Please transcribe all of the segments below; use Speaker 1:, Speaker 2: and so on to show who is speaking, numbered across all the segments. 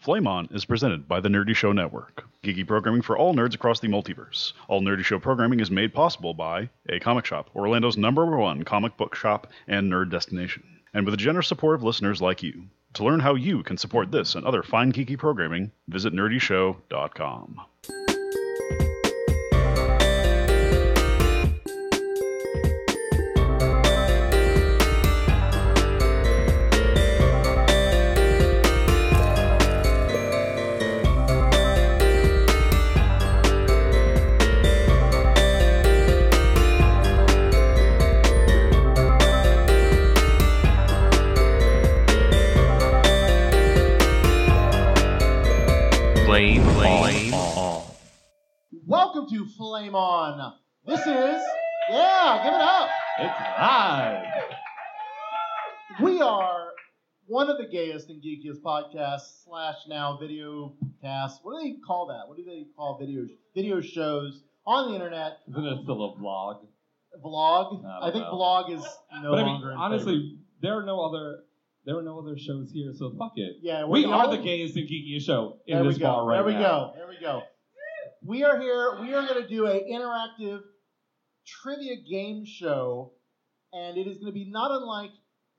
Speaker 1: Flame On is presented by the Nerdy Show Network, geeky programming for all nerds across the multiverse. All Nerdy Show programming is made possible by A Comic Shop, Orlando's number one comic book shop and nerd destination, and with the generous support of listeners like you. To learn how you can support this and other fine geeky programming, visit nerdyshow.com.
Speaker 2: Flame, flame,
Speaker 3: Welcome to Flame On. This is, yeah, give it up.
Speaker 2: It's live.
Speaker 3: We are one of the gayest and geekiest podcasts slash now video casts. What do they call that? What do they call video video shows on the internet?
Speaker 2: Isn't it still a vlog?
Speaker 3: Vlog.
Speaker 2: I
Speaker 3: I,
Speaker 2: don't
Speaker 3: think
Speaker 2: know.
Speaker 3: vlog is no
Speaker 2: but I mean,
Speaker 3: longer. in
Speaker 2: honestly,
Speaker 3: favor.
Speaker 2: there are no other there are no other shows here, so fuck it.
Speaker 3: yeah,
Speaker 2: We
Speaker 3: we're
Speaker 2: are
Speaker 3: only-
Speaker 2: the gayest and geekiest show in
Speaker 3: there
Speaker 2: this
Speaker 3: we go.
Speaker 2: bar right
Speaker 3: there we
Speaker 2: now.
Speaker 3: go. There we go. We are here. We are going to do a interactive trivia game show, and it is going to be not unlike,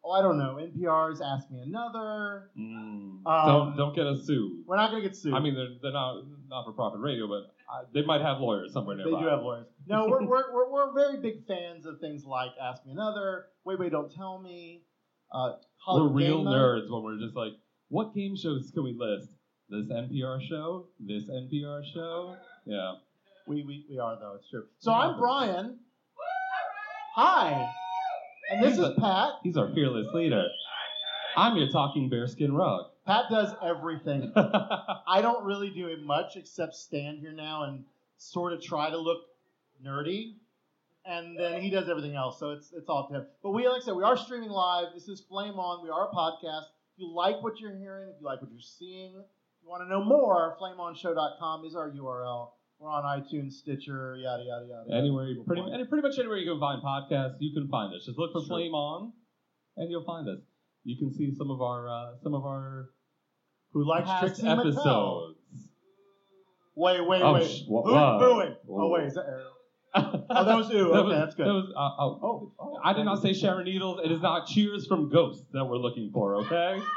Speaker 3: oh, I don't know, NPR's Ask Me Another.
Speaker 2: Mm.
Speaker 3: Um,
Speaker 2: don't don't get us sued.
Speaker 3: We're not going to get sued.
Speaker 2: I mean, they're, they're not not for profit radio, but uh, they might have lawyers somewhere
Speaker 3: they
Speaker 2: nearby.
Speaker 3: do have lawyers. No, we're, we're, we're, we're very big fans of things like Ask Me Another, Wait, Wait, Don't Tell Me. Uh,
Speaker 2: We're
Speaker 3: Hollywood
Speaker 2: real
Speaker 3: Game Night.
Speaker 2: nerds when we're just like, what game shows can we list? This NPR show, this NPR show. Yeah.
Speaker 3: We, we, we are, though. It's true. So I'm Brian. Hi. And this is Pat.
Speaker 2: He's our fearless leader. I'm your talking bearskin rug.
Speaker 3: Pat does everything. I don't really do it much except stand here now and sort of try to look nerdy, and then he does everything else. So it's it's all to him. But we, like I said, we are streaming live. This is Flame On. We are a podcast. If you like what you're hearing, if you like what you're seeing, if you want to know more, flameonshow.com is our URL. We're on iTunes, Stitcher, yada yada yada. yada.
Speaker 2: anywhere you
Speaker 3: Good
Speaker 2: pretty,
Speaker 3: point.
Speaker 2: any, pretty much anywhere you can find podcasts, you can find us. Just look for
Speaker 3: Sure.
Speaker 2: Flame On, and you'll find us. You can see some of our uh, some of our
Speaker 3: Who likes
Speaker 2: past
Speaker 3: Trixie
Speaker 2: episodes.
Speaker 3: Mattel? Wait, wait,
Speaker 2: Oh,
Speaker 3: wait.
Speaker 2: sh- wha-
Speaker 3: Who's
Speaker 2: whoa.
Speaker 3: booing? Oh
Speaker 2: Whoa.
Speaker 3: wait, is that Ariel?
Speaker 2: oh,
Speaker 3: that was you. Okay, that's good.
Speaker 2: oh,
Speaker 3: Oh,
Speaker 2: I did not say Sharon Needles. It is not Cheers from Ghost that we're looking for. Okay.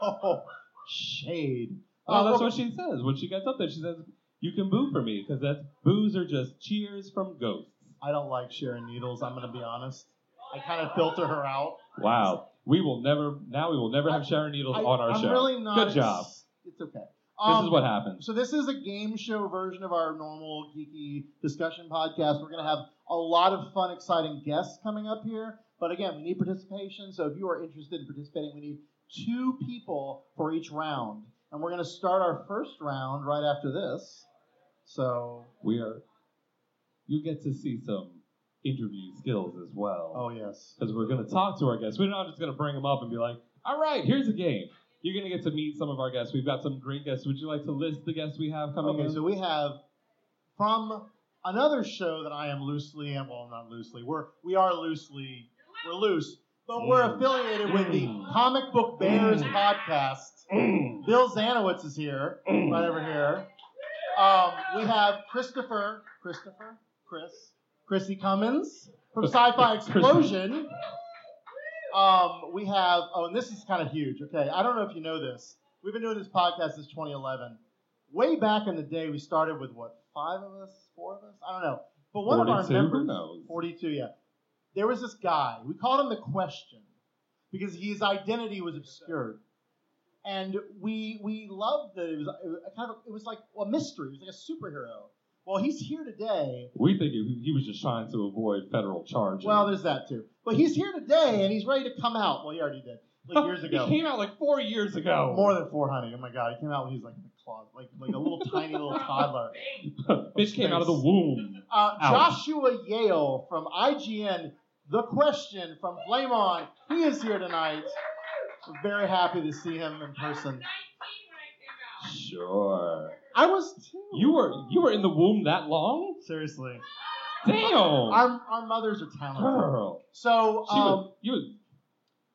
Speaker 3: Oh, shade.
Speaker 2: Oh, that's
Speaker 3: well,
Speaker 2: what she says when she gets up there. She says, "You can boo for me because that's boos are just cheers from ghosts."
Speaker 3: I don't like Sharon Needles. I'm gonna be honest. I kind of filter her out.
Speaker 2: Wow. We will never. Now we will never have Sharon Needles
Speaker 3: I,
Speaker 2: on our
Speaker 3: I'm
Speaker 2: show.
Speaker 3: really not.
Speaker 2: Good job.
Speaker 3: It's, it's okay.
Speaker 2: This
Speaker 3: Um,
Speaker 2: is what happens.
Speaker 3: So this is a game show version of our normal geeky discussion podcast. We're gonna have a lot of fun, exciting guests coming up here. But again, we need participation. So if you are interested in participating, we need two people for each round, and we're gonna start our first round right after this. So,
Speaker 2: We are. You get to see some interview skills as well.
Speaker 3: oh yes.
Speaker 2: because we're going to talk to our guests. We're not just going to bring them up and be like, all right, here's a game. You're going to get to meet some of our guests. We've got some great guests. Would you like to list the guests we have coming
Speaker 3: Okay,
Speaker 2: in?
Speaker 3: so we have from another show that I am loosely and well, not loosely. We're we are loosely we're loose, but we're
Speaker 2: Mm.
Speaker 3: affiliated with the
Speaker 2: Mm.
Speaker 3: Comic Book Bears
Speaker 2: Mm.
Speaker 3: podcast. Bill Zanowitz is here,
Speaker 2: Mm.
Speaker 3: right over here. Um, we have Christopher, Christopher, Chris, Chrissy Cummins from Sci-Fi Explosion. Um, we have, oh, and this is kind of huge. Okay, I don't know if you know this. We've been doing this podcast since 2011. way back in the day, we started with what five of us, four of us, I don't know. But one of our
Speaker 2: 42? Who
Speaker 3: members,
Speaker 2: knows?
Speaker 3: forty-two, yeah. There was this guy. We called him the Question because his identity was obscured, and we we loved that it was it was kind of it was like a mystery. It was like a superhero. Well, he's here today.
Speaker 2: We think he he was just trying to avoid federal charges.
Speaker 3: Well, there's that too. But he's here today, and he's ready to come out. Well, he already did like years ago.
Speaker 2: he came out like four years ago.
Speaker 3: More than 400. Oh my god, he came out when he was like in the closet, like like a little tiny little toddler.
Speaker 2: Bitch came out of the womb.
Speaker 3: Uh,
Speaker 2: Ouch.
Speaker 3: Joshua Yale from IGN, the question from Flame On. He is here tonight. We're very happy to see him in person.
Speaker 2: Sure.
Speaker 3: I was too.
Speaker 2: You were you were in the womb that long?
Speaker 3: seriously.
Speaker 2: Damn.
Speaker 3: Our, our mothers are talented.
Speaker 2: girl.
Speaker 3: So
Speaker 2: She
Speaker 3: um,
Speaker 2: was, you was,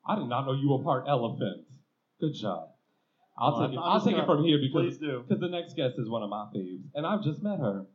Speaker 2: I did not know you were part elephant. Good job. I'll
Speaker 3: Oh,
Speaker 2: take
Speaker 3: I'm-
Speaker 2: it.
Speaker 3: I'm
Speaker 2: I'll
Speaker 3: just
Speaker 2: take it
Speaker 3: gonna-
Speaker 2: from here because
Speaker 3: please do.
Speaker 2: because the next guest is one of my faves, and I've just met her.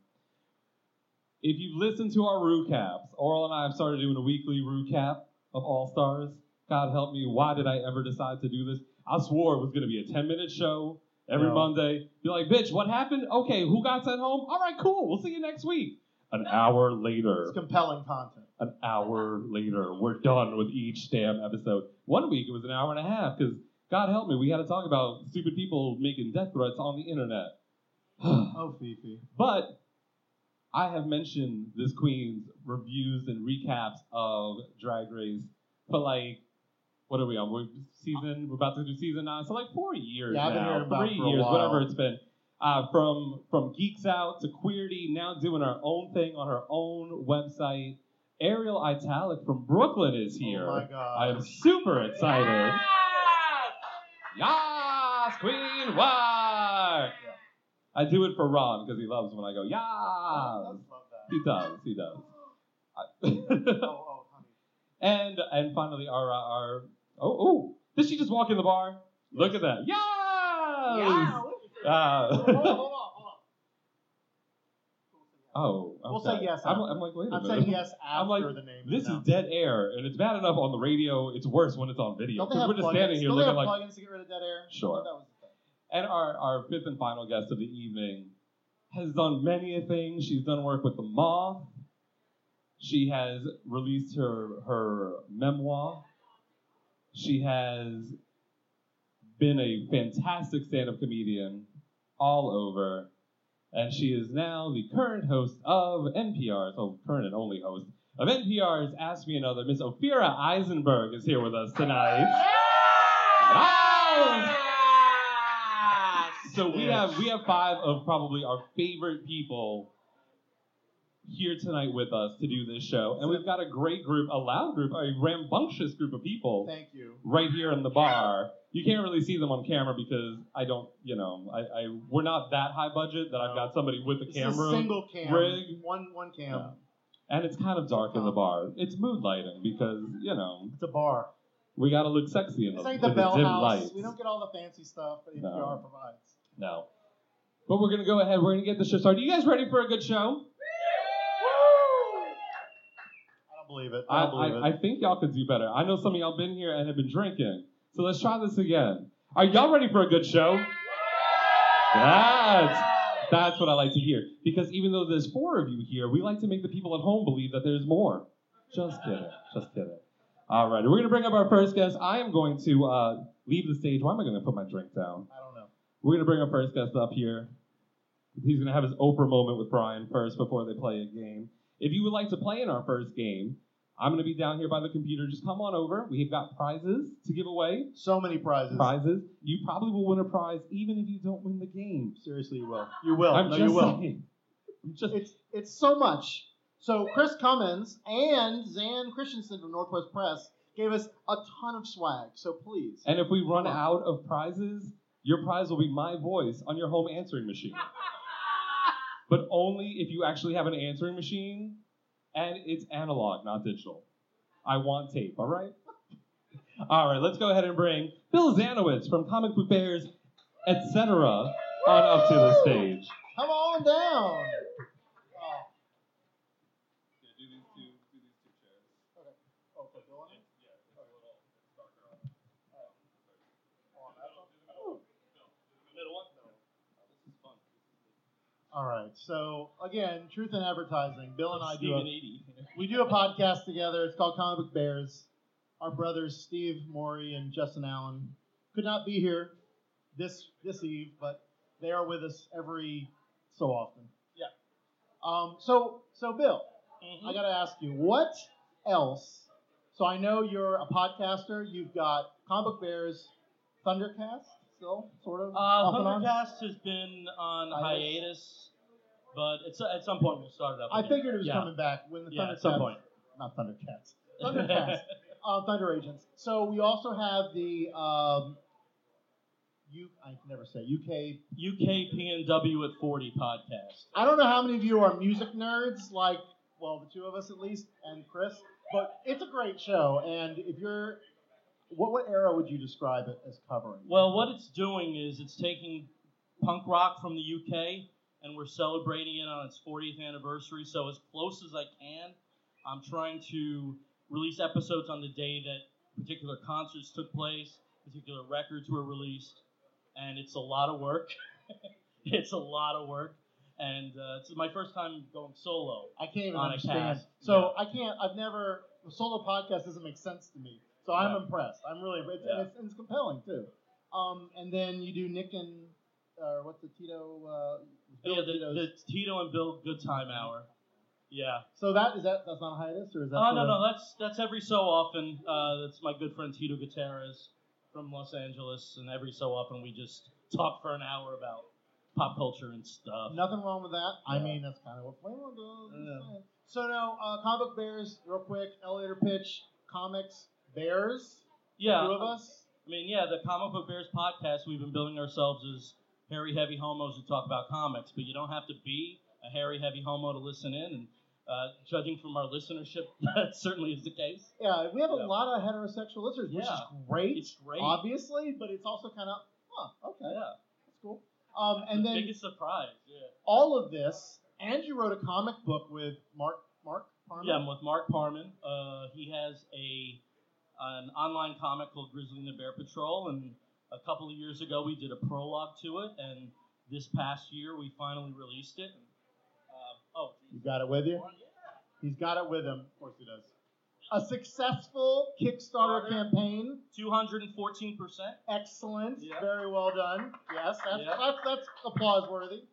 Speaker 2: If you've listened to our recaps, Oral and I have started doing a weekly recap of All Stars. God help me, why did I ever decide to do this? I swore it was going to be a 10 minute show every
Speaker 3: No.
Speaker 2: Monday. Be like, bitch, what happened? Okay, who got sent home? All right, cool. We'll see you next week. An hour later
Speaker 3: It's compelling content.
Speaker 2: an hour later. We're done with each damn episode. One week it was an hour and a half because God help me, we had to talk about stupid people making death threats on the internet.
Speaker 3: Oh Fifi.
Speaker 2: but I have mentioned this queen's reviews and recaps of Drag Race for like. What are we on? We're season. We're about to do season nine. So like four years
Speaker 3: Yeah, I've been
Speaker 2: now,
Speaker 3: hearing about it
Speaker 2: three
Speaker 3: for a
Speaker 2: years,
Speaker 3: while.
Speaker 2: whatever it's been. Uh, from from geeks out to queerty, now doing her own thing on her own website. Ariel Italic from Brooklyn is here.
Speaker 3: Oh my
Speaker 2: I am
Speaker 3: god.
Speaker 2: super excited. Yas, Queen War. I do it for Ron because he loves when I go
Speaker 3: I
Speaker 2: Yas.
Speaker 3: Oh, love that.
Speaker 2: He does. He does.
Speaker 3: Oh,
Speaker 2: I-
Speaker 3: oh, honey.
Speaker 2: and and finally our our oh oh did she just walk in the bar? Look at that. Yas.
Speaker 3: Hold on, hold on,
Speaker 2: Uh,
Speaker 3: hold on.
Speaker 2: oh.
Speaker 3: We'll say
Speaker 2: okay.
Speaker 3: yes
Speaker 2: I'm,
Speaker 3: after.
Speaker 2: I'm like wait a
Speaker 3: I'm
Speaker 2: minute.
Speaker 3: saying yes after
Speaker 2: I'm like,
Speaker 3: the name.
Speaker 2: This is
Speaker 3: announced.
Speaker 2: dead air, and it's bad enough on the radio. It's worse when it's on video
Speaker 3: Don't they
Speaker 2: because
Speaker 3: have
Speaker 2: we're just
Speaker 3: plugins?
Speaker 2: standing here
Speaker 3: Don't
Speaker 2: looking
Speaker 3: they
Speaker 2: like.
Speaker 3: have plugins to get rid of dead air?
Speaker 2: Sure.
Speaker 3: That was the thing.
Speaker 2: And our, our fifth and final guest of the evening has done many a thing. She's done work with the Moth. She has released her her memoir. She has been a fantastic stand-up comedian all over. And she is now the current host of NPR's, oh, current and only host of NPR's Ask Me Another. Miss Ophira Eisenberg is here with us tonight. Wow! So we
Speaker 3: Yeah.
Speaker 2: have we have five of probably our favorite people here tonight with us to do this show, and we've got a great group, a loud group, a rambunctious group of people
Speaker 3: Thank you.
Speaker 2: right here in the bar. You can't really see them on camera because I don't, you know, I, I we're not that high budget that I've got somebody with a
Speaker 3: This is a
Speaker 2: camera,
Speaker 3: single cam.
Speaker 2: rig.
Speaker 3: One one cam.
Speaker 2: Yeah. and it's kind of dark in the bar. It's mood lighting because you know
Speaker 3: Oh. It's a bar.
Speaker 2: we got to look sexy in
Speaker 3: It's
Speaker 2: the,
Speaker 3: like the
Speaker 2: with the
Speaker 3: Bell
Speaker 2: dim
Speaker 3: House.
Speaker 2: lights.
Speaker 3: We don't get all the fancy stuff that
Speaker 2: No.
Speaker 3: NPR provides.
Speaker 2: No. But we're going to go ahead. We're going to get the show started. You guys ready for a good show?
Speaker 3: I don't believe it. I
Speaker 2: I,
Speaker 3: don't believe
Speaker 2: I,
Speaker 3: it.
Speaker 2: I think y'all could do better. I know some of y'all been here and have been drinking. So let's try this again. Are y'all ready for a good show? That's, that's what I like to hear. Because even though there's four of you here, we like to make the people at home believe that there's more. Just kidding. Just kidding. All right. We're going to bring up our first guest. I am going to uh, leave the stage. Why am I going to put my drink down?
Speaker 3: I don't know.
Speaker 2: We're gonna bring our first guest up here. He's gonna have his Oprah moment with Brian first before they play a game. If you would like to play in our first game, I'm gonna be down here by the computer. Just come on over. We've got prizes to give away.
Speaker 3: So many prizes.
Speaker 2: Prizes. You probably will win a prize even if you don't win the game.
Speaker 3: Seriously, you will. You will.
Speaker 2: I'm
Speaker 3: no,
Speaker 2: just
Speaker 3: you will.
Speaker 2: saying. I'm just
Speaker 3: It's it's so much. So Chris Cummins and Zan Christensen from Northwest Press gave us a ton of swag. So please.
Speaker 2: and if we run out of prizes, your prize will be my voice on your home answering machine. but only if you actually have an answering machine and it's analog, not digital. I want tape, all right? All right, let's go ahead and bring Bill Zanowitz from Comic Book Bears, etc., on up to the stage.
Speaker 3: Come on down. All right. So again, truth in advertising. Bill and I do
Speaker 2: Steven E.
Speaker 3: a,
Speaker 2: 80.
Speaker 3: we do a podcast together. It's called Comic Book Bears. Our brothers Steve Morey and Justin Allen could not be here this this eve, but they are with us every so often. Yeah. Um. So so Bill, I gotta ask you, what else? So I know you're a podcaster. You've got Comic Book Bears, Thundercast, still sort of.
Speaker 4: Uh,
Speaker 3: off and on?
Speaker 4: Thundercast has been on
Speaker 3: Hiatus.
Speaker 4: hiatus, but it's, at some point we'll start it up.
Speaker 3: I
Speaker 4: again.
Speaker 3: figured it was
Speaker 4: Yeah.
Speaker 3: coming back when the
Speaker 4: Yeah,
Speaker 3: Thundercats.
Speaker 4: at some point.
Speaker 3: Not Thundercats. Thundercats. uh, Thunder Agents. So we also have the um, you. I can never say UK.
Speaker 4: UK PNW at 40 podcast.
Speaker 3: I don't know how many of you are music nerds, like well, the two of us at least, and Chris. But it's a great show, and if you're, what what era would you describe it as covering?
Speaker 4: Well, what it's doing is it's taking punk rock from the UK and we're celebrating it on its 40th anniversary. So, as close as I can, I'm trying to release episodes on the day that particular concerts took place, particular records were released, and it's a lot of work. it's a lot of work. And uh, it's my first time going solo.
Speaker 3: I can't even
Speaker 4: on a
Speaker 3: understand.
Speaker 4: cast,
Speaker 3: So I can't. I've never a solo podcast doesn't make sense to me. So I'm
Speaker 4: Yeah.
Speaker 3: impressed. I'm really it's,
Speaker 4: Yeah.
Speaker 3: and it's, it's compelling too. Um, and then you do Nick and uh, what's the Tito? Uh, Bill
Speaker 4: Yeah, the,
Speaker 3: Tito's-
Speaker 4: the Tito and Bill Good Time Hour. Yeah.
Speaker 3: so that is that. That's not hiatus or is that?
Speaker 4: Oh
Speaker 3: sort
Speaker 4: no,
Speaker 3: of-
Speaker 4: no, that's that's every so often. Uh, that's my good friend Tito Gutierrez from Los Angeles, and every so often we just talk for an hour about pop culture and stuff.
Speaker 3: Nothing wrong with that. I mean, that's kind of what Playboy does.
Speaker 4: Yeah.
Speaker 3: So now, uh, comic book bears, real quick. Elevator pitch, comics bears.
Speaker 4: yeah,
Speaker 3: Two of us.
Speaker 4: I mean, yeah, the Comic Book Bears podcast. We've been billing ourselves as hairy, heavy homos who talk about comics, but you don't have to be a hairy, heavy homo to listen in. And uh, judging from our listenership, that certainly is the case.
Speaker 3: Yeah, we have a
Speaker 4: Yeah.
Speaker 3: lot of heterosexual listeners, which is
Speaker 4: Yeah.
Speaker 3: great.
Speaker 4: It's great.
Speaker 3: obviously, but it's also kind of, huh, okay,
Speaker 4: Yeah,
Speaker 3: that's cool. Um, and
Speaker 4: the
Speaker 3: then
Speaker 4: biggest surprise. Yeah,
Speaker 3: all of this, Andrew wrote a comic book with Mark Mark Parman.
Speaker 4: Yeah, I'm with Mark Parman. Uh, he has a an online comic called Grizzly and the Bear Patrol, and a couple of years ago we did a prologue to it, and this past year we finally released it. And, uh, oh,
Speaker 3: you got it with you. He's got it with him. Of course, he does. A successful Kickstarter
Speaker 4: Kickstarter.
Speaker 3: campaign.
Speaker 4: 214 percent.
Speaker 3: Excellent.
Speaker 4: Yeah.
Speaker 3: Very well done. Yes, that's
Speaker 4: Yeah.
Speaker 3: that's, that's applause worthy.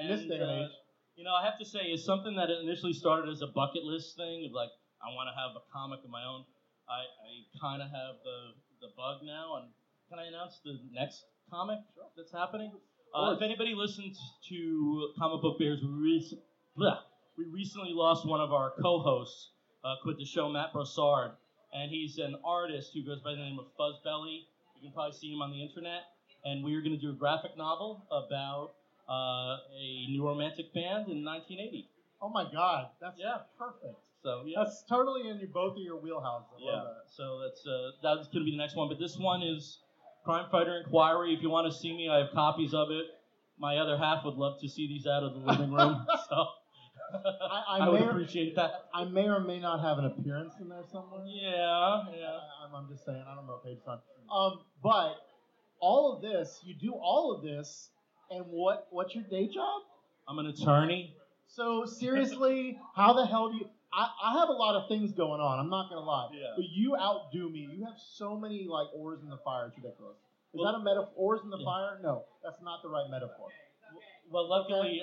Speaker 3: In
Speaker 4: And,
Speaker 3: this day and
Speaker 4: uh,
Speaker 3: age.
Speaker 4: you know, I have to say, it's something that initially started as a bucket list thing of like, I want to have a comic of my own. I, I kind of have the, the bug now. And can I announce the next comic that's happening? Uh, if anybody listens to Comic Book Bears, we, rec- bleh, we recently lost one of our co hosts, uh, quit the show, Matt Brossard. And he's an artist who goes by the name of Fuzzbelly. You can probably see him on the internet. And we are going to do a graphic novel about uh, a new romantic band in 1980.
Speaker 3: Oh my God, that's
Speaker 4: Yeah.
Speaker 3: perfect.
Speaker 4: So yeah,
Speaker 3: That's totally in your, both of your wheelhouses. I
Speaker 4: yeah.
Speaker 3: love that.
Speaker 4: So that's uh, that's gonna be the next one. But this one is Crime Fighter Inquiry. If you want to see me, I have copies of it. My other half would love to see these out of the living room. so
Speaker 3: I, I,
Speaker 4: I would
Speaker 3: may or-
Speaker 4: appreciate that.
Speaker 3: I may or may not have an appearance in there somewhere.
Speaker 4: Yeah, yeah.
Speaker 3: I, I'm, I'm just saying. I don't know what page it's on. Um, but all of this, you do all of this, and what? What's your day job?
Speaker 4: I'm an attorney.
Speaker 3: So seriously, how the hell do you? I, I have a lot of things going on. I'm not gonna lie.
Speaker 4: Yeah.
Speaker 3: But you outdo me. You have so many like oars in the fire. It's ridiculous. Is
Speaker 4: Well-
Speaker 3: that a metaphor? Oars in the
Speaker 4: Yeah.
Speaker 3: fire? No, that's not the right metaphor.
Speaker 4: Well, luckily,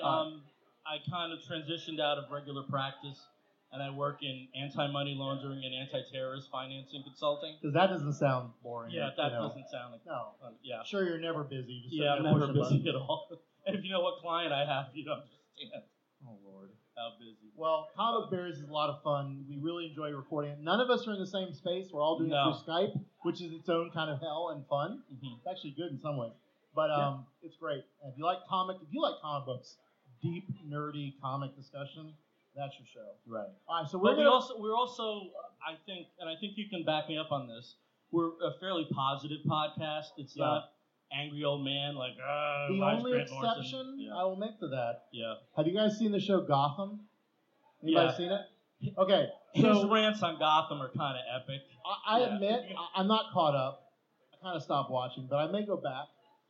Speaker 3: Okay.
Speaker 4: um, I kind of transitioned out of regular practice, and I work in anti-money laundering and anti-terrorist financing consulting.
Speaker 3: Because that doesn't sound boring.
Speaker 4: Yeah,
Speaker 3: you
Speaker 4: that
Speaker 3: know.
Speaker 4: doesn't sound like.
Speaker 3: No.
Speaker 4: Um, yeah.
Speaker 3: I'm sure you're never busy. You just sit
Speaker 4: Yeah, I'm
Speaker 3: there
Speaker 4: never
Speaker 3: pushing
Speaker 4: busy
Speaker 3: buttons.
Speaker 4: at all. And if you know what client I have, you don't understand
Speaker 3: Oh lord.
Speaker 4: how busy.
Speaker 3: Well, Comic Bears is a lot of fun. We really enjoy recording it. None of us are in the same space. We're all doing
Speaker 4: No.
Speaker 3: it through Skype, which is its own kind of hell and fun.
Speaker 4: Mhm.
Speaker 3: It's actually good in some ways, but um, it's great. And if you like comic, if you like comic books, deep nerdy comic discussion, that's your show.
Speaker 4: Right.
Speaker 3: All right, so we're
Speaker 4: But we
Speaker 3: gonna.
Speaker 4: also we're also I think, and I think you can back me up on this. We're a fairly positive podcast. It's
Speaker 3: Yeah.
Speaker 4: not angry old man like. "Ah,
Speaker 3: the
Speaker 4: why is
Speaker 3: only
Speaker 4: Grant Morrison-"
Speaker 3: exception I
Speaker 4: Yeah.
Speaker 3: will make to that.
Speaker 4: yeah.
Speaker 3: Have you guys seen the show Gotham? Anybody
Speaker 4: Yeah.
Speaker 3: seen it? Okay,
Speaker 4: His rants on Gotham are kind of epic.
Speaker 3: I, I
Speaker 4: Yeah.
Speaker 3: admit I, I'm not caught up. I kind of stopped watching, but I may go back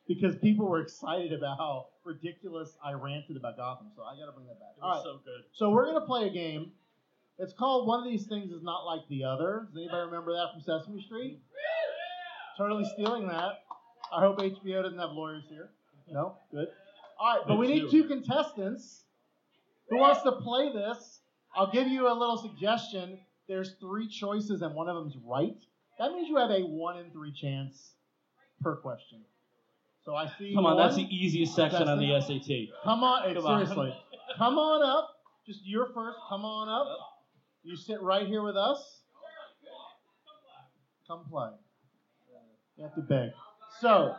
Speaker 3: because people were excited about how ridiculous I ranted about Gotham. So I got to bring that back.
Speaker 4: It
Speaker 3: All
Speaker 4: was
Speaker 3: right.
Speaker 4: so good.
Speaker 3: So we're gonna play a game. It's called One of These Things Is Not Like the Other. Does anybody remember that from Sesame Street? Totally stealing that. I hope HBO doesn't have lawyers here. No, good. All right, but we need two contestants. Who wants to play this? I'll give you a little suggestion. There's three choices and one of them's right. That means you have a one in three chance per question. So I see.
Speaker 4: Come on, that's the
Speaker 3: one.
Speaker 4: easiest section on the uh, SAT.
Speaker 3: Come on, hey,
Speaker 4: Come on.
Speaker 3: seriously. Come on up. Just you're first. Come on up. You sit right here with us. Come play. You have to beg. So,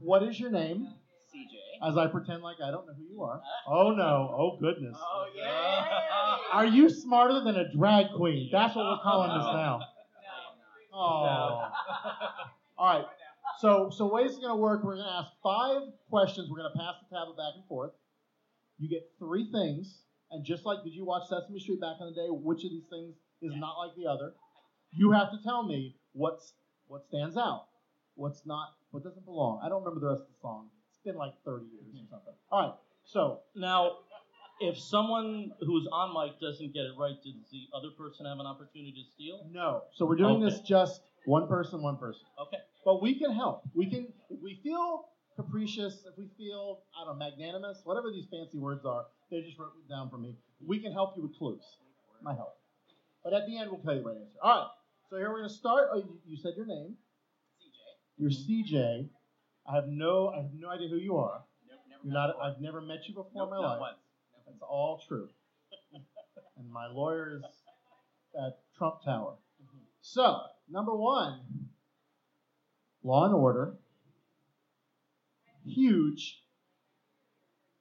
Speaker 3: what is your name?
Speaker 5: CJ.
Speaker 3: As I pretend like I don't know who you are. Oh no. Oh goodness.
Speaker 5: Oh
Speaker 3: Are you smarter than a drag queen? That's what we're calling this now. Oh. All right. So so ways it's gonna work. We're gonna ask five questions. We're gonna pass the tablet back and forth. You get three things, and just like did you watch Sesame Street back in the day? Which of these things is not like the other? You have to tell me what's what stands out, what's not, what doesn't belong. I don't remember the rest of the song. It's been like 30 years or something. All right. So
Speaker 4: Now, if someone who's on mic doesn't get it right, does the other person have an opportunity to steal?
Speaker 3: no. So we're doing
Speaker 4: Okay.
Speaker 3: this just one person, one person.
Speaker 4: Okay.
Speaker 3: But we can help. We can if we feel capricious, if we feel I don't know, magnanimous, whatever these fancy words are, they just wrote it down for me. We can help you with clues. My help. But at the end we'll tell you the right answer. All right. So here we're gonna start. Oh, you, you said your name. You're CJ. I have no I have no idea who you are. You're not I've never met you before in my life. That's all true. and my lawyer is at Trump Tower. So, number one, Law and Order, huge,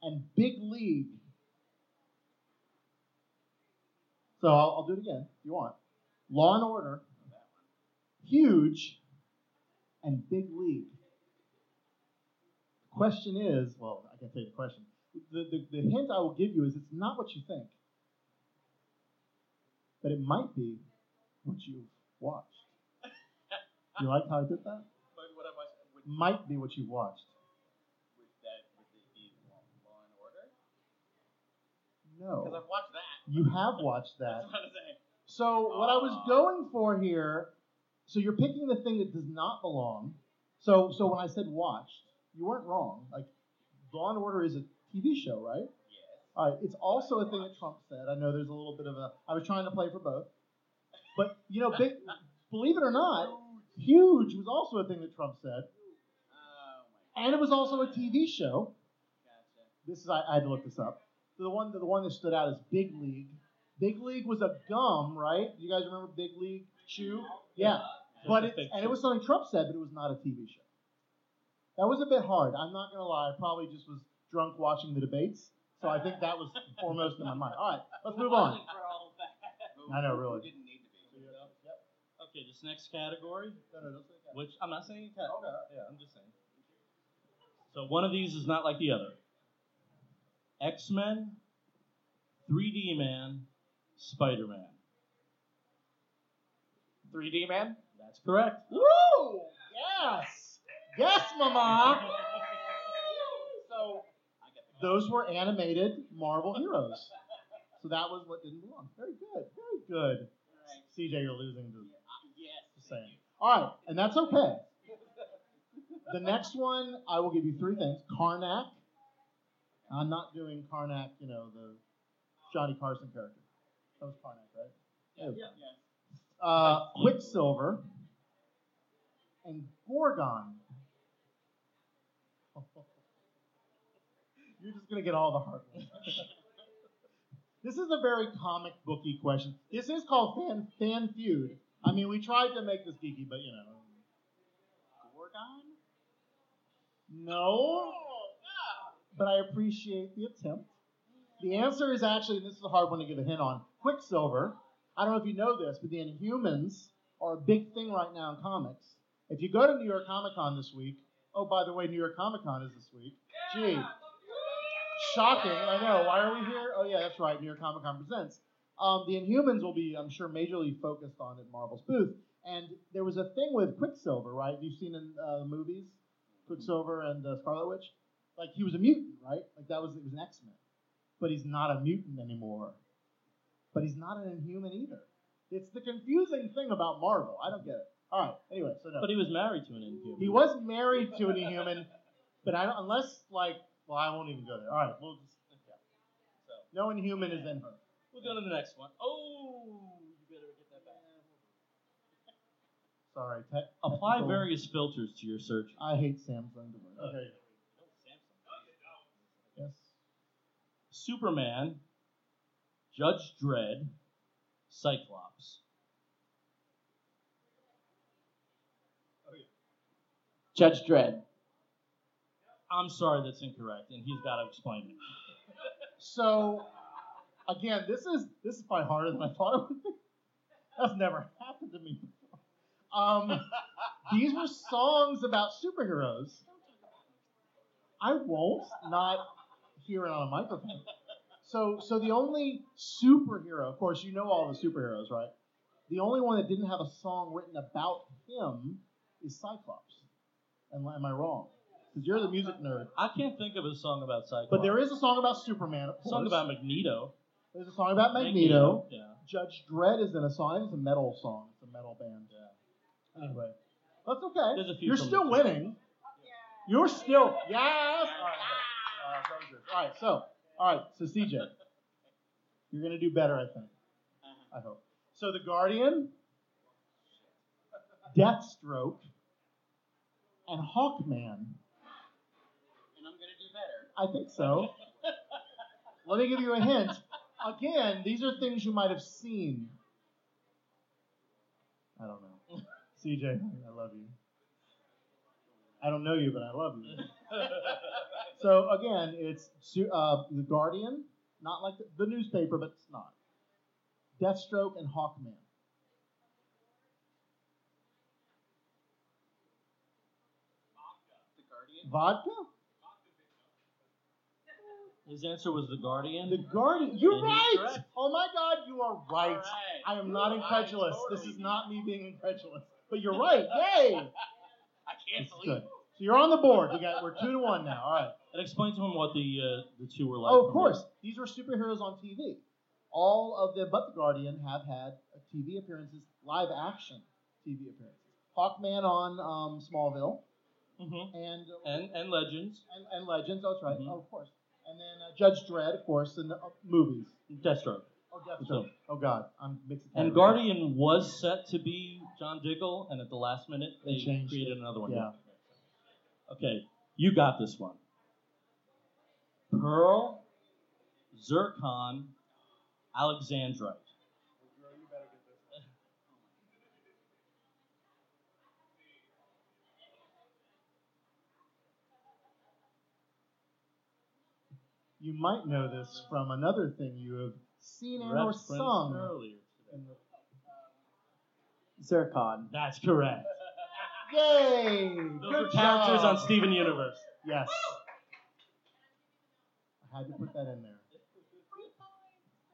Speaker 3: and big league. So I'll, I'll do it again if you want. Law and Order, huge, and big league. The question is, well, I can tell you the question. The, the, the hint I will give you is it's not what you think, but it might be what you've watched. You like how I did that? Might be what you watched.
Speaker 5: Because
Speaker 3: No.
Speaker 5: I've watched that.
Speaker 3: You have watched that.
Speaker 5: That's what I'm saying.
Speaker 3: So what I was
Speaker 5: Aw.
Speaker 3: going for here, so you're picking the thing that does not belong. So so when I said watched, you weren't wrong. Like Law and Order is a TV show, right?
Speaker 5: Yes.
Speaker 3: All right. It's also a thing that Trump said. I know there's a little bit of a. I was trying to play for both, but you know, big, believe it or not, huge was also a thing that Trump said,
Speaker 5: Oh my
Speaker 3: and it was also a TV show.
Speaker 5: Gotcha.
Speaker 3: This is I, I had to look this up. The one the one that stood out is Big League. Big League was a gum, right? You guys remember Big League Chew? Yeah. But it, and it was something Trump said, but it was not a TV show. That was a bit hard. I'm not gonna lie. I probably just was drunk watching the debates, so I think that was foremost in my mind. All right, let's move on.
Speaker 5: For all of that.
Speaker 3: I know, really.
Speaker 5: Didn't need to be.
Speaker 4: Okay, this next category, which I'm not saying cat. Yeah, I'm just saying. So one of these is not like the other. X Men, 3D Man, Spider Man.
Speaker 5: 3D man.
Speaker 4: That's correct.
Speaker 3: Woo! Yes, yes, Mama. So those were animated Marvel heroes. So that was what didn't belong. Very good. Very good.
Speaker 5: Right.
Speaker 3: CJ, you're losing. To,
Speaker 5: Yes.
Speaker 3: just saying. All right, and that's okay. The next one, I will give you three things. Karnak. I'm not doing Karnak, you know, the Johnny Carson character. That was Karnak, right? Yeah. Uh, Quicksilver and Gorgon. You're just gonna get all the hard ones. this is a very comic booky question. This is called fan fan feud. I mean, we tried to make this geeky, but you know. Gorgon? No. But I appreciate the attempt. The answer is actually, this is a hard one to give a hint on. Quicksilver. I don't know if you know this, but the Inhumans are a big thing right now in comics. If you go to New York Comic Con this week, oh, by the way, New York Comic Con is this week. Gee, shocking. I know. Why are we here? Oh, yeah, that's right. New York Comic Con presents. Um, the Inhumans will be, I'm sure, majorly focused on at Marvel's booth. And there was a thing with Quicksilver, right? You've seen in uh, movies Quicksilver and uh, Scarlet Witch, like he was a mutant, right? Like that was he was an X Men, but he's not a mutant anymore. But he's not an Inhuman either. It's the confusing thing about Marvel. I don't get it. All right. Anyway, so no.
Speaker 4: But he was married to an Inhuman.
Speaker 3: He was married to an Inhuman, but I don't, unless like, well, I won't even go there. All right, we'll just. yeah. So, no Inhuman is in her.
Speaker 4: We'll go to the next one. Oh, you better get that back.
Speaker 3: Sorry. Te-
Speaker 4: Apply
Speaker 3: technical-
Speaker 4: various filters to your search.
Speaker 3: I hate Samsung. devices. Okay. Yes.
Speaker 4: Superman, Judge Dredd, Cyclops.
Speaker 5: Judge Dredd.
Speaker 4: I'm sorry, that's incorrect, and he's got to explain it.
Speaker 3: So, again, this is this is probably harder than I thought it would be. That's never happened to me. before. Um, these were songs about superheroes. I won't not hear it on a microphone. So, so the only superhero, of course, you know all the superheroes, right? The only one that didn't have a song written about him is Cyclops. And am I wrong? Because you're the music nerd.
Speaker 4: I can't think of a song about Cyclops.
Speaker 3: But there is a song about Superman, of
Speaker 4: a song
Speaker 3: course.
Speaker 4: about Magneto.
Speaker 3: There's a song about Magneto.
Speaker 4: Yeah.
Speaker 3: Judge Dredd is in a song. It's a metal song. It's a metal band. Anyway, that's okay.
Speaker 4: Oh. There's a few
Speaker 3: You're
Speaker 4: from
Speaker 3: still
Speaker 4: the-
Speaker 3: winning. You're still yes. All right, okay. Uh, that was yours. all right. So all right. So CJ, you're gonna do better, I think.
Speaker 5: Uh-huh.
Speaker 3: I hope. So the Guardian, Deathstroke, and Hawkman.
Speaker 5: And I'm gonna do better.
Speaker 3: I think so. Let me give you a hint. Again, these are things you might have seen. I don't know. CJ, I love you. I don't know you, but I love you. So again, it's su- uh, the Guardian, not like the, the newspaper, but it's not. Deathstroke and Hawkman.
Speaker 5: The Guardian.
Speaker 3: Vodka?
Speaker 4: His answer was The Guardian.
Speaker 3: The Guardian. You're
Speaker 4: And he's
Speaker 3: right.
Speaker 4: correct.
Speaker 3: Oh my God, you are right.
Speaker 5: All right.
Speaker 3: I am not
Speaker 5: I
Speaker 3: incredulous. this
Speaker 5: totally
Speaker 3: is not me being incredulous. But you're right. Yay!
Speaker 5: I can't
Speaker 3: It's
Speaker 5: believe.
Speaker 3: good. So you're on the board. We got we're two to one now. All right.
Speaker 4: It explains to him what the uh, the two were like.
Speaker 3: Oh, of
Speaker 4: from
Speaker 3: course. These were superheroes on TV. All of them, but the Guardian, have had TV appearances, live action TV appearances. Hawkman on um, Smallville
Speaker 4: the-
Speaker 5: Mm-hmm.
Speaker 4: Mhm.
Speaker 3: and
Speaker 4: And and Legends,
Speaker 3: and, and Legends. That's right.
Speaker 4: Mhm.
Speaker 3: Oh, of course. And then uh, Judge Dredd, of course, in the, uh, movies.
Speaker 4: Deathstroke.
Speaker 3: Oh, Deathstroke. Oh God, I'm mixing.
Speaker 4: And Guardian was set to be John Diggle, and at the last minute
Speaker 3: They
Speaker 4: they,
Speaker 3: changed
Speaker 4: created another one.
Speaker 3: Yeah.
Speaker 4: Okay, you got this one. Pearl, Zircon, Alexandrite.
Speaker 3: You might know this from another thing you have seen and or
Speaker 4: Referenced
Speaker 3: sung.
Speaker 4: earlier. today.
Speaker 3: Zircon.
Speaker 4: That's correct.
Speaker 3: Yay!
Speaker 4: Those
Speaker 3: Good
Speaker 4: were characters
Speaker 3: job.
Speaker 4: on Steven Universe.
Speaker 3: Yes. I had to put that in there.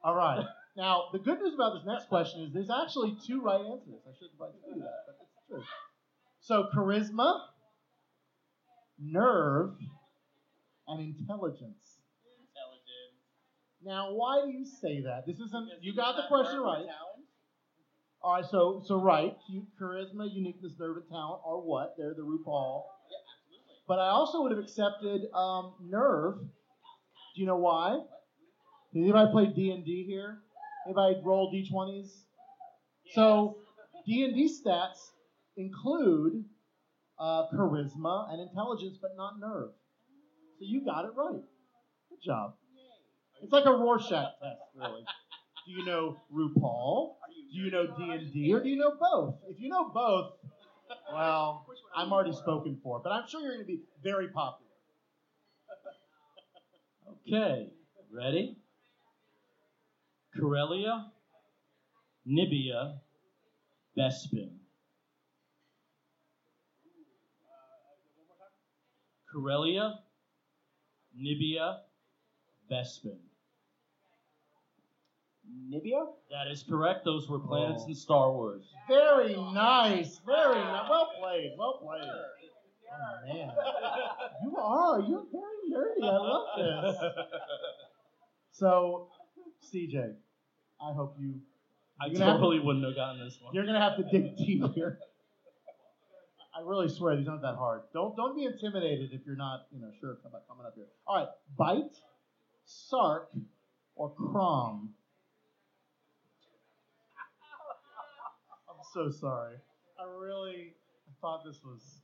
Speaker 3: All right. Now, the good news about this next question is there's actually two right answers. I shouldn't probably tell you that, but it's true. So, charisma, nerve, and intelligence.
Speaker 5: Intelligent.
Speaker 3: Now, why do you say that? This isn't.
Speaker 5: Because
Speaker 3: You
Speaker 5: he
Speaker 3: got
Speaker 5: does
Speaker 3: the
Speaker 5: not
Speaker 3: question
Speaker 5: work
Speaker 3: right.
Speaker 5: with talent.
Speaker 3: All right. So, so right. You, charisma, uniqueness, nerve, and talent are what? They're the RuPaul.
Speaker 5: Yeah, absolutely.
Speaker 3: But I also would have accepted um, Nerve. Do you know why? Did anybody play D and D here? Anybody roll D twenties? So D and D stats include uh, charisma and intelligence, but not nerve. So you got it right. Good job. It's like a Rorschach test, really. Do you know RuPaul? Do you know D and D, or do you know both? If you know both, well.
Speaker 5: Which one are
Speaker 3: I'm
Speaker 5: you
Speaker 3: already
Speaker 5: for?
Speaker 3: spoken for, but I'm sure you're going to be very popular.
Speaker 4: Okay, ready? Corellia, Nibia, Bespin. Corellia, Nibia, Bespin.
Speaker 5: Nibia.
Speaker 4: That is correct. Those were planets
Speaker 3: Oh.
Speaker 4: in Star Wars.
Speaker 3: Very nice. Very nice. Well played. Well played. Oh, man. You are. You're very nerdy. I love this. So, CJ, I hope you.
Speaker 4: I
Speaker 3: You're gonna have-
Speaker 4: totally wouldn't have gotten this one.
Speaker 3: You're gonna have to dig deep here. I really swear these aren't that hard. Don't don't be intimidated if you're not you know sure about coming up here. All right, bite, sark, or crom. I'm so sorry. I really thought this was.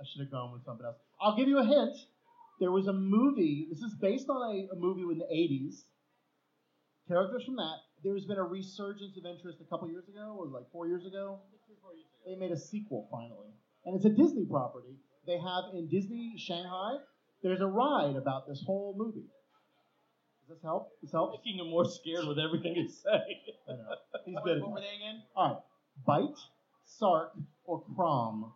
Speaker 3: I should have gone with something else. I'll give you a hint. There was a movie. This is based on a, a movie in the 80s characters from that. There's been a resurgence of interest a couple years ago, or like four years ago. They made a sequel finally, and it's a Disney property. They have in Disney Shanghai. There's a ride about this whole movie. Does this help? This helps.
Speaker 4: Making him more scared with everything you say.
Speaker 3: I know. He's good.
Speaker 5: What
Speaker 3: at
Speaker 5: were
Speaker 3: that.
Speaker 5: they again?
Speaker 3: All right, bite, sark, or crom.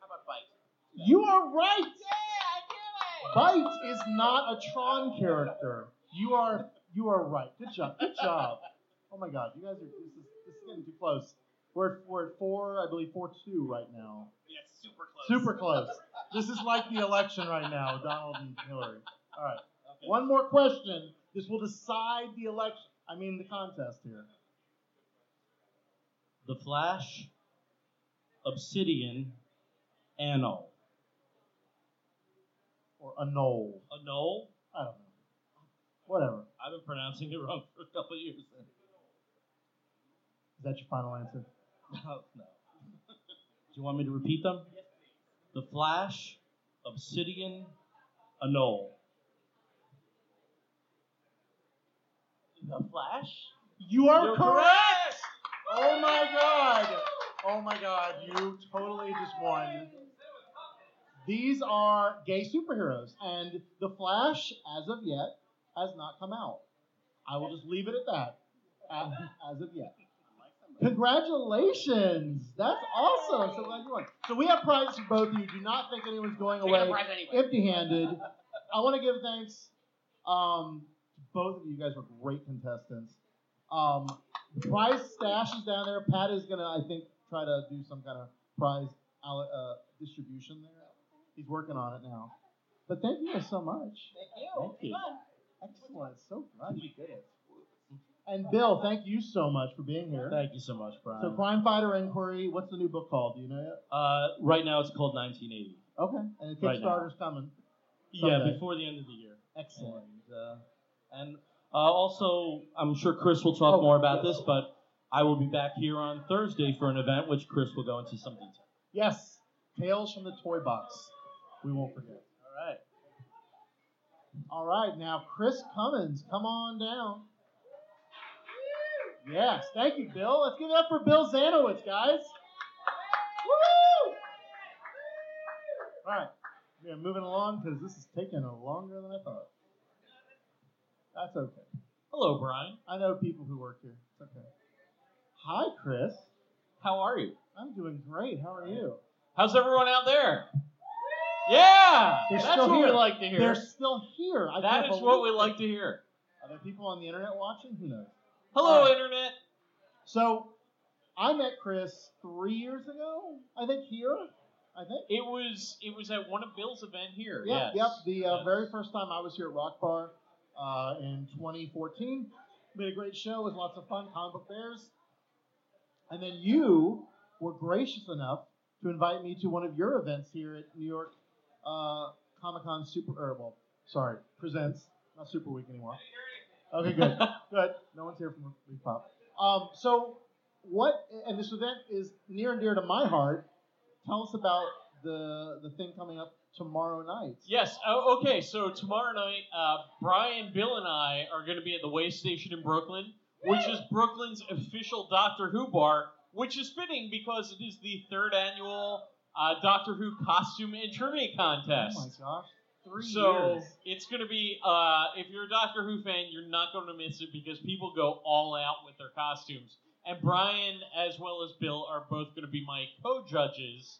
Speaker 5: How about bite?
Speaker 3: You are right.
Speaker 5: Yeah,
Speaker 3: Bite is not a Tron character. You are you are right. Good job. Good job. Oh my god, you guys are this is this is getting too close. We're at, we're at four, I believe four two right now.
Speaker 5: Yeah, super close.
Speaker 3: Super close. This is like the election right now, Donald and Hillary. All right. One more question. This will decide the election. I mean the contest here.
Speaker 4: The Flash, Obsidian, Annul.
Speaker 3: Or annul.
Speaker 4: Annul?
Speaker 3: I don't know. Whatever.
Speaker 4: I've been pronouncing it wrong for a couple of years.
Speaker 3: Is that your final answer?
Speaker 4: No, no. Do you want me to repeat them? The Flash, Obsidian, Annul.
Speaker 5: The Flash?
Speaker 3: You are
Speaker 4: You're
Speaker 3: correct! Oh my god! Oh my god, you totally just won. These are gay superheroes, and The Flash, as of yet, has not come out. I will just leave it at that. As, as of yet. Congratulations! That's awesome! So glad you won. So we have prizes for both of you. Do not think anyone's going
Speaker 5: Take a
Speaker 3: away
Speaker 5: prize anyway.
Speaker 3: empty-handed. I want to give thanks um, to both of you. You guys were great contestants. Um, the prize stash is down there. Pat is gonna, I think, try to do some kind of prize alle- uh, distribution there. He's working on it now. But thank you guys so much.
Speaker 5: Thank you.
Speaker 4: Thank you.
Speaker 5: Fun.
Speaker 3: Excellent. So glad you did it. And Bill, thank you so much for being here.
Speaker 4: Thank you so much, Brian.
Speaker 3: So, Crime Fighter Inquiry. What's the new book called? Do you know yet?
Speaker 4: uh, right now it's called 1980.
Speaker 3: Okay. And the
Speaker 4: Right now.
Speaker 3: Kickstarter's coming.
Speaker 4: Yeah,
Speaker 3: Someday.
Speaker 4: before the end of the year.
Speaker 3: Excellent.
Speaker 4: And, uh, and uh, also, I'm sure Chris will talk
Speaker 3: Oh,
Speaker 4: more about
Speaker 3: yes.
Speaker 4: this, but I will be back here on Thursday for an event, which Chris will go into some detail.
Speaker 3: Yes. Tales from the Toy Box. We won't forget.
Speaker 4: All right.
Speaker 3: All right, now Chris Cummins, come on down. Yes, thank you, Bill. Let's give it up for Bill Zanowitz, guys. Woo! All right, we are moving along because this is taking a longer than I thought. That's okay.
Speaker 4: Hello, Brian.
Speaker 3: I know people who work here. It's okay. Hi, Chris.
Speaker 4: How are you?
Speaker 3: I'm doing great. How are you?
Speaker 4: How's everyone out there? Yeah,
Speaker 3: They're
Speaker 4: that's
Speaker 3: still
Speaker 4: what we
Speaker 3: here.
Speaker 4: like to
Speaker 3: They're
Speaker 4: hear.
Speaker 3: still here. I
Speaker 4: That
Speaker 3: can't
Speaker 4: is what
Speaker 3: believe
Speaker 4: we
Speaker 3: it.
Speaker 4: like to hear.
Speaker 3: Are there people on the internet watching? Who knows?
Speaker 4: Hello,
Speaker 3: Alright.
Speaker 4: internet.
Speaker 3: So I met Chris three years ago, I think here. I think.
Speaker 5: It was it was at one of Bill's event here.
Speaker 3: Yep,
Speaker 5: yes.
Speaker 3: yep. The uh,
Speaker 5: Yes.
Speaker 3: very first time I was here at Rock Bar uh, in 2014. We had a great show. It was lots of fun, comic book fairs. And then you were gracious enough to invite me to one of your events here at New York uh, Comic Con Super, or, well, sorry, Presents, not Super Week anymore. Okay, good. good. No one's here from Week Pop. Um, so, what, and this event is near and dear to my heart. Tell us about the the thing coming up tomorrow night.
Speaker 5: Yes. Oh, okay. So tomorrow night, uh, Brian, Bill, and I are going to be at the Way Station in Brooklyn, which is Brooklyn's official Doctor Who bar, which is fitting because it is the third annual uh, Doctor Who costume and trivia contest.
Speaker 3: Oh my gosh. Three
Speaker 5: so
Speaker 3: years.
Speaker 5: it's going to be uh, if you're a Doctor Who fan, you're not going to miss it because people go all out with their costumes. And Brian, as well as Bill, are both going to be my co-judges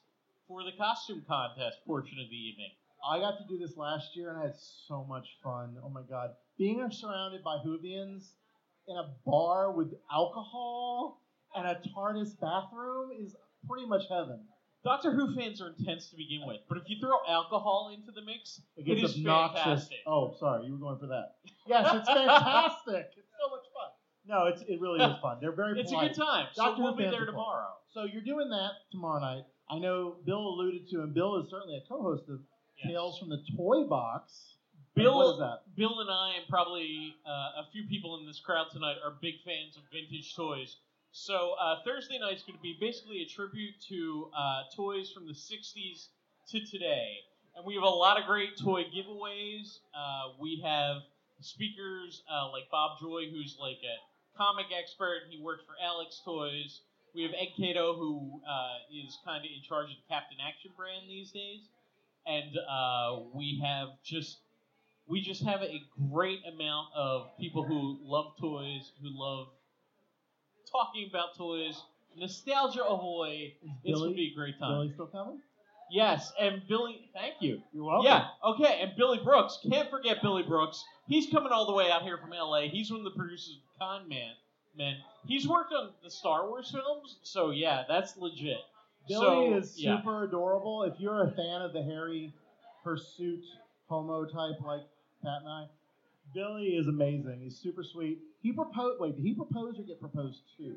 Speaker 5: for the costume contest portion of the evening.
Speaker 3: I got to do this last year and I had so much fun. Oh my god. Being surrounded by Hoovians in a bar with alcohol and a TARDIS bathroom is pretty much heaven.
Speaker 5: Doctor Who fans are intense to begin with, but if you throw alcohol into the mix,
Speaker 3: It
Speaker 5: it,
Speaker 3: gets
Speaker 5: is
Speaker 3: obnoxious.
Speaker 5: fantastic.
Speaker 3: Oh, sorry, you were going for that. Yes, it's fantastic. it's so much fun. No, it's it really is fun. They're very
Speaker 5: It's a
Speaker 3: polite.
Speaker 5: good time.
Speaker 3: Doctor
Speaker 5: so
Speaker 3: Who
Speaker 5: we'll be
Speaker 3: fans
Speaker 5: there
Speaker 3: are polite.
Speaker 5: tomorrow.
Speaker 3: So you're doing that tomorrow night. I know Bill alluded to, and Bill is certainly a co-host of
Speaker 5: Yes.
Speaker 3: Tales from the Toy Box.
Speaker 5: Bill-
Speaker 3: what is that?
Speaker 5: Bill and I, and probably uh, a few people in this crowd tonight, are big fans of vintage toys. So uh, Thursday night's going to be basically a tribute to uh, toys from the '60s to today, and we have a lot of great toy giveaways. Uh, we have speakers uh, like Bob Joy, who's like a comic expert. He worked for Alex Toys. We have Ed Cato, who uh, is kind of in charge of the Captain Action brand these days, and uh, we have just we just have a great amount of people who love toys, who love talking about toys. Nostalgia ahoy! It's gonna
Speaker 3: Billy-
Speaker 5: be a great time.
Speaker 3: Billy still coming?
Speaker 5: Yes, and Billy. Thank you.
Speaker 3: You're welcome.
Speaker 5: Yeah. Okay, and Billy Brooks. Can't forget Billy Brooks. He's coming all the way out here from L.A. He's one of the producers of Con Man. Man, he's worked on the Star Wars films, so yeah, that's legit.
Speaker 3: Billy
Speaker 5: so,
Speaker 3: is
Speaker 5: yeah.
Speaker 3: super adorable. If you're a fan of the hairy pursuit homo type like Pat and I, Billy is amazing. He's super sweet. He proposed. Wait, did he propose or get proposed to?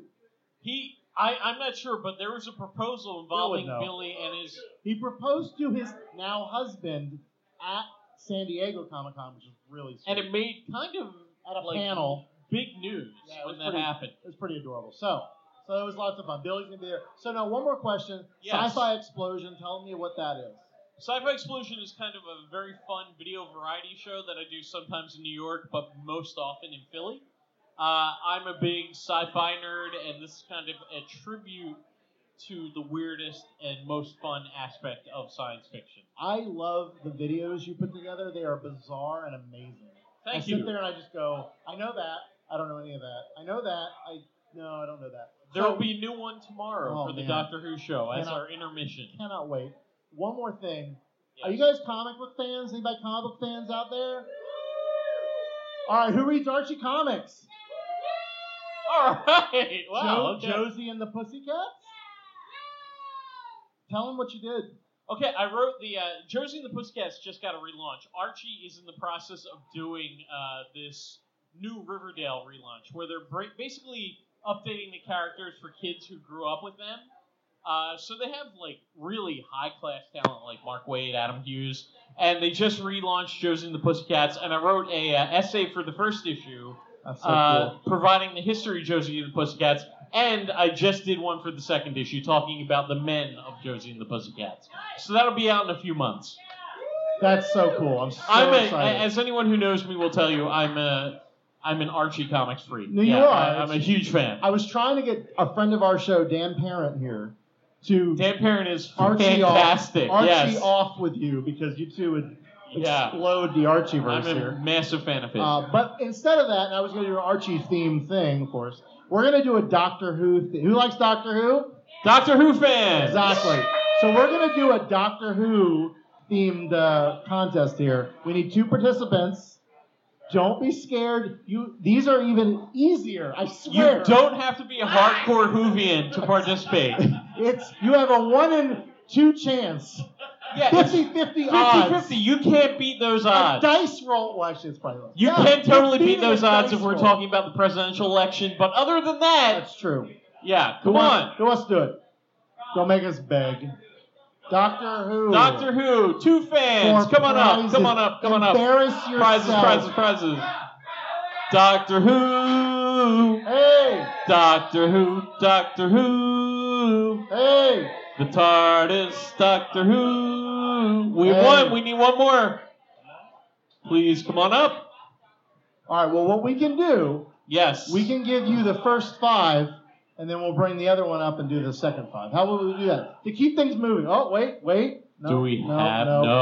Speaker 5: He, I, I'm not sure, but there was a proposal involving
Speaker 3: know.
Speaker 5: Billy and his.
Speaker 3: He proposed to his now husband at San Diego Comic Con, which is really sweet.
Speaker 5: and it made kind of
Speaker 3: at a
Speaker 5: like
Speaker 3: panel.
Speaker 5: big news
Speaker 3: Yeah, it was
Speaker 5: when that
Speaker 3: pretty-
Speaker 5: happened.
Speaker 3: It was pretty adorable. So, so it was lots of fun. Billy's gonna be there. So now one more question.
Speaker 5: Yes.
Speaker 3: Sci-fi explosion. Tell me what that is.
Speaker 5: Sci-Fi Explosion is kind of a very fun video variety show that I do sometimes in New York, but most often in Philly. Uh, I'm a big sci-fi nerd, and this is kind of a tribute to the weirdest and most fun aspect of science fiction.
Speaker 3: I love the videos you put together. They are bizarre and amazing. I
Speaker 5: Thank
Speaker 3: sit
Speaker 5: you.
Speaker 3: there and I just go, I know that. I don't know any of that. I know that. I no, I don't know that.
Speaker 5: There
Speaker 3: So,
Speaker 5: will be a new one tomorrow
Speaker 3: Oh,
Speaker 5: for the
Speaker 3: man.
Speaker 5: Doctor Who show as
Speaker 3: Cannot-
Speaker 5: our intermission.
Speaker 3: cannot wait. One more thing. Are you
Speaker 5: Yes.
Speaker 3: guys comic book fans? Anybody comic book fans out there? All right, who reads Archie comics?
Speaker 5: All right. Wow.
Speaker 3: Jo-
Speaker 5: okay.
Speaker 3: Josie and the Pussycats. Tell them what you did.
Speaker 5: Okay, I wrote the uh, Josie and the Pussycats just got a relaunch. Archie is in the process of doing uh, this new Riverdale relaunch where they're bra- basically updating the characters for kids who grew up with them. Uh, so they have like really high class talent like Mark Wade, Adam Hughes, and they just relaunched Josie and the Pussycats. And I wrote a uh, essay for the first issue
Speaker 3: That's
Speaker 5: uh, providing the history of Josie and the Pussycats. And I just did one for the second issue talking about the men of Josie and the Pussycats. So that'll be out in a few months.
Speaker 3: That's so cool. I'm so
Speaker 5: I'm a,
Speaker 3: excited.
Speaker 5: as anyone who knows me will tell you, I'm a I'm an Archie comics freak.
Speaker 3: No, you
Speaker 5: Yeah,
Speaker 3: are.
Speaker 5: I, am a huge fan.
Speaker 3: I was trying to get a friend of our show, Dan Parent, here to
Speaker 5: Dan Parent is
Speaker 3: Archie off-
Speaker 5: fantastic.
Speaker 3: Archie
Speaker 5: yes.
Speaker 3: off with you because you two would
Speaker 5: Yeah.
Speaker 3: explode the Archie verse
Speaker 5: I'm a
Speaker 3: here.
Speaker 5: massive fan of his.
Speaker 3: Uh, but instead of that, and I was going to do an Archie themed thing, of course. We're going to do a Doctor Who. Th- Who likes Doctor Who?
Speaker 5: Doctor Who fan.
Speaker 3: Exactly. So we're going to do a Doctor Who themed uh, contest here. We need two participants. Don't be scared. You these are even easier. I swear.
Speaker 5: You don't have to be a hardcore Whovian to participate.
Speaker 3: It's you have a one in two chance.
Speaker 5: Yeah, it's
Speaker 3: 50 50 odds.
Speaker 5: 50-50. You can't beat those
Speaker 3: A
Speaker 5: odds.
Speaker 3: dice roll. Well, actually, it's probably less.
Speaker 5: You
Speaker 3: Yeah,
Speaker 5: can
Speaker 3: you're
Speaker 5: totally beat
Speaker 3: beating
Speaker 5: those
Speaker 3: a
Speaker 5: odds
Speaker 3: dice
Speaker 5: if we're
Speaker 3: roll.
Speaker 5: talking about the presidential election, but other than that,
Speaker 3: That's true.
Speaker 5: yeah,
Speaker 3: Who
Speaker 5: come
Speaker 3: wants-
Speaker 5: on.
Speaker 3: Who wants to do it? Don't make us beg. Doctor Who.
Speaker 5: Doctor Who, two fans,
Speaker 3: For
Speaker 5: come on up,
Speaker 3: prizes.
Speaker 5: come on up, come on up.
Speaker 3: Embarrass yourself.
Speaker 5: Prizes, prizes, prizes. Doctor Who,
Speaker 3: Hey,
Speaker 5: Doctor Who, Doctor Who,
Speaker 3: hey.
Speaker 5: the TARDIS, Doctor Who. We
Speaker 3: Hey.
Speaker 5: won, we need one more. Please come on up.
Speaker 3: All right. Well, what we can do,
Speaker 5: Yes.
Speaker 3: we can give you the first five, and then we'll bring the other one up and do the second five. How will we do that? To keep things moving. Oh, wait, wait. No,
Speaker 5: Do we
Speaker 3: no,
Speaker 5: have
Speaker 3: no?
Speaker 5: no?
Speaker 3: Oh.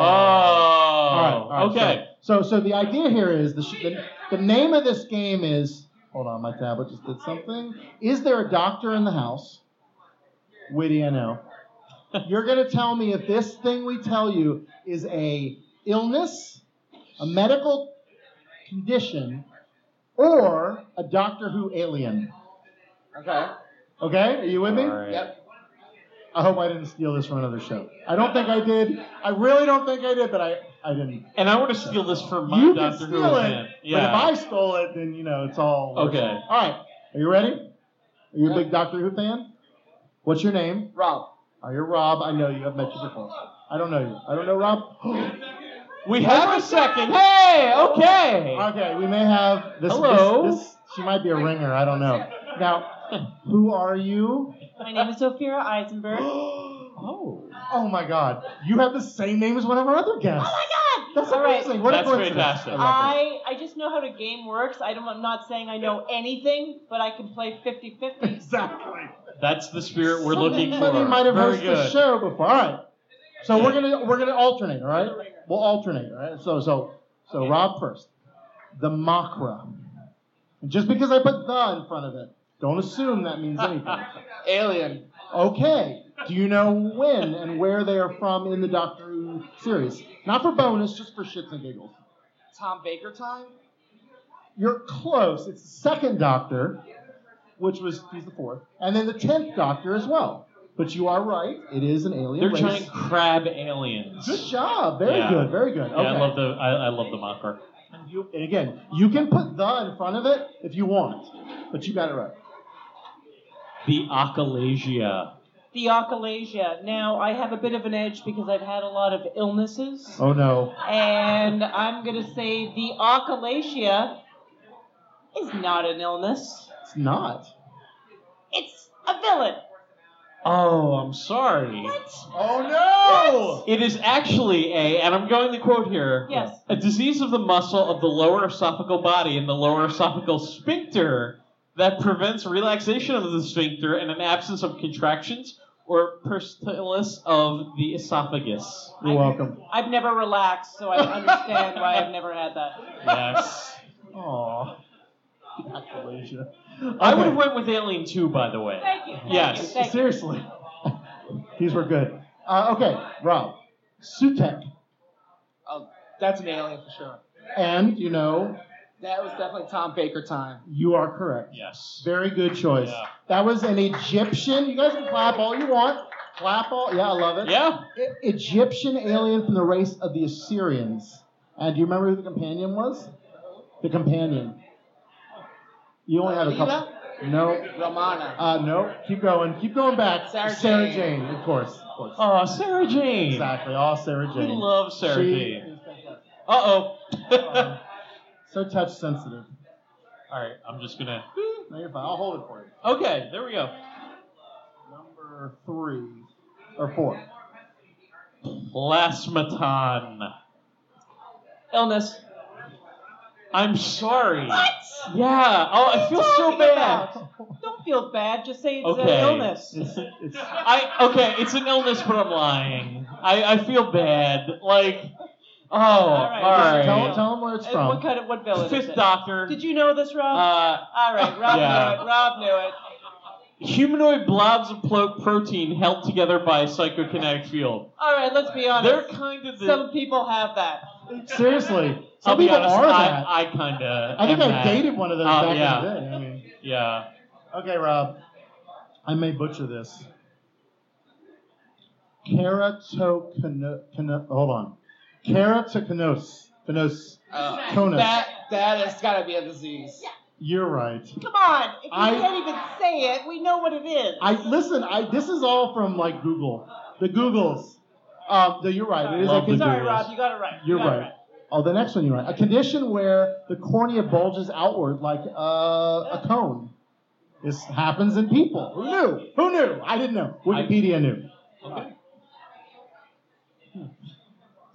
Speaker 3: All right. all right,
Speaker 5: okay.
Speaker 3: So, so, so the idea here is the, sh- the, the name of this game is. Hold on, my tablet just did something. Is there a doctor in the house? Witty, I know. You're gonna tell me if this thing we tell you is a illness, a medical condition, or a Doctor Who alien.
Speaker 4: Okay.
Speaker 3: Okay, are you with me?
Speaker 5: All right.
Speaker 4: Yep.
Speaker 3: I hope I didn't steal this from another show. I don't think I did. I really don't think I did, but I, I didn't.
Speaker 5: And I want to steal this from my
Speaker 3: You can
Speaker 5: Doctor Who
Speaker 3: steal
Speaker 5: fan.
Speaker 3: it,
Speaker 5: Yeah.
Speaker 3: but if I stole it, then you know it's all
Speaker 5: Okay.
Speaker 3: All right. Are you ready? Are you a big Doctor Who fan? What's your name? Rob. Oh, you're Rob. I know you. I've met you before. I don't know you. I don't know Rob.
Speaker 5: we have a second. Hey, okay.
Speaker 3: Okay, we may have this.
Speaker 5: Hello?
Speaker 3: This, this, she might be a ringer. I don't know. Now, who are you?
Speaker 6: My name is Sophia Eisenberg.
Speaker 3: Oh. Oh my God! You have the same name as one of our other guests.
Speaker 6: Oh my God!
Speaker 3: That's amazing. What a coincidence. I love
Speaker 6: I, I just know how the game works. I don't, I'm not saying I know anything, but I can play 50 50.
Speaker 3: Exactly.
Speaker 5: That's the spirit we're looking for.
Speaker 3: Somebody might have
Speaker 5: Very
Speaker 3: hosted
Speaker 5: good.
Speaker 3: the show before. All right. So we're gonna we're gonna alternate. All right. We'll alternate. All right. So so so Rob first. The Makra. And just because I put the in front of it, don't assume that means anything.
Speaker 7: Alien.
Speaker 3: Okay. Do you know when and where they are from in the Doctor Who series? Not for bonus, just for shits and giggles.
Speaker 7: Tom Baker time?
Speaker 3: You're close. It's the second Doctor, which was he's the fourth, and then the tenth Doctor as well. But you are right. It is an alien
Speaker 5: They're
Speaker 3: race.
Speaker 5: giant crab aliens.
Speaker 3: Good job. Very
Speaker 5: Yeah.
Speaker 3: good. Very good.
Speaker 5: Yeah,
Speaker 3: Okay.
Speaker 5: I love the I, I love the mocker.
Speaker 3: You- and again, you can put the in front of it if you want, but you got it right.
Speaker 5: The achalasia.
Speaker 6: The achalasia. Now, I have a bit of an edge because I've had a lot of illnesses.
Speaker 3: Oh no.
Speaker 6: And I'm going to say the achalasia is not an illness,
Speaker 3: It's not.
Speaker 6: it's a villain.
Speaker 5: Oh, I'm sorry.
Speaker 3: Oh
Speaker 5: It is actually a, and I'm going to quote here.
Speaker 6: Yes.
Speaker 5: A disease of the muscle of the lower esophageal body and the lower esophageal sphincter that prevents relaxation of the sphincter and an absence of contractions or peritonitis of the esophagus.
Speaker 3: You're welcome.
Speaker 6: I've never relaxed, so I understand why I've never had that.
Speaker 5: Yes.
Speaker 3: Aw. Appalachia.
Speaker 5: I would
Speaker 3: Okay.
Speaker 5: have went with Alien 2, by the way.
Speaker 6: Thank you. Thank you,
Speaker 5: Yes.
Speaker 6: thank you.
Speaker 3: Seriously. These were good. Uh, okay, Rob. Sutek.
Speaker 7: Oh, that's an alien for sure.
Speaker 3: And you know,
Speaker 7: That was definitely Tom Baker time.
Speaker 3: you are correct.
Speaker 5: Yes.
Speaker 3: Very good choice.
Speaker 5: Yeah.
Speaker 3: That was an Egyptian. You guys can clap all you want. Clap all. Yeah, I love it.
Speaker 5: Yeah.
Speaker 3: E- Egyptian alien from the race of the Assyrians. And do you remember who the companion was? The companion. You only have a couple. No.
Speaker 7: Romana.
Speaker 3: Uh, no. Keep going. Keep going back.
Speaker 7: Sarah Jane.
Speaker 3: Jane, of course. Of course.
Speaker 5: Oh, Sarah Jane.
Speaker 3: Exactly. All Sarah
Speaker 5: We
Speaker 3: Jane.
Speaker 5: love Sarah
Speaker 3: She
Speaker 5: Jane.
Speaker 3: is fantastic.
Speaker 5: Uh oh.
Speaker 3: Um, so touch sensitive.
Speaker 5: All right, I'm just gonna.
Speaker 3: No, you're fine. I'll hold it for you.
Speaker 5: Okay, there we go.
Speaker 3: Number three or four.
Speaker 5: Plasmaton.
Speaker 6: Illness.
Speaker 5: I'm sorry.
Speaker 6: What?
Speaker 5: Yeah. Oh, I feel so
Speaker 6: Talking
Speaker 5: bad.
Speaker 6: about. Don't feel bad. Just say it's
Speaker 5: Okay.
Speaker 6: an illness.
Speaker 3: It's, it's
Speaker 5: I okay. It's an illness, but I'm lying. I, I feel bad. Like, oh, all
Speaker 6: right,
Speaker 5: right.
Speaker 6: just
Speaker 3: Tell, tell 'em where it's
Speaker 6: And
Speaker 3: from.
Speaker 6: What kind of what villain is
Speaker 5: Fifth
Speaker 6: it?
Speaker 5: Doctor.
Speaker 6: Did you know this, Rob?
Speaker 5: Uh,
Speaker 6: All right, Rob
Speaker 5: yeah.
Speaker 6: knew it. Rob knew it.
Speaker 5: humanoid blobs of plo- protein held together by a psychokinetic field.
Speaker 6: All right, let's be honest.
Speaker 5: They're kind of the.
Speaker 6: Some people have that.
Speaker 3: Seriously, some
Speaker 5: I'll be
Speaker 3: people
Speaker 5: honest.
Speaker 3: are that. I,
Speaker 5: I, I kind of.
Speaker 3: think I dated one of those
Speaker 5: Oh,
Speaker 3: back
Speaker 5: yeah.
Speaker 3: in the day. I mean,
Speaker 5: Yeah.
Speaker 3: okay, Rob, I may butcher this. Keratokonos. Hold on. Keratokonos. Konos.
Speaker 7: Uh,
Speaker 3: Conus.
Speaker 7: That that has got to be a disease.
Speaker 3: You're right.
Speaker 6: Come on. If you
Speaker 3: I-
Speaker 6: can't even say it, we know what it is.
Speaker 3: I listen. I this is all from like Google, the Googles. Um, no, you're right. It is
Speaker 5: Love
Speaker 3: like
Speaker 5: the
Speaker 6: Sorry,
Speaker 5: Googles.
Speaker 6: Rob, you got it right. You
Speaker 3: You're
Speaker 6: got it
Speaker 3: right. Oh, the next one you're right. A condition where the cornea bulges outward like uh, a cone. This happens in people. Who knew? Who knew? I didn't know. Wikipedia knew.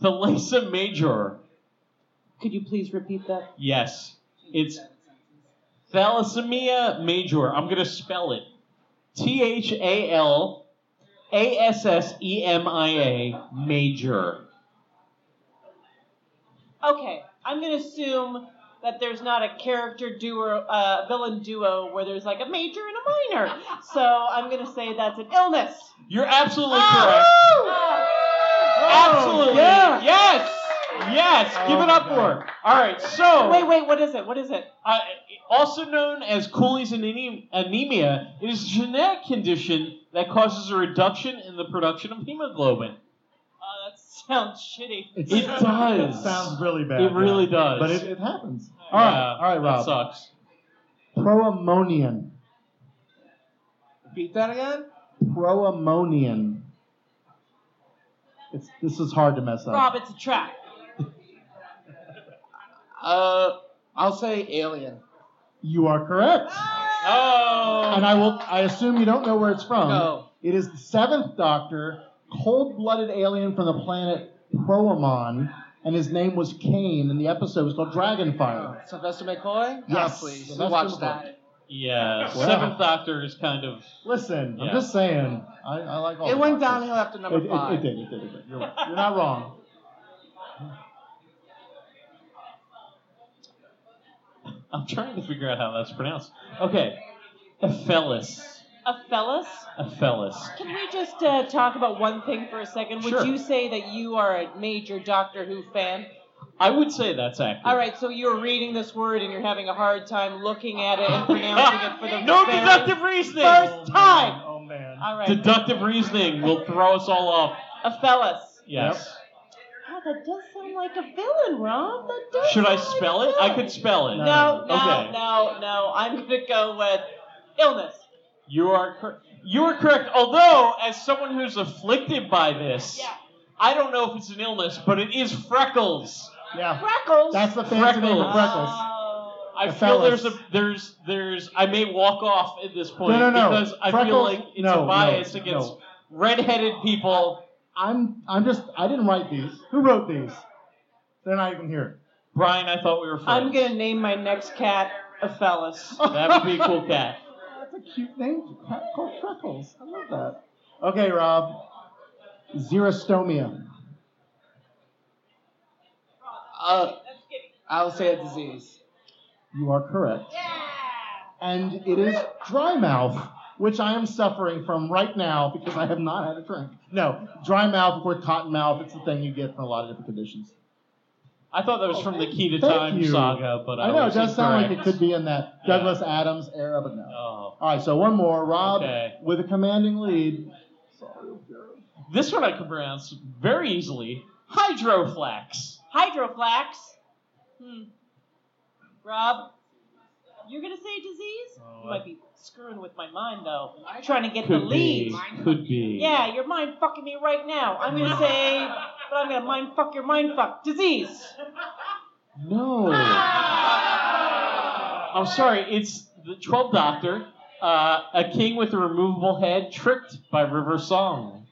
Speaker 5: The Lysa Major.
Speaker 6: Could you please repeat that?
Speaker 5: Yes. It's Thalassemia major. I'm going to spell it. T H A L A S S E M I A major.
Speaker 6: Okay, I'm going to assume that there's not a character duo, uh, villain duo where there's like a major and a minor. So I'm going to say that's an illness. Ah,
Speaker 5: You're absolutely correct.
Speaker 6: Oh!
Speaker 5: Absolutely.
Speaker 6: Yeah.
Speaker 5: Yes. Yes, give it up for her. All right, so
Speaker 6: Wait, wait, what is it? What is it?
Speaker 5: Uh, also known as Cooley's ane- anemia, it is a genetic condition that causes a reduction in the production of hemoglobin.
Speaker 6: Oh, that sounds shitty.
Speaker 5: It does.
Speaker 3: It sounds really bad.
Speaker 5: It really
Speaker 3: yeah.
Speaker 5: does.
Speaker 3: But it, it happens.
Speaker 5: Yeah,
Speaker 3: All right, all right,
Speaker 5: that
Speaker 3: Rob.
Speaker 5: sucks.
Speaker 3: Proammonium.
Speaker 7: Beat that again?
Speaker 3: Proammonium. It's, this is hard to mess up.
Speaker 6: Rob, it's a trap.
Speaker 7: Uh, I'll say alien.
Speaker 3: You are correct.
Speaker 5: Oh.
Speaker 3: And I will. I assume you don't know where it's from.
Speaker 7: No.
Speaker 3: It is the Seventh Doctor, cold-blooded alien from the planet Proamon, and his name was Kane, and the episode was called Dragonfire.
Speaker 7: Sylvester McCoy?
Speaker 3: Yes.
Speaker 7: Oh, please.
Speaker 3: Sylvester
Speaker 7: Who watched
Speaker 3: McCoy.
Speaker 7: that?
Speaker 5: Yeah,
Speaker 3: Wow.
Speaker 5: Seventh Doctor is kind of.
Speaker 3: Listen,
Speaker 5: Yeah.
Speaker 3: I'm just saying. I, I like all.
Speaker 7: It
Speaker 3: the
Speaker 7: went
Speaker 3: doctors.
Speaker 7: downhill after number
Speaker 3: It- it-
Speaker 7: five.
Speaker 3: It, did. It did. It did. You're, right. You're not wrong.
Speaker 5: I'm trying to figure out how that's pronounced. Okay, Aphelis.
Speaker 6: A fellas?
Speaker 5: Aphelis.
Speaker 6: Can we just uh, talk about one thing for a second? Would
Speaker 5: Sure.
Speaker 6: you say that you are a major Doctor Who fan?
Speaker 5: I would say that's accurate.
Speaker 6: All right, so you're reading this word and you're having a hard time looking at it and pronouncing it for the
Speaker 5: no
Speaker 6: very
Speaker 5: deductive reasoning.
Speaker 6: first time.
Speaker 3: Oh man.
Speaker 6: All right,
Speaker 5: Deductive reasoning will throw us all off.
Speaker 6: a fellas.
Speaker 5: Yes.
Speaker 6: God, that does sound like a villain, Rob. That does.
Speaker 5: Should
Speaker 6: sound
Speaker 5: I
Speaker 6: like a
Speaker 5: spell it? I
Speaker 6: villain.
Speaker 5: could spell it.
Speaker 6: No, no,
Speaker 5: Okay.
Speaker 6: no, no. I'm gonna go with illness.
Speaker 5: You are cor- you are correct. Although, as someone who's afflicted by this,
Speaker 6: Yeah.
Speaker 5: I don't know if it's an illness, but it is freckles.
Speaker 3: Yeah.
Speaker 6: Freckles.
Speaker 3: That's the fancy name for
Speaker 5: Freckles.
Speaker 3: freckles.
Speaker 6: Oh.
Speaker 5: I
Speaker 3: A
Speaker 5: feel
Speaker 3: phallus.
Speaker 5: there's a there's there's I may walk off at this point
Speaker 3: No, no, no.
Speaker 5: because I feel
Speaker 3: Freckles-
Speaker 5: like it's
Speaker 3: no,
Speaker 5: a bias
Speaker 3: no,
Speaker 5: against
Speaker 3: no.
Speaker 5: redheaded people.
Speaker 3: I'm. I'm just. I didn't write these. Who wrote these? They're not even here.
Speaker 5: Brian, I thought we were friends.
Speaker 6: I'm gonna name my next cat a fellas.
Speaker 5: That would be a cool cat.
Speaker 3: That's a cute name. Cat called Freckles. I love that. Uh, Okay, Rob. Xerostomia.
Speaker 7: Uh, I'll say a disease.
Speaker 3: You are correct. And it is dry mouth, which I am suffering from right now because I have not had a drink. No, dry mouth or cotton mouth. It's the thing you get from a lot of different conditions.
Speaker 5: I thought that was from the Key to
Speaker 3: Thank
Speaker 5: Time
Speaker 3: you.
Speaker 5: saga, but I,
Speaker 3: I know
Speaker 5: was
Speaker 3: it does sound like it
Speaker 5: incorrect.
Speaker 3: could be in that
Speaker 5: Yeah.
Speaker 3: Douglas Adams era, but no.
Speaker 5: Oh.
Speaker 3: All right, so one more. Rob
Speaker 5: Okay.
Speaker 3: with a commanding lead.
Speaker 5: This one I can pronounce very easily. Hydroflax.
Speaker 6: Hydroflax. Hmm. Rob, you're gonna say disease?
Speaker 3: Oh,
Speaker 6: you might be screwing with my mind though. I'm trying to get the
Speaker 5: Could
Speaker 6: lead.
Speaker 5: be. Could be.
Speaker 6: Yeah, your mind fucking me right now. I'm gonna say, but I'm gonna mind fuck your mind fuck disease.
Speaker 5: No. Oh. I'm sorry. It's the 12th Doctor, uh, a king with a removable head, tricked by River Song.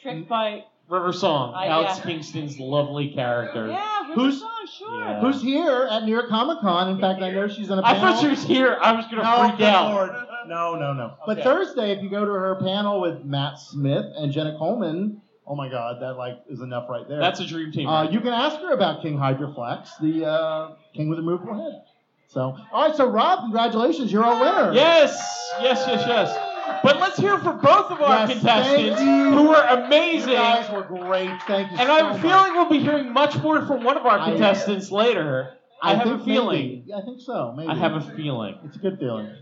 Speaker 6: Tricked by
Speaker 5: River Song,
Speaker 6: I-
Speaker 5: Alex
Speaker 6: yeah.
Speaker 5: Kingston's lovely character.
Speaker 6: yeah, River
Speaker 3: Who's-
Speaker 6: Song, sure.
Speaker 5: Yeah.
Speaker 3: Who's here at New York Comic Con? In fact, I know she's on a
Speaker 5: I
Speaker 3: panel.
Speaker 5: thought she was here. I was gonna freak out.
Speaker 3: No, no, no. But
Speaker 5: Okay.
Speaker 3: Thursday, if you go to her panel with Matt Smith and Jenna Coleman, oh my God, that like is enough right there.
Speaker 5: That's a dream team.
Speaker 3: uh, you can ask her about King Hydroflax, the uh, king with a movable head. So, all right, so Rob, congratulations, you're our winner.
Speaker 5: yes, yes, yes, yes. But let's hear for both of our
Speaker 3: Yes,
Speaker 5: contestants
Speaker 3: thank you.
Speaker 5: who were
Speaker 3: you
Speaker 5: amazing.
Speaker 3: guys were great. Thank you.
Speaker 5: and
Speaker 3: so
Speaker 5: I have a
Speaker 3: much.
Speaker 5: feeling we'll be hearing much more from one of our
Speaker 3: I-
Speaker 5: contestants later. I, have
Speaker 3: think
Speaker 5: a feeling.
Speaker 3: maybe. Yeah, I think so. Maybe.
Speaker 5: I have a feeling.
Speaker 3: It's a good feeling. Do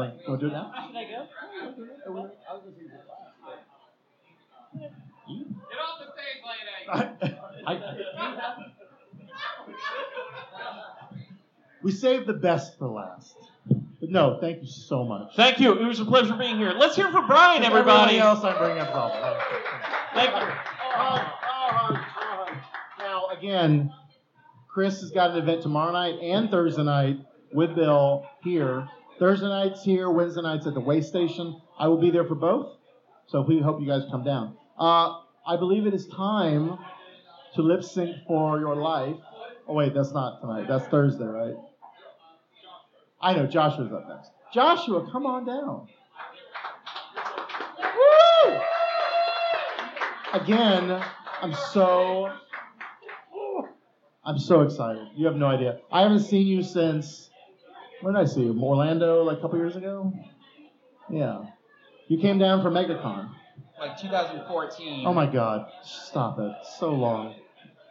Speaker 3: I, do I do it now?
Speaker 6: Should I go?
Speaker 3: we saved the best for last. But no, thank you so much.
Speaker 5: Thank you. It was a pleasure being here. Let's hear for Brian,
Speaker 3: Everybody
Speaker 5: everybody.
Speaker 3: else I'm bringing up is all. Thank you.
Speaker 5: Thank you.
Speaker 3: Now, again, Chris has got an event tomorrow night and Thursday night with Bill here. Thursday night's here, Wednesday night's at the way station. I will be there for both, so we hope you guys come down. Uh, I believe it is time to lip sync for your life. Oh, wait, that's not tonight. That's Thursday, right? I know, Joshua's up next. Joshua, come on down. Woo! Again, I'm so I'm so excited. You have no idea. I haven't seen you since when did I see you? Orlando, like a couple years ago. Yeah, you came down for MegaCon.
Speaker 7: like 2014.
Speaker 3: Oh my God! Stop it! So long.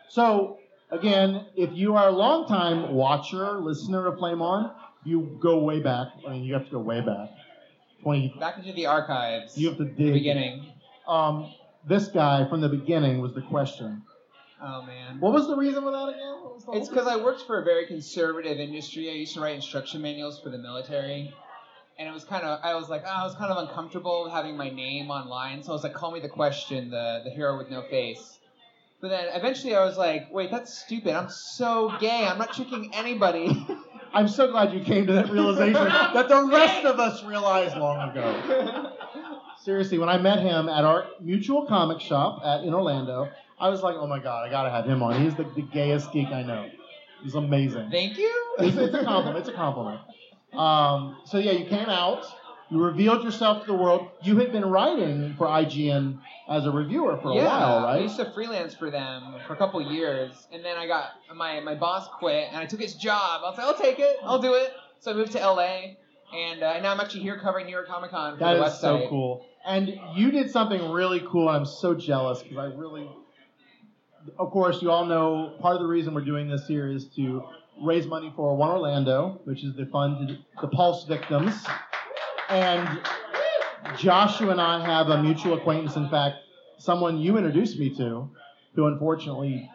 Speaker 3: So again, if you are a longtime watcher, listener of Flame On, you go way back. I mean, you have to go way back. Twenty.
Speaker 7: Back into the archives.
Speaker 3: You have to dig.
Speaker 7: Beginning.
Speaker 3: Um, this guy from the beginning was the question.
Speaker 7: Oh man.
Speaker 3: What was the reason for that again? What was the
Speaker 7: It's
Speaker 3: whole-
Speaker 7: because I worked for a very conservative industry. I used to write instruction manuals for the military, and it was kind of I was like, oh, I was kind of uncomfortable having my name online, so I was like, call me the question, the the hero with no face. But then eventually I was like, wait, that's stupid. I'm so gay. I'm not tricking anybody.
Speaker 3: I'm so glad you came to that realization that the rest of us realized long ago. Seriously, when I met him at our mutual comic shop at in Orlando, I was like, oh my god, I gotta have him on. He's the, the gayest geek I know. He's amazing.
Speaker 7: Thank you.
Speaker 3: It's, it's a compliment. It's a compliment. Um, so yeah, you came out. You revealed yourself to the world. You had been writing for IGN as a reviewer for a
Speaker 7: yeah,
Speaker 3: while,
Speaker 7: I
Speaker 3: right?
Speaker 7: used to freelance for them for a couple years, and then I got my my boss quit, and I took his job. I was like, I'll take it, I'll do it. So I moved to LA, and uh, now I'm actually here covering New York Comic Con for
Speaker 3: That
Speaker 7: the
Speaker 3: is so
Speaker 7: website.
Speaker 3: cool. And you did something really cool, and I'm so jealous because I really, of course, you all know part of the reason we're doing this here is to raise money for One Orlando, which is the fund to the Pulse victims. And Joshua and I have a mutual acquaintance. In fact, someone you introduced me to, who unfortunately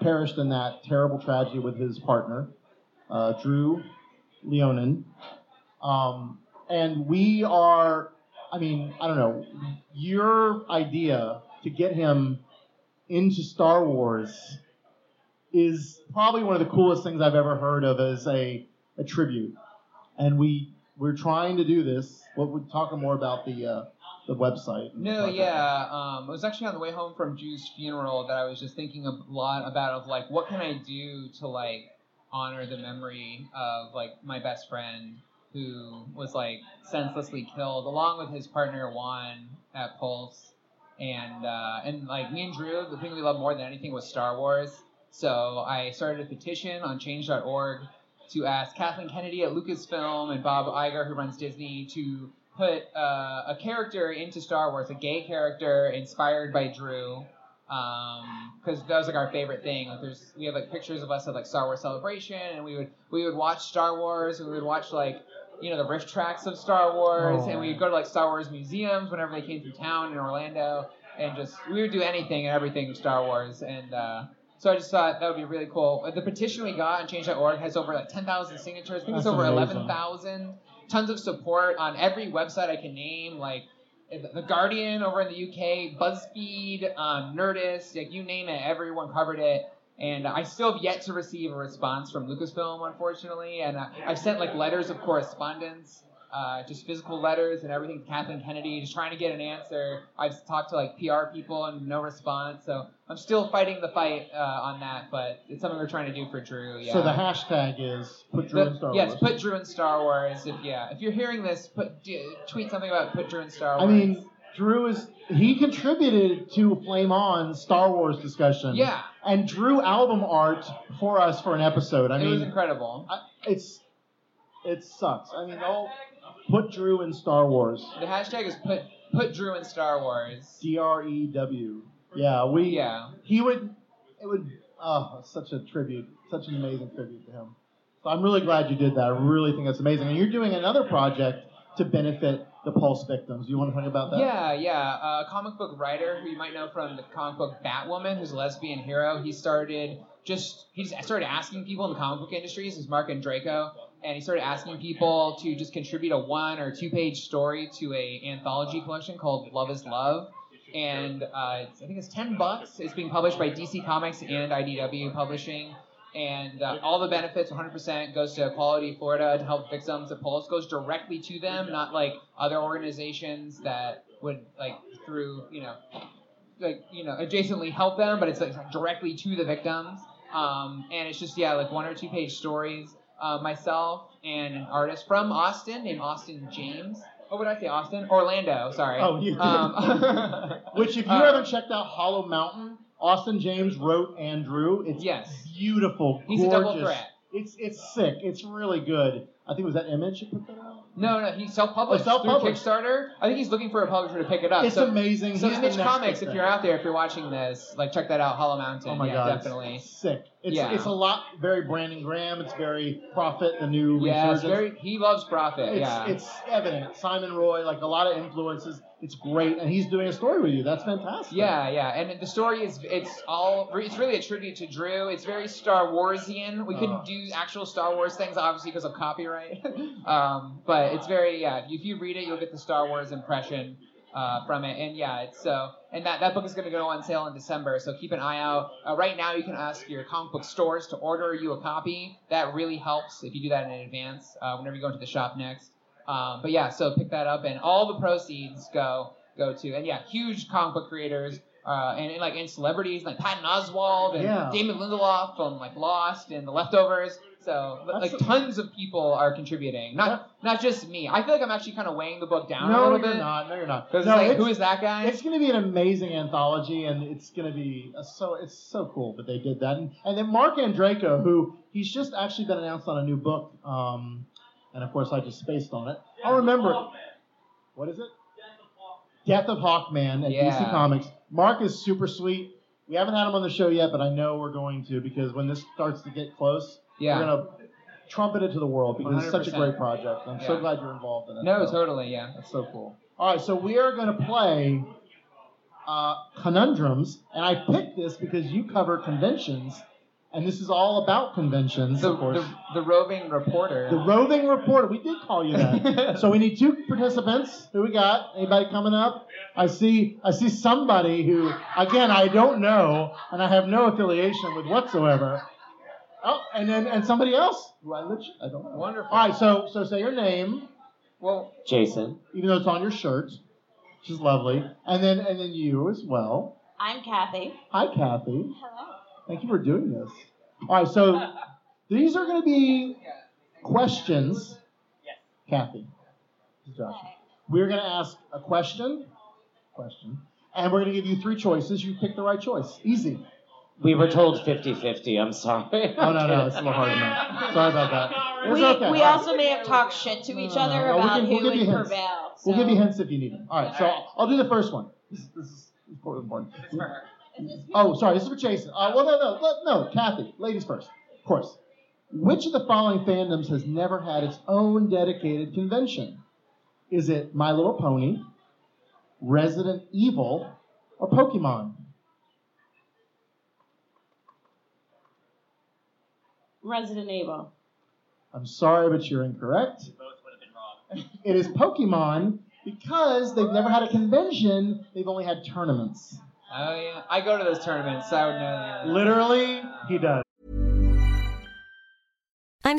Speaker 3: perished in that terrible tragedy with his partner, uh, Drew Leonin. Um, and we are, I mean, I don't know, your idea to get him into Star Wars is probably one of the coolest things I've ever heard of as a, a tribute. And we we're trying to do this. Well, we're talking more about the uh, the website. and the
Speaker 7: No,
Speaker 3: project.
Speaker 7: yeah, um, it was actually on the way home from Drew's funeral that I was just thinking a lot about of like, what can I do to like honor the memory of like my best friend who was like senselessly killed along with his partner Juan at Pulse, and uh, and like me and Drew, the thing we loved more than anything was Star Wars. So I started a petition on Change.org to ask Kathleen Kennedy at Lucasfilm and Bob Iger, who runs Disney, to put uh, a character into Star Wars, a gay character inspired by Drew, because Um, that was like our favorite thing. Like, there's we have like pictures of us at like Star Wars Celebration, and we would we would watch Star Wars, and we would watch like you know the riff tracks of Star Wars,
Speaker 3: Oh.
Speaker 7: and we would go to like Star Wars museums whenever they came through town in Orlando, and just we would do anything and everything with Star Wars, and. Uh, so I just thought that would be really cool. The petition we got on Change.org has over like 10,000 signatures. I think it's
Speaker 3: That's
Speaker 7: over
Speaker 3: amazing.
Speaker 7: 11,000. Tons of support on every website I can name, like eh, the Guardian over in the UK, BuzzFeed, um, Nerdist, like you name it. Everyone covered it. And I still have yet to receive a response from Lucasfilm, unfortunately. And uh, I've sent like letters of correspondence, uh, just physical letters and everything to Kathleen Kennedy, just trying to get an answer. I've talked to like PR people and no response. So I'm still fighting the fight uh, on that, but it's something we're trying to do for Drew. Yeah.
Speaker 3: So the hashtag is put Drew
Speaker 7: The-
Speaker 3: in Star
Speaker 7: yes,
Speaker 3: Wars.
Speaker 7: put Drew in Star Wars. If yeah, if you're hearing this, put d- tweet something about put Drew in Star
Speaker 3: I
Speaker 7: Wars.
Speaker 3: mean, Drew is he contributed to Flame On Star Wars discussion.
Speaker 7: Yeah.
Speaker 3: And drew album art for us for an episode. I
Speaker 7: it was
Speaker 3: mean,
Speaker 7: incredible.
Speaker 3: it's it sucks. I mean, all put Drew in Star Wars.
Speaker 7: the hashtag is put put Drew in Star Wars.
Speaker 3: D R E W. Yeah, we.
Speaker 7: Yeah.
Speaker 3: He would. It would. Oh, it's such a tribute, such an amazing tribute to him. So I'm really glad you did that. I really think that's amazing. And you're doing another project to benefit the Pulse victims. You want to talk about that?
Speaker 7: Yeah, yeah. A comic book writer who you might know from the comic book Batwoman, who's a lesbian hero. He started just he just started asking people in the comic book industries, is Mark and Draco, and he started asking people to just contribute a one or two page story to a anthology collection called Love Is Love. And uh, it's, I think it's ten bucks. It's being published by DC Comics and IDW Publishing. And uh, all the benefits, 100%, goes to Equality Florida to help victims of Pulse. Goes directly to them, not like other organizations that would like through you know like you know adjacently help them, but it's like directly to the victims. Um, and it's just yeah, like one or two page stories. Uh, myself and an artist from Austin named Austin James. Oh, what did I say? Austin? Orlando. Sorry.
Speaker 3: Oh, you-
Speaker 7: Um,
Speaker 3: Which, if you
Speaker 7: Uh,
Speaker 3: haven't checked out Hollow Mountain, Austin James wrote and drew. It's
Speaker 7: yes.
Speaker 3: beautiful,
Speaker 7: He's a
Speaker 3: gorgeous.
Speaker 7: double threat.
Speaker 3: It's it's sick. It's really good. I think it was that image you put that out.
Speaker 7: No, no, he self-published
Speaker 3: Oh,
Speaker 7: through
Speaker 3: self-published.
Speaker 7: Kickstarter. I think he's looking for a publisher to pick it up.
Speaker 3: It's
Speaker 7: so,
Speaker 3: amazing.
Speaker 7: So
Speaker 3: He's the next
Speaker 7: Image Comics,
Speaker 3: big
Speaker 7: if
Speaker 3: thing.
Speaker 7: you're out there, if you're watching this, like check that out. Hollow Mountain.
Speaker 3: Oh my
Speaker 7: yeah,
Speaker 3: god, it's
Speaker 7: definitely.
Speaker 3: sick. It's
Speaker 7: Yeah.
Speaker 3: it's a lot very Brandon Graham. It's very Prophet, the new
Speaker 7: Yeah, it's
Speaker 3: resurgence.
Speaker 7: very. He loves profit.
Speaker 3: It's,
Speaker 7: yeah.
Speaker 3: it's evident. Simon Roy, like a lot of influences. It's great, and he's doing a story with you. That's fantastic.
Speaker 7: Yeah, yeah, and the story is it's all it's really a tribute to Drew. It's very Star Warsian. We
Speaker 3: Oh.
Speaker 7: couldn't do actual Star Wars things obviously because of copyright, um, but it's very yeah. If you read it, you'll get the Star Wars impression uh, from it, and yeah, it's so and that that book is going to go on sale in December, so keep an eye out. Uh, right now, you can ask your comic book stores to order you a copy. That really helps if you do that in advance uh, whenever you go into the shop next. Um, but yeah, so pick that up, and all the proceeds go go to and yeah, huge comic book creators uh, and, and, like and celebrities like Patton Oswald and
Speaker 3: Yeah.
Speaker 7: Damon Lindelof from like Lost and The Leftovers. So li- like tons of people are contributing, not not just me. I feel like I'm actually kind of weighing the book down a
Speaker 3: No,
Speaker 7: little
Speaker 3: you're
Speaker 7: bit.
Speaker 3: not. No, you're not.
Speaker 7: 'Cause it's
Speaker 3: No,
Speaker 7: like,
Speaker 3: it's-
Speaker 7: who is that guy?
Speaker 3: It's going to be an amazing anthology, and it's going to be a, so it's so cool that they did that. And, and then Mark Andreyko, who he's just actually been announced on a new book, um, and of course I just spaced on it. I remember. What is it? Death of Hawkman at
Speaker 7: Yeah.
Speaker 3: DC Comics. Mark is super sweet. We haven't had him on the show yet, but I know we're going to because when this starts to get close,
Speaker 7: Yeah.
Speaker 3: we're going to trumpet it to the world because it's such a
Speaker 7: 100%.
Speaker 3: great project. I'm so
Speaker 7: Yeah.
Speaker 3: glad you're involved in it.
Speaker 7: No,
Speaker 3: So-
Speaker 7: totally, yeah.
Speaker 3: That's so cool. All right, so we are going to play uh, conundrums, and I picked this because you cover conventions, and this is all about conventions,
Speaker 7: The,
Speaker 3: of course.
Speaker 7: the, the roving reporter.
Speaker 3: The roving reporter. We did call you that. so we need two participants. Who we got? Anybody coming up? I see. I see somebody who, again, I don't know, and I have no affiliation with whatsoever. Oh, and then and somebody else who I lit- I don't know.
Speaker 7: Wonderful.
Speaker 3: All right. So so say your name.
Speaker 7: Well,
Speaker 3: Jason. Even though it's on your shirt, which is lovely, and then and then you as well.
Speaker 6: I'm Kathy.
Speaker 3: Hi, Kathy. Thank you for doing this. All right. So these are going to be questions. Kathy. This is Joshua. We're going to ask a question, question, and we're going to give you three choices. You pick the right choice. Easy.
Speaker 8: We were told 50 50. I'm sorry.
Speaker 3: Oh, no, no, it's a little harder than that. Sorry about that. It's
Speaker 6: we
Speaker 3: okay.
Speaker 6: we also may have talked shit to each other
Speaker 3: Uh, we
Speaker 6: about
Speaker 3: can-
Speaker 6: who
Speaker 3: we'll give you
Speaker 6: would
Speaker 3: hints.
Speaker 6: prevail.
Speaker 3: We'll
Speaker 6: so-
Speaker 3: give you hints if you need them. All right, so
Speaker 6: All right.
Speaker 3: I'll do the first one. This, this is important. Oh, sorry, this is for Jason. Uh, well, no, no, let- no, Kathy, ladies first, of course. Which of the following fandoms has never had its own dedicated convention? Is it My Little Pony, Resident Evil, or Pokemon?
Speaker 6: Resident Evil.
Speaker 3: I'm sorry, but you're incorrect. It is Pokemon because they've never had a convention, they've only had tournaments.
Speaker 7: Oh yeah, I go to those tournaments, so I would know.
Speaker 3: Literally, he does.
Speaker 9: I'm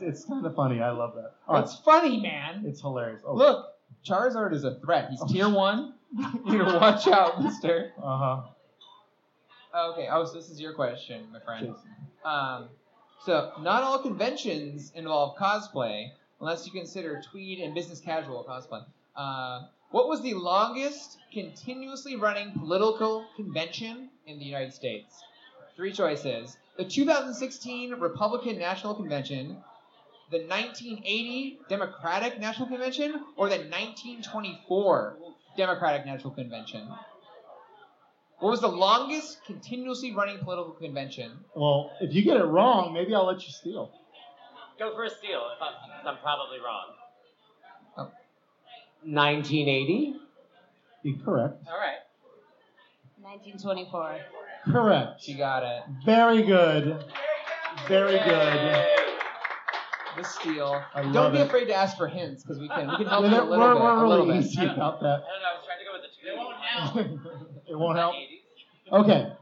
Speaker 3: It's kind of funny. I love that. Oh,
Speaker 7: It's funny, man.
Speaker 3: It's hilarious. Oh.
Speaker 7: Look, Charizard is a threat. He's tier one. you know, watch out, Mister.
Speaker 3: Uh huh.
Speaker 7: Okay. Oh, so this is your question, my friend. Um, so not all conventions involve cosplay, unless you consider tweed and business casual cosplay. Uh, what was the longest continuously running political convention in the United States? Three choices: the 2016 Republican National Convention, the 1980 Democratic National Convention, or the 1924 Democratic National Convention. What was the longest continuously running political convention?
Speaker 3: Well, if you get it wrong, maybe I'll let you steal.
Speaker 8: Go for a steal. If I'm, if I'm probably wrong.
Speaker 7: Oh.
Speaker 3: 1980? Correct.
Speaker 7: All right.
Speaker 6: 1924.
Speaker 3: Correct.
Speaker 7: She got it.
Speaker 3: Very good. Very good.
Speaker 7: The steal.
Speaker 3: I love
Speaker 7: Don't be
Speaker 3: it.
Speaker 7: afraid to ask for hints because we can we can help
Speaker 3: We're-
Speaker 7: you a little
Speaker 3: we're-
Speaker 7: bit.
Speaker 3: we're
Speaker 7: a little
Speaker 3: really
Speaker 7: bit.
Speaker 3: easy about that.
Speaker 8: They won't help.
Speaker 3: It won't help. Okay.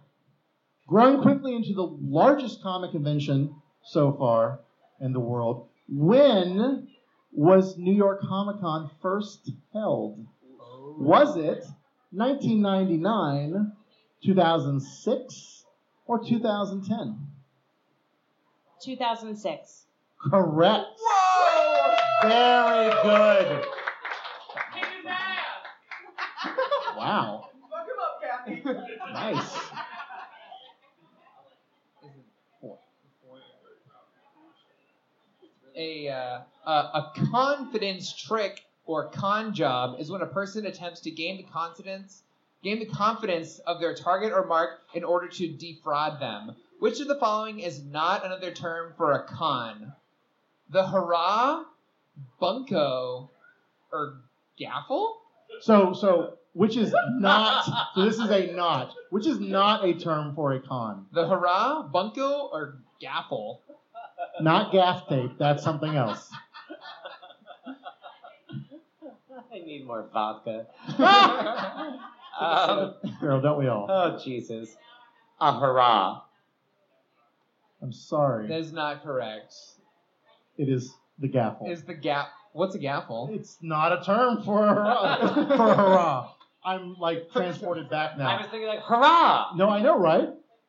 Speaker 3: Growing quickly into the largest comic convention so far in the world, when was New York Comic Con first held? Was it 1999, 2006, or 2010?
Speaker 6: 2006.
Speaker 3: Correct. Very good. Wow. Nice.
Speaker 7: a, uh, a a confidence trick or con job is when a person attempts to gain the confidence gain the confidence of their target or mark in order to defraud them. Which of the following is not another term for a con? The hurrah, bunco, or gaffle?
Speaker 3: So, so which is not. So this is a not, which is not a term for a con.
Speaker 7: The hurrah, bunco, or gaffle?
Speaker 3: Not gaff tape. That's something else.
Speaker 8: I need more vodka.
Speaker 3: Um, Girl, don't we all?
Speaker 8: oh Jesus! A hurrah!
Speaker 3: I'm sorry.
Speaker 7: That is not correct.
Speaker 3: It is the gaffle.
Speaker 7: Is the gap? What's a gaffle?
Speaker 3: It's not a term for a hurrah. for a hurrah. I'm like transported back now.
Speaker 8: I was thinking like hurrah.
Speaker 3: No, I know, right?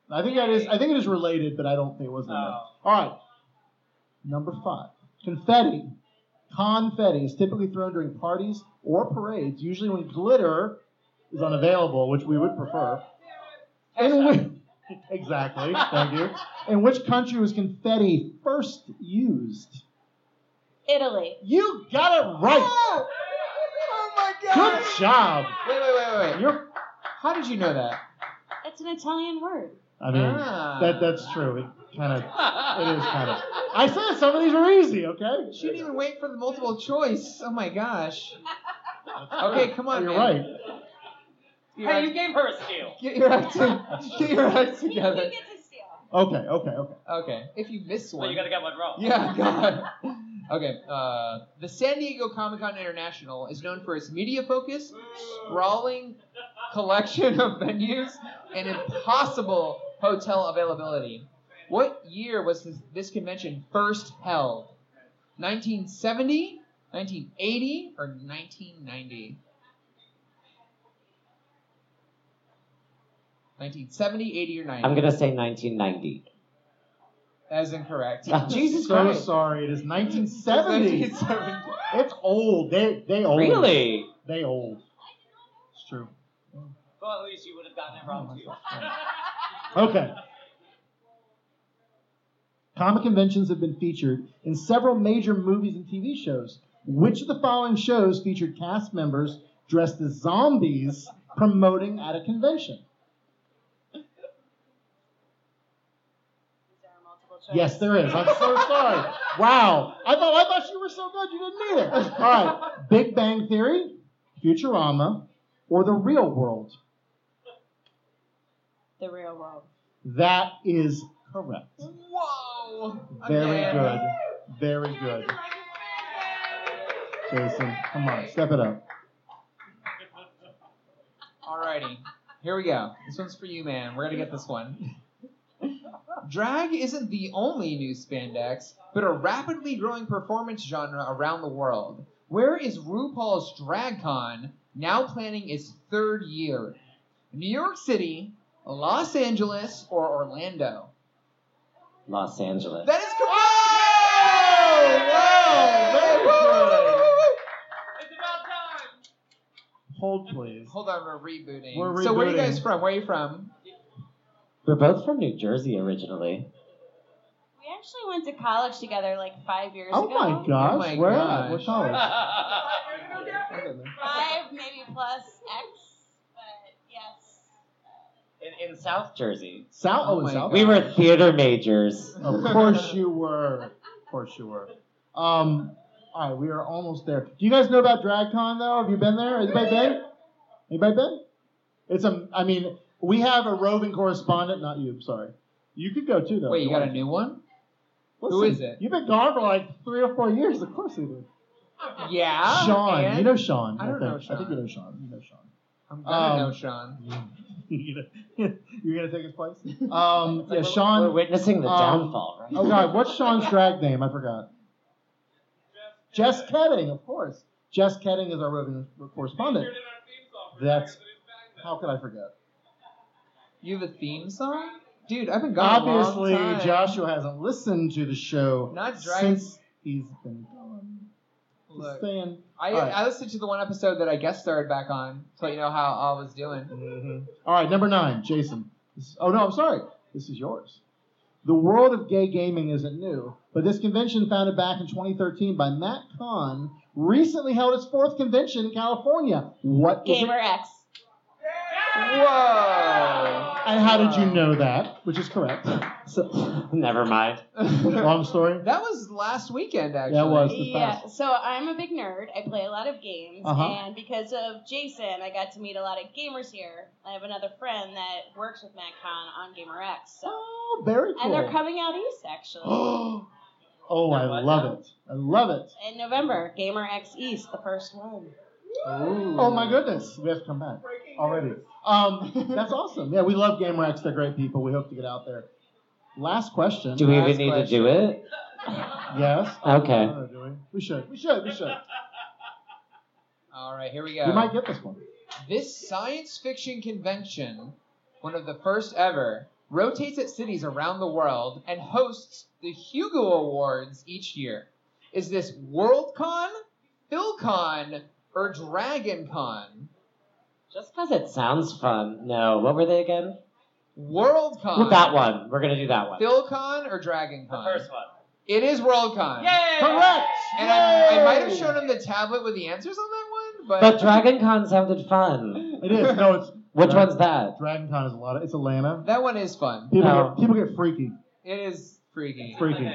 Speaker 3: I think that is. I think it is related, but I don't think it was. in there.
Speaker 8: Oh.
Speaker 3: All right. Number five, confetti. Confetti is typically thrown during parties or parades, usually when glitter is unavailable, which we would prefer. In which, exactly. Thank you. In which country was confetti first used?
Speaker 6: Italy.
Speaker 3: You got it right.
Speaker 7: Oh my
Speaker 3: Good job.
Speaker 7: Wait, wait, wait, wait, wait.
Speaker 3: You're,
Speaker 7: how did you know that?
Speaker 6: That's an Italian word.
Speaker 3: I mean,
Speaker 7: Ah.
Speaker 3: that that's true. It kind of, it is kind of. I said some of these were easy. Okay.
Speaker 7: She didn't even wait for the multiple choice. Oh my gosh. Okay, come on.
Speaker 3: Oh, You're
Speaker 7: man.
Speaker 3: right.
Speaker 8: Hey, you gave her a steal.
Speaker 7: Get your act to, get your act together.
Speaker 3: Okay. Okay. Okay.
Speaker 7: Okay, if you miss one.
Speaker 8: Well, you gotta get one wrong.
Speaker 7: Yeah, God. Okay, uh, the San Diego Comic Con International is known for its media focus, sprawling collection of venues, and impossible hotel availability. What year was this, this convention first held? 1970, 1980, or 1990? 1970, 80, or 90?
Speaker 8: I'm gonna say 1990.
Speaker 7: That is incorrect.
Speaker 3: Jesus so sorry. It is 1970.
Speaker 7: 1970.
Speaker 3: it's old. They they old.
Speaker 8: Really?
Speaker 3: They old. It's true.
Speaker 8: Well, at least you would have gotten it wrong too.
Speaker 3: Okay. Comic conventions have been featured in several major movies and TV shows. Which of the following shows featured cast members dressed as zombies promoting at a convention? Yes, there is. I'm so sorry. Wow. I thought I thought you were so good you didn't need it. All right. Big Bang Theory, Futurama, or The Real World?
Speaker 6: The real world.
Speaker 3: That is correct.
Speaker 7: Whoa!
Speaker 3: Very
Speaker 7: Again.
Speaker 3: good. Very good. Jason, come on, step it up.
Speaker 7: Alrighty, here we go. This one's for you, man. We're gonna get this one. Drag isn't the only new spandex, but a rapidly growing performance genre around the world. Where is RuPaul's DragCon now planning its third year? New York City, Los Angeles, or Orlando?
Speaker 8: Los Angeles.
Speaker 7: That is correct! Wow! Very good.
Speaker 3: Hold, please.
Speaker 7: Hold on, we're rebooting.
Speaker 3: We're
Speaker 7: So where are you
Speaker 3: rebooting.
Speaker 7: guys from? Where are you from?
Speaker 8: We're both from New Jersey originally.
Speaker 6: We actually went to college together like five years
Speaker 8: Oh
Speaker 6: ago.
Speaker 8: my gosh,
Speaker 7: Oh my
Speaker 3: where
Speaker 7: gosh.
Speaker 3: at? What college?
Speaker 6: Five, maybe plus X, but yes.
Speaker 8: in, in South Jersey.
Speaker 3: South, oh, South.
Speaker 8: We were theater majors.
Speaker 3: Of course you were. Of course you were. Um, all right, we are almost there. Do you guys know about DragCon though? Have you been there? Anybody been? Anybody been? It's a. I mean, we have a roving correspondent. Not you. Sorry. You could go too though.
Speaker 7: Wait,
Speaker 3: if
Speaker 7: you got
Speaker 3: want
Speaker 7: a
Speaker 3: to.
Speaker 7: new one?
Speaker 3: Listen,
Speaker 7: Who is it?
Speaker 3: You've been gone for like three or four years. Of course you do.
Speaker 7: Yeah.
Speaker 3: Sean.
Speaker 7: and-
Speaker 3: You know Sean.
Speaker 7: I don't
Speaker 3: think.
Speaker 7: know Sean.
Speaker 3: I think you know Sean. You know Sean.
Speaker 7: I'm gonna
Speaker 3: Um,
Speaker 7: know Sean.
Speaker 3: You're gonna, you're gonna take his place. Um, yeah,
Speaker 8: we're-
Speaker 3: Sean.
Speaker 8: we're witnessing the
Speaker 3: um,
Speaker 8: downfall, right?
Speaker 3: Oh God, what's Sean's drag name? I forgot. Jess Kedding, of course. Jess Kedding is our roving correspondent. That's how could I forget?
Speaker 7: You have a theme song? Dude, I've been gone
Speaker 3: Obviously,
Speaker 7: a long time.
Speaker 3: Joshua hasn't listened to the show
Speaker 7: Not drag-
Speaker 3: since he's been
Speaker 7: Look,
Speaker 3: saying.
Speaker 7: I,
Speaker 3: all right.
Speaker 7: I listened to the one episode that I guest starred back on to let you know how I was doing.
Speaker 3: All right, number nine, Jason. This- oh no, I'm sorry. This is yours. The world of gay gaming isn't new, but this convention, founded back in 2013 by Matt Kahn, recently held its fourth convention in California. What is
Speaker 6: Gamer
Speaker 3: it?
Speaker 6: X.
Speaker 7: Whoa!
Speaker 3: And how did you know that? Which is correct.
Speaker 8: So, never mind.
Speaker 3: Long story.
Speaker 7: That was last weekend, actually.
Speaker 3: That was this
Speaker 6: Yeah,
Speaker 3: past.
Speaker 6: so I'm a big nerd. I play a lot of games,
Speaker 3: Uh-huh.
Speaker 6: and because of Jason, I got to meet a lot of gamers here. I have another friend that works with MacCon on Gamer X. So.
Speaker 3: Oh, very cool.
Speaker 6: And they're coming out east, actually.
Speaker 3: oh, I love it. I love it.
Speaker 6: In November, Gamer X East, the first one.
Speaker 3: Oh my goodness, we have to come back already. Um, that's awesome. Yeah, we love GameRax. They're great people. We hope to get out there. Last question.
Speaker 8: Do we even need to do it?
Speaker 3: Yes.
Speaker 8: Okay.
Speaker 3: No, do we? We should. We should. We should.
Speaker 7: All right, here we go.
Speaker 3: We might get this one.
Speaker 7: This science fiction convention, one of the first ever, rotates its cities around the world and hosts the Hugo Awards each year. Is this WorldCon, PhilCon, or DragonCon?
Speaker 8: Just because it sounds fun. No, what were they again?
Speaker 7: WorldCon.
Speaker 8: Well, that one. We're gonna do that one.
Speaker 7: PhilCon or DragonCon? The
Speaker 8: first one.
Speaker 7: It is WorldCon.
Speaker 8: Yay!
Speaker 3: Correct!
Speaker 7: And I, I
Speaker 3: Yay!
Speaker 7: might have shown him the tablet with the answers on that one, but,
Speaker 8: But Dragon Con sounded fun.
Speaker 3: It is. No, it's.
Speaker 8: Which one's that? Oh.
Speaker 3: Dragon Con is a lot of. It's Atlanta.
Speaker 7: that one is fun.
Speaker 3: People,
Speaker 8: No.
Speaker 3: get, people get freaky.
Speaker 7: It is freaky.
Speaker 3: Freaky.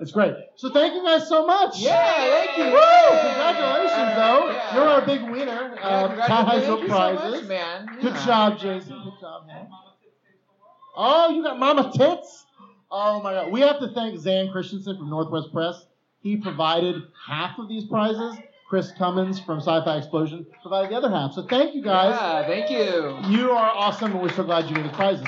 Speaker 3: It's great. So thank you guys so much.
Speaker 7: Yeah, thank you.
Speaker 3: Woo! Congratulations, though.
Speaker 7: Yeah.
Speaker 3: You're our big winner. Um, Cal High School
Speaker 7: Thank you so
Speaker 3: prizes.
Speaker 7: much, man.
Speaker 3: Good
Speaker 7: Yeah.
Speaker 3: job, Jason. Good job, man. Oh, you got Mama Tits? Oh my God. We have to thank Zan Christensen from Northwest Press. He provided half of these prizes. Chris Cummins from Sci Fi Explosion provided the other half. So thank you guys.
Speaker 7: Yeah, thank you.
Speaker 3: You are awesome, and we're so glad you gave the prizes.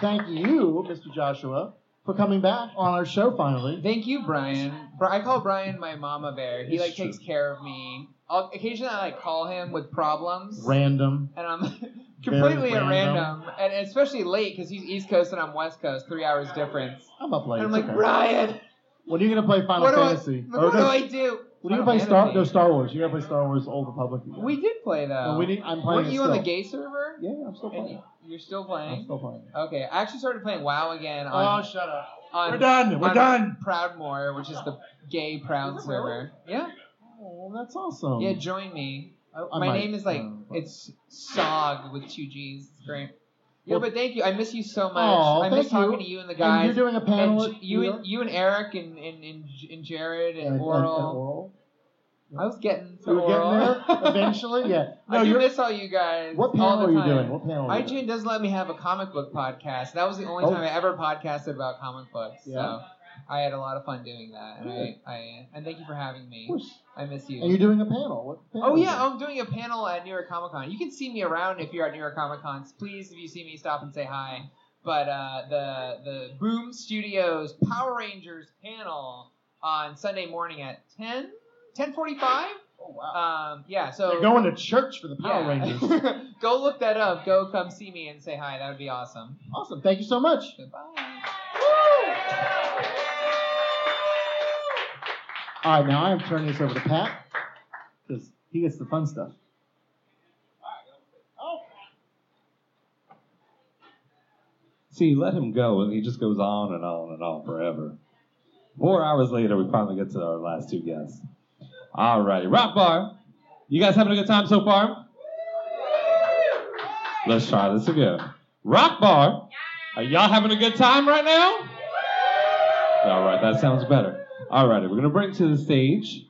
Speaker 3: Thank you, Mr. Joshua, for coming back on our show finally.
Speaker 7: Thank you, Brian. Bri- I call Brian my mama bear. He
Speaker 3: It's
Speaker 7: like
Speaker 3: true.
Speaker 7: takes care of me. I'll, occasionally, I like call him with problems,
Speaker 3: Random.
Speaker 7: and I'm completely at
Speaker 3: random.
Speaker 7: random, and especially late because he's East Coast and I'm West Coast, three hours difference.
Speaker 3: I'm up late.
Speaker 7: And I'm
Speaker 3: it's
Speaker 7: like,
Speaker 3: okay.
Speaker 7: Brian,
Speaker 3: When are you gonna play Final
Speaker 7: what do I,
Speaker 3: Fantasy? Or
Speaker 7: what do
Speaker 3: no,
Speaker 7: I do?
Speaker 3: When are you gonna
Speaker 7: Final
Speaker 3: play Star?
Speaker 7: Fantasy.
Speaker 3: No, Star Wars. You gotta play Star Wars Old Republic. again.
Speaker 7: We did play though.
Speaker 3: No, we didn't- I'm playing
Speaker 7: Weren't
Speaker 3: it
Speaker 7: you on the
Speaker 3: still.
Speaker 7: gay server?
Speaker 3: Yeah, I'm still
Speaker 7: And
Speaker 3: playing.
Speaker 7: You're still
Speaker 3: I'm
Speaker 7: playing.
Speaker 3: still playing.
Speaker 7: Okay, I actually started playing WoW again.
Speaker 3: Oh,
Speaker 7: On,
Speaker 3: shut up.
Speaker 7: on-
Speaker 3: We're done. We're
Speaker 7: on
Speaker 3: done.
Speaker 7: Proudmoore, which is the gay Proud
Speaker 3: Is it really?
Speaker 7: server. Yeah.
Speaker 3: Oh, that's awesome.
Speaker 7: Yeah, join me.
Speaker 3: I
Speaker 7: My
Speaker 3: might,
Speaker 7: name is like
Speaker 3: uh,
Speaker 7: it's Sog with two G's. It's great. Yeah,
Speaker 3: Well-
Speaker 7: but thank you. I miss you so much.
Speaker 3: Aw,
Speaker 7: I miss
Speaker 3: thank you.
Speaker 7: talking to you and the
Speaker 3: And
Speaker 7: guys.
Speaker 3: you're doing a panel
Speaker 7: And
Speaker 3: at
Speaker 7: you
Speaker 3: New
Speaker 7: and you and Eric and and, and, and Jared and,
Speaker 3: And- and- and
Speaker 7: Oral.
Speaker 3: Oral.
Speaker 7: I was getting to
Speaker 3: we were
Speaker 7: Oral.
Speaker 3: getting there eventually. Yeah. No,
Speaker 7: I do
Speaker 3: you're.
Speaker 7: miss all you guys.
Speaker 3: What
Speaker 7: all
Speaker 3: panel
Speaker 7: the
Speaker 3: are you
Speaker 7: time.
Speaker 3: doing? What panel? Are you doing?
Speaker 7: iTunes doesn't let me have a comic book podcast. That was the only
Speaker 3: Oh.
Speaker 7: time I ever podcasted about comic books.
Speaker 3: Yeah.
Speaker 7: So I had a lot of fun doing that, and
Speaker 3: Good.
Speaker 7: I, I and thank you for having me. I miss you.
Speaker 3: And you're doing a panel. What panel?
Speaker 7: Oh
Speaker 3: is
Speaker 7: yeah,
Speaker 3: it?
Speaker 7: I'm doing a panel at New York Comic Con. You can see me around if you're at New York Comic Cons. Please, if you see me, stop and say hi. But uh, the the Boom Studios Power Rangers panel on Sunday morning at 10, 10.45?
Speaker 3: Oh wow.
Speaker 7: Um, yeah, so
Speaker 3: They're going to church for the Power
Speaker 7: yeah.
Speaker 3: Rangers.
Speaker 7: Go look that up. Go come see me and say hi. That would be awesome.
Speaker 3: Awesome. Thank you so much.
Speaker 7: Goodbye.
Speaker 3: All right, now I am turning this over to Pat because he gets the fun stuff.
Speaker 2: See, let him go, and he just goes on and on and on forever. Four hours later, we finally get to our last two guests. All righty, Rock Bar, you guys having a good time so far? Let's try this again. Rock Bar. Are y'all having a good time right now? All right, that sounds better. All righty, we're going to bring to the stage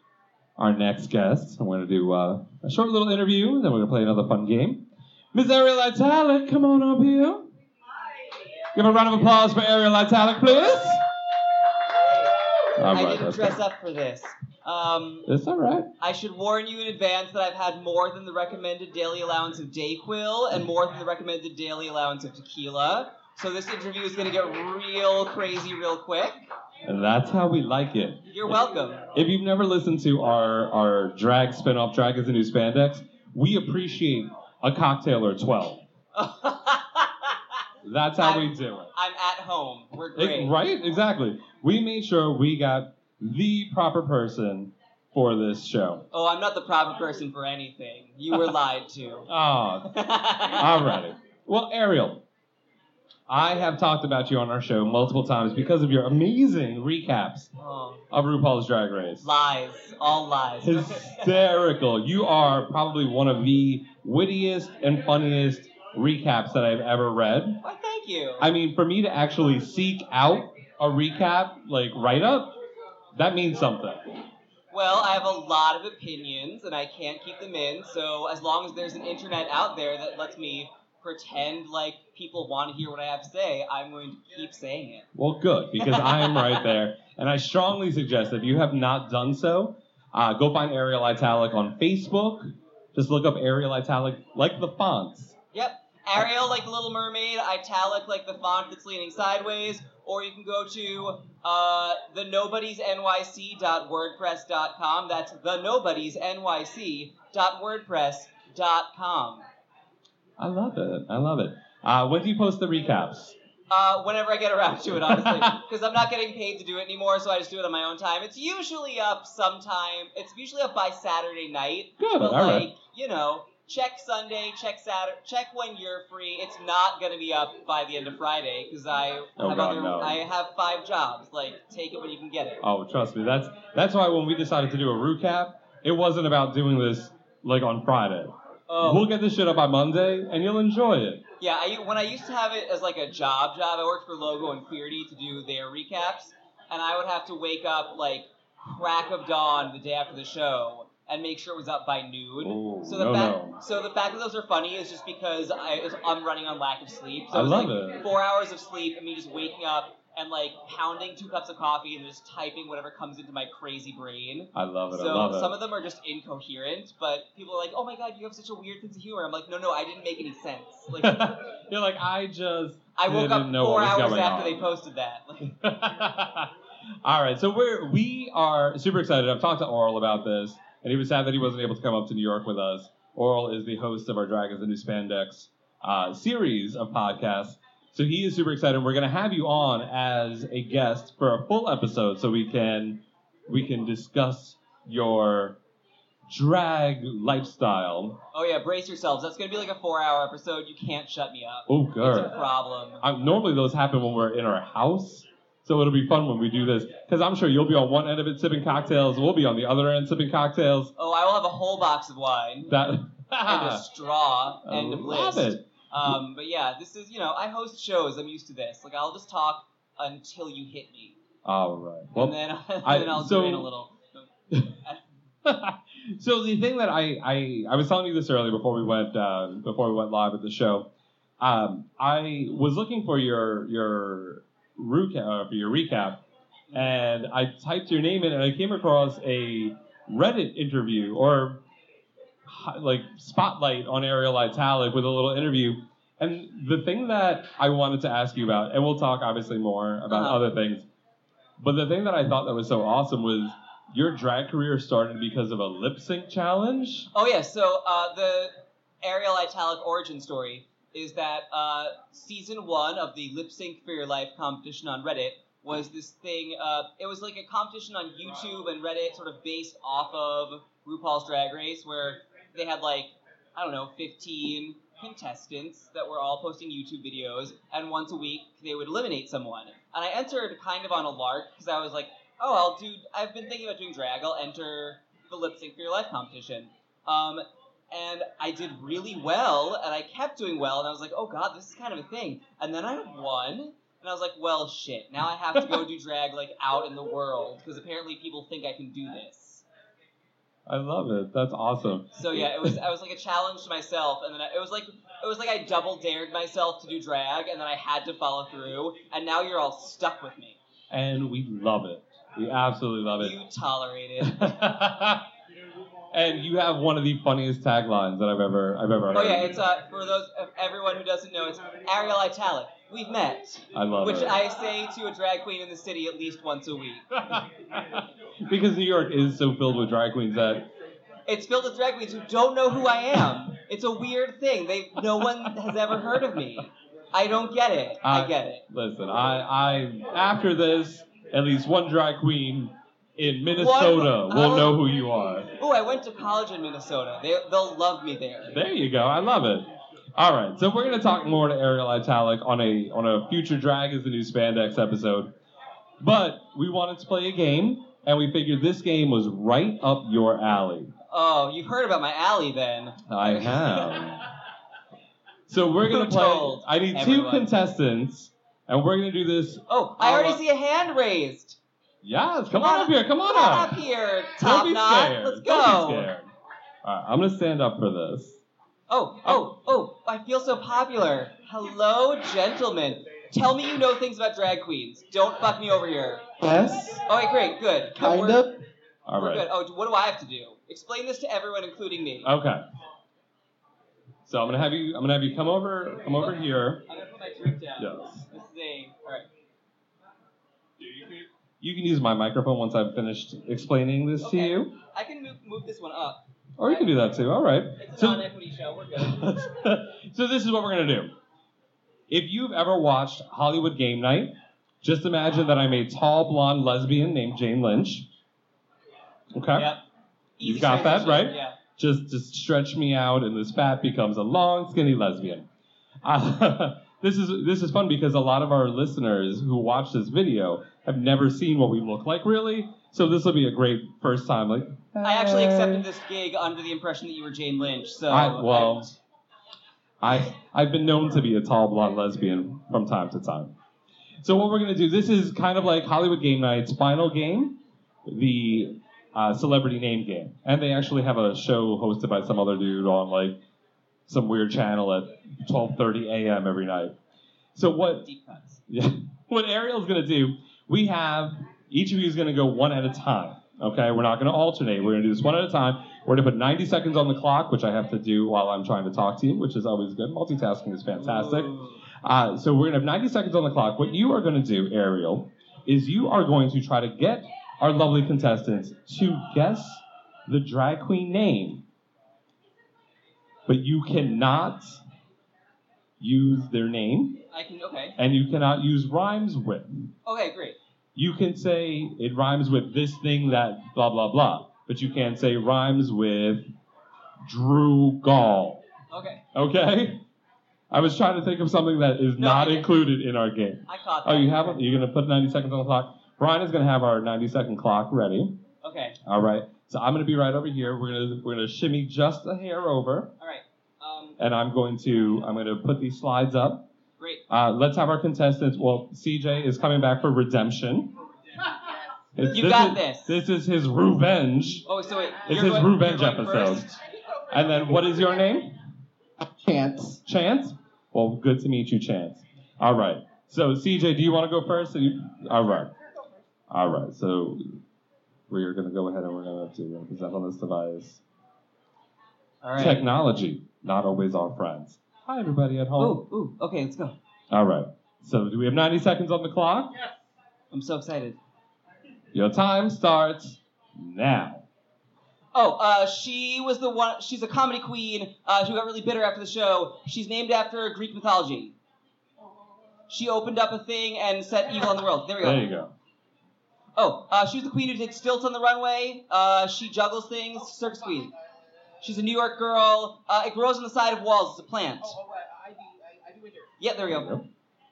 Speaker 2: our next guest. I'm going to do uh, a short little interview, then we're going to play another fun game. Ms. Ariel Italic, come on up here. Give a round of applause for Ariel Italic, please. All
Speaker 10: I
Speaker 2: right,
Speaker 10: didn't
Speaker 2: that's
Speaker 10: dress
Speaker 2: good.
Speaker 10: up for this. Um,
Speaker 2: It's all right.
Speaker 10: I should warn you in advance that I've had more than the recommended daily allowance of Dayquil and more than the recommended daily allowance of tequila. So this interview is going to get real crazy real quick.
Speaker 2: And that's how we like it.
Speaker 10: You're welcome.
Speaker 2: If you've never listened to our, our drag spinoff, Drag is the New Spandex, we appreciate a cocktail or 12. That's how we do it.
Speaker 10: I'm at home. We're
Speaker 2: It-
Speaker 10: great.
Speaker 2: Right? Exactly. We made sure we got the proper person for this show.
Speaker 10: Oh, I'm not the proper person for anything. You were lied to.
Speaker 2: Oh, alrighty. Well, Ariel, I have talked about you on our show multiple times because of your amazing recaps
Speaker 10: Oh,
Speaker 2: of RuPaul's Drag Race.
Speaker 10: lies. All lies.
Speaker 2: hysterical. You are probably one of the wittiest and funniest recaps that I've ever read.
Speaker 10: Why, thank you.
Speaker 2: I mean, for me to actually seek out a recap, like write up, that means something.
Speaker 10: Well, I have a lot of opinions and I can't keep them in, so as long as there's an internet out there that lets me pretend like people want to hear what I have to say, I'm going to keep saying it.
Speaker 2: Well, good, because I am right there. And I strongly suggest if you have not done so, uh, go find Ariel Italic on Facebook. Just look up Ariel Italic, like the fonts.
Speaker 10: Yep. Ariel like the Little Mermaid, italic like the font that's leaning sideways, or you can go to uh, the nobodiesnyc.wordpress.com. That's the nobodiesnyc.wordpress.com.
Speaker 2: I love it. I love it. Uh, when do you post the recaps?
Speaker 10: Uh, whenever I get around to it, honestly, because I'm not getting paid to do it anymore, so I just do it on my own time. It's usually up sometime. It's usually up by Saturday night.
Speaker 2: Good,
Speaker 10: but
Speaker 2: all
Speaker 10: like
Speaker 2: right.
Speaker 10: you know, check Sunday, check Saturday, check when you're free. It's not gonna be up by the end of Friday because I
Speaker 2: Oh,
Speaker 10: have
Speaker 2: God,
Speaker 10: other,
Speaker 2: no.
Speaker 10: I have five jobs. Like, take it when you can get it.
Speaker 2: Oh, trust me. That's that's why when we decided to do a recap, it wasn't about doing this like on Friday.
Speaker 10: Oh.
Speaker 2: We'll get this shit up by Monday, and you'll enjoy it.
Speaker 10: Yeah, I, when I used to have it as like a job job, I worked for Logo and Queerty to do their recaps, and I would have to wake up like crack of dawn the day after the show and make sure it was up by noon.
Speaker 2: Ooh,
Speaker 10: so the
Speaker 2: no,
Speaker 10: fact
Speaker 2: no.
Speaker 10: so the fact that those are funny is just because I it's, I'm running on lack of sleep. So
Speaker 2: I
Speaker 10: it was
Speaker 2: love
Speaker 10: like
Speaker 2: it.
Speaker 10: four hours of sleep and me just waking up and like pounding two cups of coffee and just typing whatever comes into my crazy brain.
Speaker 2: I love it.
Speaker 10: So
Speaker 2: I love it.
Speaker 10: some of them are just incoherent, but people are like, "Oh my god, you have such a weird sense of humor." I'm like, "No, no, I didn't make any sense." Like,
Speaker 2: You're like, I just.
Speaker 10: I woke up
Speaker 2: didn't know
Speaker 10: four
Speaker 2: what was
Speaker 10: hours
Speaker 2: going
Speaker 10: after
Speaker 2: on.
Speaker 10: they posted that. Like,
Speaker 2: All right, so we're we are super excited. I've talked to Oral about this, and he was sad that he wasn't able to come up to New York with us. Oral is the host of our Dragons and New Spandex uh, series of podcasts, so he is super excited. We're going to have you on as a guest for a full episode, so we can we can discuss your drag lifestyle.
Speaker 10: oh yeah, brace yourselves. That's gonna be like a four-hour episode. You can't shut me up.
Speaker 2: Oh,
Speaker 10: It's
Speaker 2: good.
Speaker 10: a problem.
Speaker 2: Um, normally those happen when we're in our house, so it'll be fun when we do this because I'm sure you'll be on one end of it sipping cocktails, we'll be on the other end sipping cocktails.
Speaker 10: Oh, I will have a whole box of wine
Speaker 2: That
Speaker 10: and a straw
Speaker 2: I
Speaker 10: and a
Speaker 2: love
Speaker 10: list.
Speaker 2: it.
Speaker 10: Um, but yeah, this is you know, I host shows. I'm used to this. Like, I'll just talk until you hit me,
Speaker 2: All right. Well,
Speaker 10: and then and
Speaker 2: I-
Speaker 10: then I'll
Speaker 2: so-
Speaker 10: do in a little.
Speaker 2: so the thing that I, I I was telling you this earlier before we went uh, before we went live at the show, um, I was looking for your your recap for your recap, and I typed your name in and I came across a Reddit interview or hi- like spotlight on Ariel Italic with a little interview. And the thing that I wanted to ask you about, and we'll talk obviously more about
Speaker 10: Uh-huh.
Speaker 2: other things, but the thing that I thought that was so awesome was your drag career started because of a lip sync challenge.
Speaker 10: Oh yeah, so uh, the Ariel Italic origin story is that uh, season one of the Lip Sync for Your Life competition on Reddit was this thing. Uh, it was like a competition on YouTube and Reddit, sort of based off of RuPaul's Drag Race, where they had like I don't know, 15 contestants that were all posting YouTube videos, and once a week they would eliminate someone. And I entered kind of on a lark because I was like, oh, I'll do. I've been thinking about doing drag. I'll enter the lip sync for your life competition. Um, and I did really well, and I kept doing well, and I was like, oh god, this is kind of a thing. And then I won, and I was like, well, shit, now I have to go do drag like out in the world because apparently people think I can do this.
Speaker 2: I love it. That's awesome.
Speaker 10: So yeah, it was I was like a challenge to myself, and then I, it was like it was like I double dared myself to do drag, and then I had to follow through, and now you're all stuck with me.
Speaker 2: And we love it. We absolutely love it.
Speaker 10: You tolerate it.
Speaker 2: And you have one of the funniest taglines that I've ever I've ever heard.
Speaker 10: Oh yeah, it's uh, for those uh, everyone who doesn't know, it's Ariel Italic. We've met,
Speaker 2: I love
Speaker 10: which
Speaker 2: it.
Speaker 10: I say to a drag queen in the city at least once a week.
Speaker 2: because New York is so filled with drag queens that
Speaker 10: It's filled with drag queens who don't know who I am. It's a weird thing. They no one has ever heard of me. I don't get it. I, get it.
Speaker 2: Listen, I I after this, at least one drag queen in Minnesota
Speaker 10: One-
Speaker 2: will
Speaker 10: I'll-
Speaker 2: know who you are.
Speaker 10: Oh, I went to college in Minnesota. They they'll love me there.
Speaker 2: There you go. I love it. All right, so we're gonna talk more to Ariel Italic on a on a future drag is the new spandex episode, but we wanted to play a game, and we figured this game was right up your alley.
Speaker 10: Oh, you've heard about my alley then.
Speaker 2: I have. so we're gonna
Speaker 10: Who
Speaker 2: play.
Speaker 10: told
Speaker 2: I need
Speaker 10: everyone?
Speaker 2: two contestants, and we're gonna do this.
Speaker 10: Oh, I already see a hand raised.
Speaker 2: Yes, Uh, come on up here. Come on up.
Speaker 10: Up here,
Speaker 2: Don't
Speaker 10: top
Speaker 2: be
Speaker 10: knot.
Speaker 2: scared.
Speaker 10: Let's
Speaker 2: Don't
Speaker 10: go.
Speaker 2: be scared. All right, I'm gonna stand up for this.
Speaker 10: Oh, oh, oh, I feel so popular. Hello, gentlemen. Tell me you know things about drag queens. Don't fuck me over here.
Speaker 2: Yes.
Speaker 10: Oh, wait, great, good. Come-
Speaker 2: Kind
Speaker 10: we're-
Speaker 2: of. All
Speaker 10: We're
Speaker 2: right.
Speaker 10: good. Oh, what do I have to do? Explain this to everyone, including me.
Speaker 2: Okay. So I'm gonna have you. I'm gonna have you come over. Come over here.
Speaker 10: Oh, I'm gonna put my drink down.
Speaker 2: Yes.
Speaker 10: This is a. Alright.
Speaker 2: You can use my microphone once I've finished explaining this to you,
Speaker 10: I can move, move this one up.
Speaker 2: or you can do that too. All right.
Speaker 10: It's a
Speaker 2: So-
Speaker 10: non equity show. We're good.
Speaker 2: so this is what we're gonna do. If you've ever watched Hollywood Game Night, just imagine that I'm a tall blonde lesbian named Jane Lynch. Okay.
Speaker 10: Easy
Speaker 2: You got that
Speaker 10: transition,
Speaker 2: right?
Speaker 10: Yeah.
Speaker 2: Just just stretch me out, and this fat becomes a long, skinny lesbian. Uh, this is this is fun because a lot of our listeners who watch this video have never seen what we look like really. So this will be a great first time. Like,
Speaker 10: I actually accepted this gig under the impression that you were Jane Lynch, so.
Speaker 2: I, well, I I've been known to be a tall blonde lesbian from time to time. So what we're gonna do? This is kind of like Hollywood Game Night's final game, the uh, celebrity name game, and they actually have a show hosted by some other dude on like some weird channel at 12:30 a.m. every night. So what? Yeah, what Ariel's gonna do? We have each of you is gonna go one at a time. Okay, we're not gonna alternate. We're gonna do this one at a time. We're gonna put 90 seconds on the clock, which I have to do while I'm trying to talk to you, which is always good. Multitasking is fantastic. Uh, so we're gonna have 90 seconds on the clock. What you are gonna do, Ariel, is you are going to try to get our lovely contestants to guess the drag queen name, but you cannot use their name
Speaker 10: I can. Okay.
Speaker 2: and you cannot use rhymes with.
Speaker 10: Okay, great.
Speaker 2: You can say it rhymes with this thing that blah blah blah, but you can't say rhymes with Drew Gall.
Speaker 10: Okay.
Speaker 2: Okay? I was trying to think of something that is not included in our game.
Speaker 10: I caught
Speaker 2: Oh,
Speaker 10: that.
Speaker 2: you have it? You're gonna put 90 seconds on the clock. Brian is gonna have our 90 second clock ready.
Speaker 10: Okay.
Speaker 2: All right. So I'm gonna be right over here. We're gonna we're gonna shimmy just a hair over,
Speaker 10: Alright. Um,
Speaker 2: and I'm going to I'm gonna put these slides up.
Speaker 10: great.
Speaker 2: Uh, let's have our contestants. Well, CJ is coming back for redemption. It's-
Speaker 10: You got
Speaker 2: is-
Speaker 10: this.
Speaker 2: This is his revenge.
Speaker 10: Oh, so wait.
Speaker 2: It's
Speaker 10: you're
Speaker 2: his
Speaker 10: going-
Speaker 2: revenge
Speaker 10: you're going
Speaker 2: episode.
Speaker 10: first?
Speaker 2: And then, what is your name? Chance. Chance. Well, good to meet you, Chance. All right. So, CJ, do you want to go first? Or you- All right. All right. So, we are going to go ahead and we're going to do represent on this device.
Speaker 10: All right.
Speaker 2: Technology, not always our friends. Hi, everybody at home.
Speaker 10: Ooh, ooh. Okay, let's go.
Speaker 2: All right. So, do we have 90 seconds on the clock?
Speaker 10: I'm so excited.
Speaker 2: Your time starts now.
Speaker 10: Oh, uh, she was the one. She's a comedy queen. Uh, she got really bitter after the show. She's named after Greek mythology. She opened up a thing and set evil on the world. There we go.
Speaker 2: There you go.
Speaker 10: Oh, uh, she was the queen who did stilts on the runway. Uh, she juggles things. Circus queen. She's a New York girl. Uh, it grows on the side of walls. It's a plant. Yeah, there we go.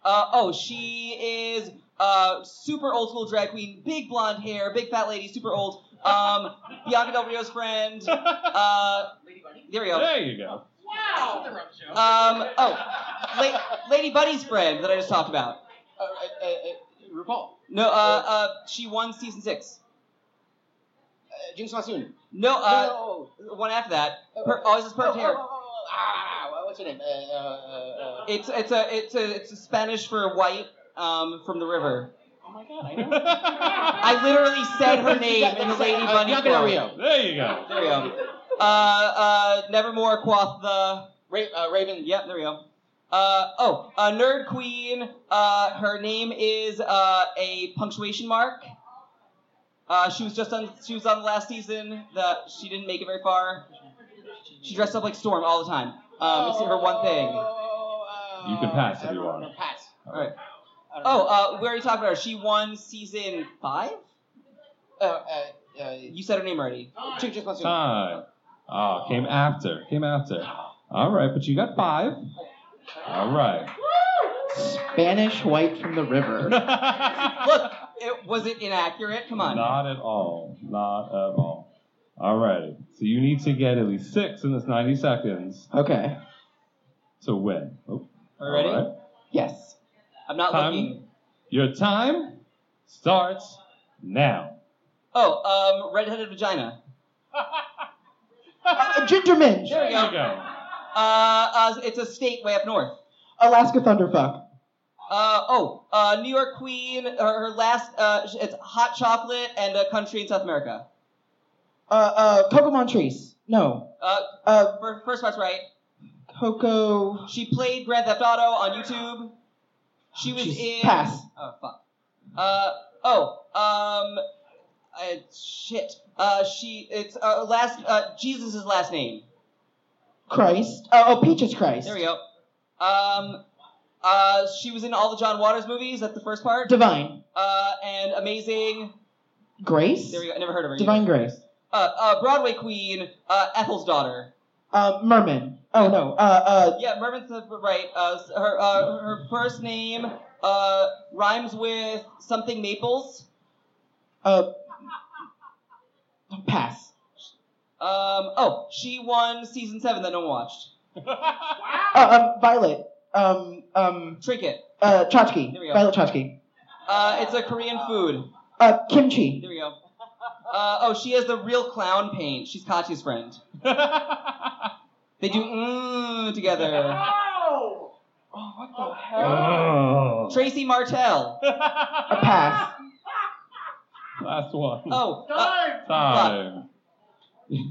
Speaker 10: Uh, oh, she is uh, super old school drag queen, big blonde hair, big fat lady, super old. Um, Bianca Del Rio's friend. Uh, Lady Bunny. There we go.
Speaker 2: There you go.
Speaker 10: Um, oh, La- Lady Buddy's friend that I just talked about.
Speaker 7: Uh, uh, uh, RuPaul.
Speaker 10: No, uh, uh, she won season six.
Speaker 7: Uh, Jinx Monsoon.
Speaker 10: No, uh, one after that. Per- oh, this is
Speaker 7: Oh,
Speaker 10: perfect
Speaker 7: oh,
Speaker 10: hair.
Speaker 7: oh, oh, ah, what's her name? Uh, uh, uh, uh,
Speaker 10: It's it's a it's a it's a Spanish for white um, from the river.
Speaker 7: oh my god, I know.
Speaker 10: I literally said her name in the Lady
Speaker 7: Uh,
Speaker 10: Bunny.
Speaker 7: Bianca
Speaker 10: quote.
Speaker 7: Del Rio.
Speaker 2: There you go.
Speaker 10: There we go. Uh, uh, Nevermore quoth the
Speaker 7: uh, Raven.
Speaker 10: Yep, there we go. Uh, oh, uh, nerd queen. Uh, her name is uh, a punctuation mark. Uh, she was just on. She was on the last season. The she didn't make it very far. She dressed up like Storm all the time. Um, it's her one thing.
Speaker 2: You can pass if you want.
Speaker 7: Pass.
Speaker 10: All right. Oh, uh, we already talked about her. She won season five.
Speaker 7: Uh, uh, uh,
Speaker 10: You said her name already.
Speaker 7: Jinx
Speaker 10: Oh,
Speaker 7: Jinx Monsoon.
Speaker 2: Time. Ah, came after. Came after. All right, but you got five. All right.
Speaker 7: Spanish white from the river.
Speaker 10: Look, it was it inaccurate? Come on.
Speaker 2: Not at all. Not at all. All right. So you need to get at least six in this 90 seconds
Speaker 7: Okay.
Speaker 2: to win. Oh,
Speaker 10: Are we ready?
Speaker 2: all right.
Speaker 7: Yes.
Speaker 10: I'm not
Speaker 2: Time.
Speaker 10: looking.
Speaker 2: Your time starts now.
Speaker 10: Oh, um, redheaded vagina.
Speaker 7: Uh, Ginger Minge.
Speaker 10: There we go. Uh, uh, it's a state way up north.
Speaker 7: Alaska Thunderfuck.
Speaker 10: Uh, oh, uh, New York Queen, her, her last, uh, sh- it's hot chocolate and a country in South America.
Speaker 7: Uh, uh, Coco Montrese. No.
Speaker 10: Uh,
Speaker 7: Uh,
Speaker 10: fir- first part's right.
Speaker 7: Coco.
Speaker 10: She played Grand Theft Auto on YouTube. She was in.
Speaker 7: Pass.
Speaker 10: Oh, fuck. Uh, oh, um, uh, shit. Uh, she, it's, uh, last, uh, Jesus' last name.
Speaker 7: Christ.
Speaker 3: Uh,
Speaker 7: Oh, oh Peaches Christ.
Speaker 10: There we go. Um, uh, she was in all the John Waters movies. That's the first part.
Speaker 7: Divine.
Speaker 10: Uh, and amazing.
Speaker 7: Grace.
Speaker 10: There we go. I never heard of her.
Speaker 7: Divine
Speaker 10: either.
Speaker 7: Grace.
Speaker 10: Uh, uh, Broadway queen, uh, Ethel's daughter.
Speaker 7: Uh, Merman. Oh no. Uh, uh,
Speaker 10: Yeah, Mervin's right. Uh, s- her uh, her first name uh, rhymes with something Maples.
Speaker 7: uh, pass.
Speaker 10: Um, oh, she won season seven that no one watched.
Speaker 7: Uh, um, Violet. Um, um,
Speaker 10: Trinket.
Speaker 7: uh, tchotchke.
Speaker 10: There we go.
Speaker 7: Violet Chachki.
Speaker 10: Uh, it's a Korean food.
Speaker 7: Uh, kimchi.
Speaker 10: There we go. Uh, oh, she has the real clown paint. She's Kachi's friend. they do mmm together.
Speaker 7: Oh, what the
Speaker 2: Oh.
Speaker 10: Tracy Martell.
Speaker 7: A pass.
Speaker 2: Last one.
Speaker 10: Oh, uh,
Speaker 2: Time.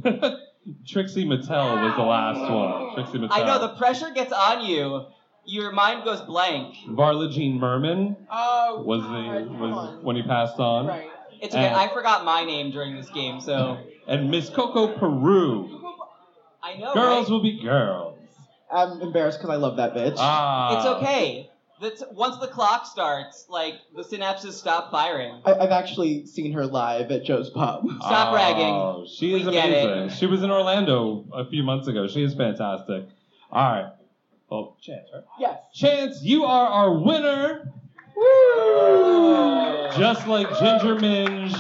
Speaker 2: Trixie Mattel was the last one. Trixie Mattel.
Speaker 10: I know the pressure gets on you. Your mind goes blank.
Speaker 2: Varla Jean Merman
Speaker 7: Oh.
Speaker 2: was the was when he passed on.
Speaker 7: Right.
Speaker 10: It's okay.
Speaker 2: And-
Speaker 10: I forgot my name during this game, so
Speaker 2: And Miss Coco Peru.
Speaker 10: I know.
Speaker 2: girls
Speaker 10: right?
Speaker 2: will be girls.
Speaker 7: I'm embarrassed because I love that bitch.
Speaker 2: Ah.
Speaker 10: It's okay. That's once the clock starts, like the synapses stop firing.
Speaker 7: I, I've actually seen her live at Joe's Pub.
Speaker 10: Stop
Speaker 2: Oh,
Speaker 10: bragging.
Speaker 2: She is
Speaker 10: We get it.
Speaker 2: amazing. She was in Orlando a few months ago. She is fantastic. All right. Well, Chance, right?
Speaker 7: Yes.
Speaker 2: Chance, you are our winner. Just like Ginger Minge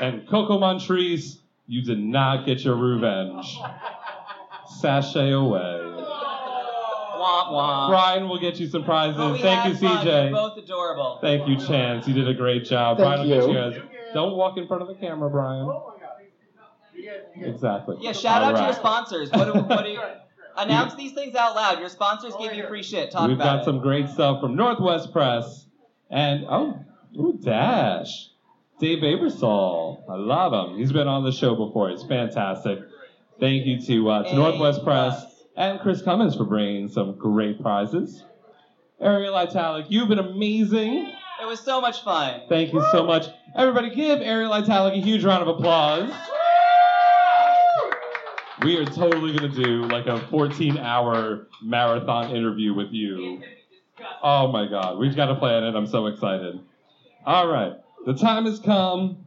Speaker 2: and Coco Montrese, you did not get your revenge. Sashay away.
Speaker 10: Womp womp.
Speaker 2: Brian will get you some prizes.
Speaker 10: But Oh, we
Speaker 2: Thank
Speaker 10: had
Speaker 2: you,
Speaker 10: fun. You're
Speaker 2: CJ.
Speaker 10: both adorable.
Speaker 2: Thank you, Chance. You did a great job.
Speaker 7: Thank
Speaker 2: Uh, Brian will
Speaker 7: you.
Speaker 2: get you guys. Don't walk in front of the camera, Brian. Exactly.
Speaker 10: Yeah, shout out
Speaker 2: All
Speaker 10: to your
Speaker 2: right.
Speaker 10: sponsors. What do, what do you, announce these things out loud? Your sponsors give you free shit. Talk
Speaker 2: We've got
Speaker 10: about
Speaker 2: some great stuff from Northwest Press and oh, ooh, Dash, Dave Abersol. I love him. He's been on the show before. He's fantastic. Thank you to uh, to
Speaker 10: Hey,
Speaker 2: Northwest Press
Speaker 10: yes.
Speaker 2: and Chris Cummins for bringing some great prizes. Ariel Italic, you've been amazing.
Speaker 10: it. It was so much fun.
Speaker 2: Thank you so much. Everybody, give Ariel Italic a huge round of applause. We are totally going to do like a 14 hour marathon interview with you. Oh my God, we've got to plan it. I'm so excited. All right, the time has come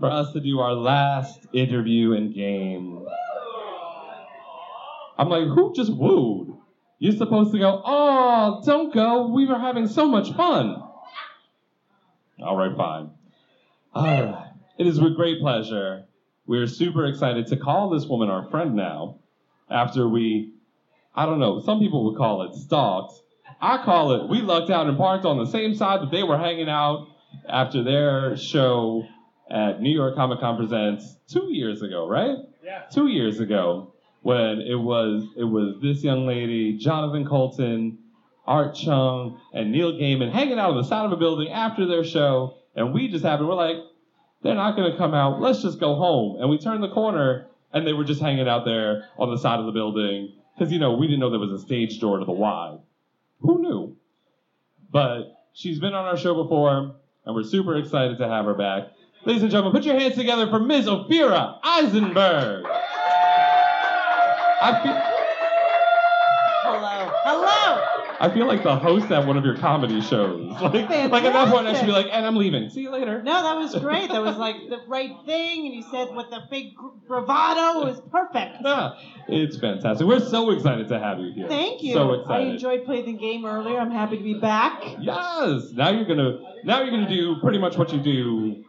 Speaker 2: for us to do our last interview and game. I'm like, who just wooed? You're supposed to go, oh, don't go. We were having so much fun. All right, fine. All right. It is with great pleasure. We're super excited to call this woman our friend now. after we, I don't know, some people would call it stalked. I call it we lucked out and parked on the same side that they were hanging out after their show at New York Comic Con Presents two years ago, right?
Speaker 5: Yeah.
Speaker 2: Two years ago, when it was it was this young lady, Jonathan Colton, Art Chung, and Neil Gaiman hanging out on the side of a building after their show, and we just happened. We're like, they're not gonna come out. Let's just go home. And we turned the corner, and they were just hanging out there on the side of the building because you know we didn't know there was a stage door to the Y. Who knew? But she's been on our show before, and we're super excited to have her back. Ladies and gentlemen, put your hands together for Ms. Ophira Eisenberg. I feel,
Speaker 6: Hello. Hello.
Speaker 2: I feel like the host at one of your comedy shows. Like, like at that point, I should be like, and I'm leaving. See you later.
Speaker 6: No, that was great. That was like the right thing, and you said with the big gr- bravado it was perfect.
Speaker 2: Yeah, it's fantastic. We're so excited to have you here.
Speaker 6: Thank you.
Speaker 2: So
Speaker 6: I
Speaker 2: excited.
Speaker 6: enjoyed playing the game earlier. I'm happy to be back.
Speaker 2: yes. Now you're gonna now you're gonna do pretty much what you do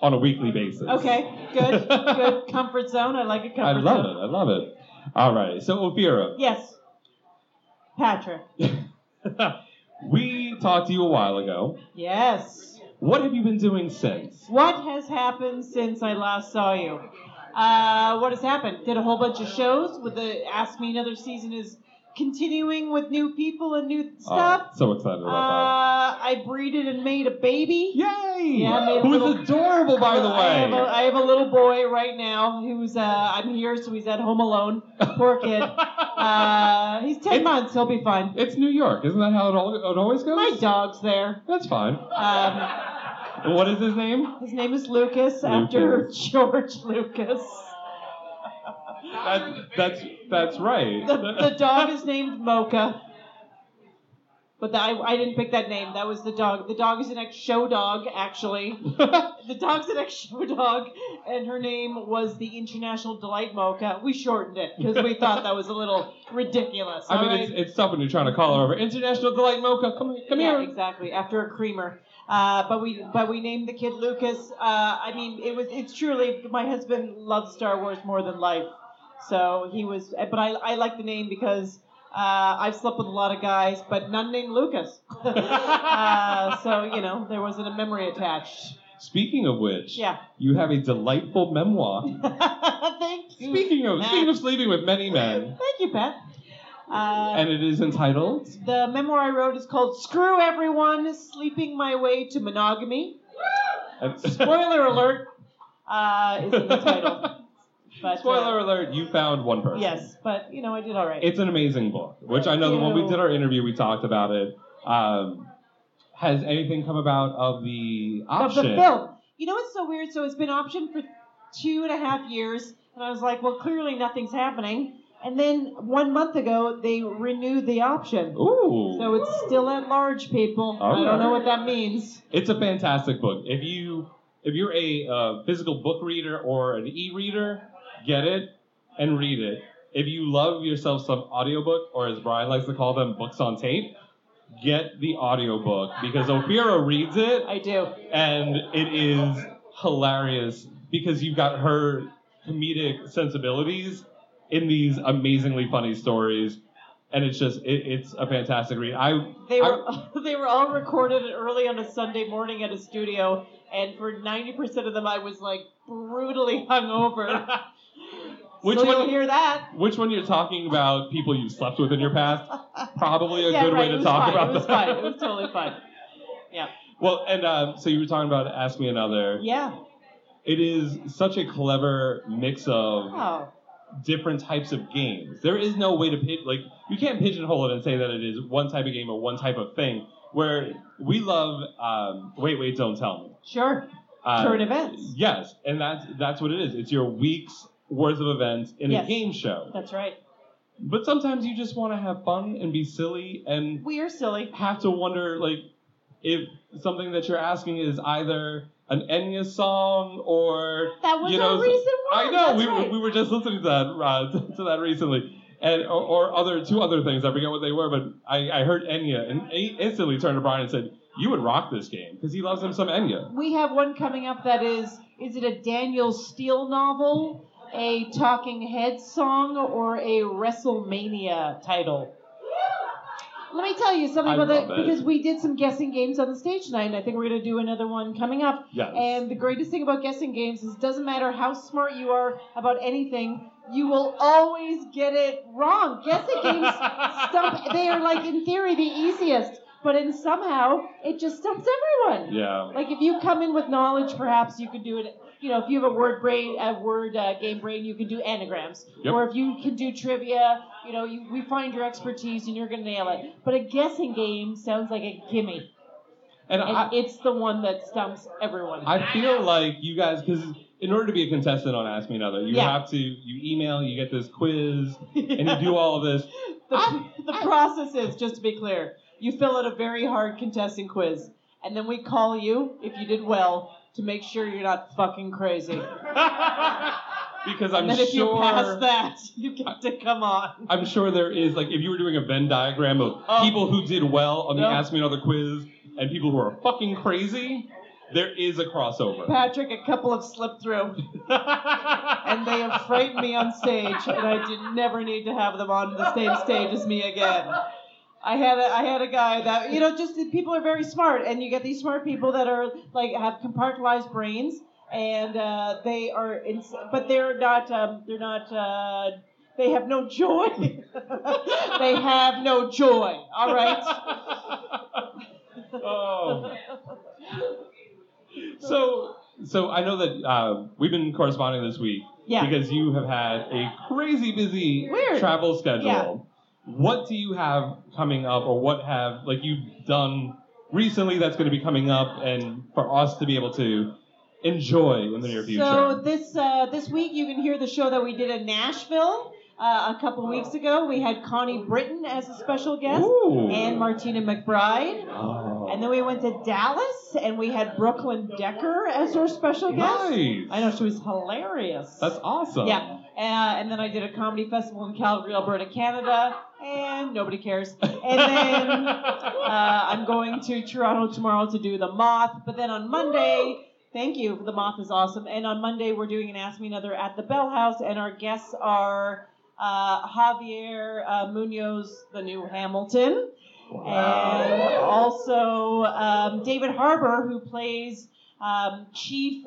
Speaker 2: on a weekly basis.
Speaker 6: Okay, good, good comfort zone. I like a comfort
Speaker 2: I love
Speaker 6: zone.
Speaker 2: it. I love it. All right. So Ophira,
Speaker 6: Yes, Patrick.
Speaker 2: we talked to you a while ago.
Speaker 6: Yes.
Speaker 2: What have you been doing since?
Speaker 6: What has happened since I last saw you? Uh, what has happened? Did a whole bunch of shows with the Ask Me Another season is continuing with new people and new stuff.
Speaker 2: Oh, so excited
Speaker 6: Uh,
Speaker 2: about
Speaker 6: I breeded and made a baby.
Speaker 2: Yay!
Speaker 6: Yeah, I made a
Speaker 2: Who's
Speaker 6: little,
Speaker 2: adorable, by the
Speaker 6: I have,
Speaker 2: way.
Speaker 6: a, I have a little boy right now who's uh, I'm here, so he's at home alone. Poor kid. uh, he's ten months. He'll be fine.
Speaker 2: It's New York, isn't that how it, all, it always goes?
Speaker 6: My dog's there.
Speaker 2: That's fine.
Speaker 6: Um,
Speaker 2: that. What is his name?
Speaker 6: his name is Lucas, after George Lucas.
Speaker 2: That, that's that's right.
Speaker 6: The, the dog is named Mocha. But the, I, I didn't pick that name. That was the dog. The dog is an ex show dog, actually. the dog's an ex show dog, and her name was the International Delight Mocha. We shortened it because we thought that was a little ridiculous.
Speaker 2: I mean,
Speaker 6: all right?
Speaker 2: it's, it's tough when you're trying to call her over. International Delight Mocha, come here. Come
Speaker 6: yeah,
Speaker 2: here.
Speaker 6: exactly. After a creamer. Uh, but we but we named the kid Lucas. Uh, I mean, it was it's truly my husband loves Star Wars more than life, so he was. But I, I like the name because uh, I've slept with a lot of guys, but none named Lucas. uh, so you know there wasn't a memory attached.
Speaker 2: Speaking of which,
Speaker 6: Yeah.
Speaker 2: you have a delightful memoir.
Speaker 6: Thank you.
Speaker 2: speaking of speaking of sleeping with many men,
Speaker 6: Thank you, Pat. Uh,
Speaker 2: and it is entitled.
Speaker 6: The memoir I wrote is called "Screw Everyone: Sleeping My Way to Monogamy." Spoiler alert uh, is in the title. But,
Speaker 2: Spoiler
Speaker 6: uh,
Speaker 2: alert: you found one person.
Speaker 6: Yes, but you know I did all right.
Speaker 2: It's an amazing book, which I know that when we
Speaker 6: Ew.
Speaker 2: did our interview, we talked about it. Um, has anything come about of the
Speaker 6: of
Speaker 2: option?
Speaker 6: the film. You know what's so weird? So it's been optioned for two and a half years, and I was like, well, clearly nothing's happening. And then one month ago, they renewed the option.
Speaker 2: Ooh.
Speaker 6: So it's still at large, people.
Speaker 2: All
Speaker 6: I don't know
Speaker 2: right.
Speaker 6: what that means.
Speaker 2: It's a fantastic book. If you if you're a uh, physical book reader or an e-reader, get it and read it. If you love yourself some audiobook or as Brian likes to call them books on tape, get the audiobook because Ophira reads it.
Speaker 6: I do.
Speaker 2: And it is hilarious because you've got her comedic sensibilities in these amazingly funny stories. And it's just it, it's a fantastic read. I
Speaker 6: They were they were all recorded early on a Sunday morning at a studio, and for ninety percent of them, I was like brutally hungover.
Speaker 2: Which
Speaker 6: so
Speaker 2: one-
Speaker 6: you'll hear that?
Speaker 2: Which one you're talking about? People you slept with in your past? Probably a
Speaker 6: yeah,
Speaker 2: good
Speaker 6: right.
Speaker 2: way
Speaker 6: it
Speaker 2: to
Speaker 6: was
Speaker 2: talk
Speaker 6: fine.
Speaker 2: about
Speaker 6: It was
Speaker 2: that.
Speaker 6: fine. It was totally fine. Yeah.
Speaker 2: Well, and um, so you were talking about Ask Me Another.
Speaker 6: Yeah.
Speaker 2: It is such a clever mix of
Speaker 6: Oh.
Speaker 2: different types of games. There is no way to pit like you can't pigeonhole it and say that it is one type of game or one type of thing. Where we love um, wait, wait, don't tell me.
Speaker 6: Sure.
Speaker 2: Uh,
Speaker 6: Current events.
Speaker 2: Yes, and that's that's what it is. It's your week's worth of events in
Speaker 6: Yes.
Speaker 2: a game show.
Speaker 6: That's right.
Speaker 2: But sometimes you just want to have fun and be silly and
Speaker 6: we are silly.
Speaker 2: Have to wonder like if something that you're asking is either an Enya song or
Speaker 6: That was
Speaker 2: you
Speaker 6: our
Speaker 2: know,
Speaker 6: reason
Speaker 2: I
Speaker 6: one,
Speaker 2: know
Speaker 6: that's
Speaker 2: we,
Speaker 6: right.
Speaker 2: we were just listening to that uh, to that recently. And, or, or other two other things I forget what they were, but I, I heard Enya and he instantly turned to Brian and said, "You would rock this game because he loves him some Enya."
Speaker 6: We have one coming up that is is it a Daniel Steele novel? a Talking Heads song or a WrestleMania title. Let me tell you something
Speaker 2: I
Speaker 6: about that
Speaker 2: love it.
Speaker 6: because we did some guessing games on the stage tonight, and I think we're going to do another one coming up.
Speaker 2: Yes.
Speaker 6: And the greatest thing about guessing games is it doesn't matter how smart you are about anything, you will always get it wrong. Guessing games stump, they are like, in theory, the easiest, but in somehow, it just stumps everyone.
Speaker 2: Yeah.
Speaker 6: Like if you come in with knowledge, perhaps you could do it. You know, if you have a word brain, a word uh, game brain, you can do anagrams.
Speaker 2: Yep.
Speaker 6: Or if you can do trivia, you know, you, we find your expertise and you're gonna nail it. But a guessing game sounds like a gimme,
Speaker 2: And
Speaker 6: and,
Speaker 2: I-
Speaker 6: it's the one that stumps everyone.
Speaker 2: I feel like you guys, because in order to be a contestant on Ask Me Another, you
Speaker 6: Yeah.
Speaker 2: have to you email, you get this quiz, and you do all of this.
Speaker 6: the, the process is just to be clear: you fill out a very hard contestant quiz, and then we call you if you did well to make sure you're not fucking crazy.
Speaker 2: Because I'm
Speaker 6: and then if
Speaker 2: sure
Speaker 6: you pass that, you get to come on. Oh.
Speaker 2: I'm sure there is like if you were doing a Venn diagram of people who did well on the
Speaker 6: No.
Speaker 2: Ask Me Another quiz and people who are fucking crazy, there is a crossover.
Speaker 6: Patrick, a couple have slipped through. and they have frightened me on stage, and I did never need to have them on the same stage as me again. I had a, I had a guy that you know just the people are very smart, and you get these smart people that are like have compartmentalized brains, and uh, they are in, but they're not um, they're not uh, they have no joy. they have no joy. All right.
Speaker 2: Oh. So so I know that uh, we've been corresponding this week
Speaker 6: Yeah.
Speaker 2: because you have had a crazy busy
Speaker 6: Weird.
Speaker 2: travel schedule.
Speaker 6: Yeah.
Speaker 2: What do you have coming up, or what have like you've done recently that's going to be coming up, and for us to be able to enjoy in the near future?
Speaker 6: So this uh, this week you can hear the show that we did in Nashville uh, a couple weeks ago. We had Connie Britton as a special guest
Speaker 2: Ooh.
Speaker 6: and Martina McBride,
Speaker 2: Oh.
Speaker 6: and then we went to Dallas and we had Brooklyn Decker as our special guest.
Speaker 2: Nice.
Speaker 6: I know she was hilarious.
Speaker 2: That's awesome.
Speaker 6: Yeah. Uh, and then I did a comedy festival in Calgary, Alberta, Canada, and nobody cares. And then uh, I'm going to Toronto tomorrow to do The Moth. But then on Monday, thank you, The Moth is awesome. And on Monday, we're doing an Ask Me Another at the Bell House, and our guests are uh, Javier uh, Munoz, the new Hamilton, and also um, David Harbour, who plays um, Chief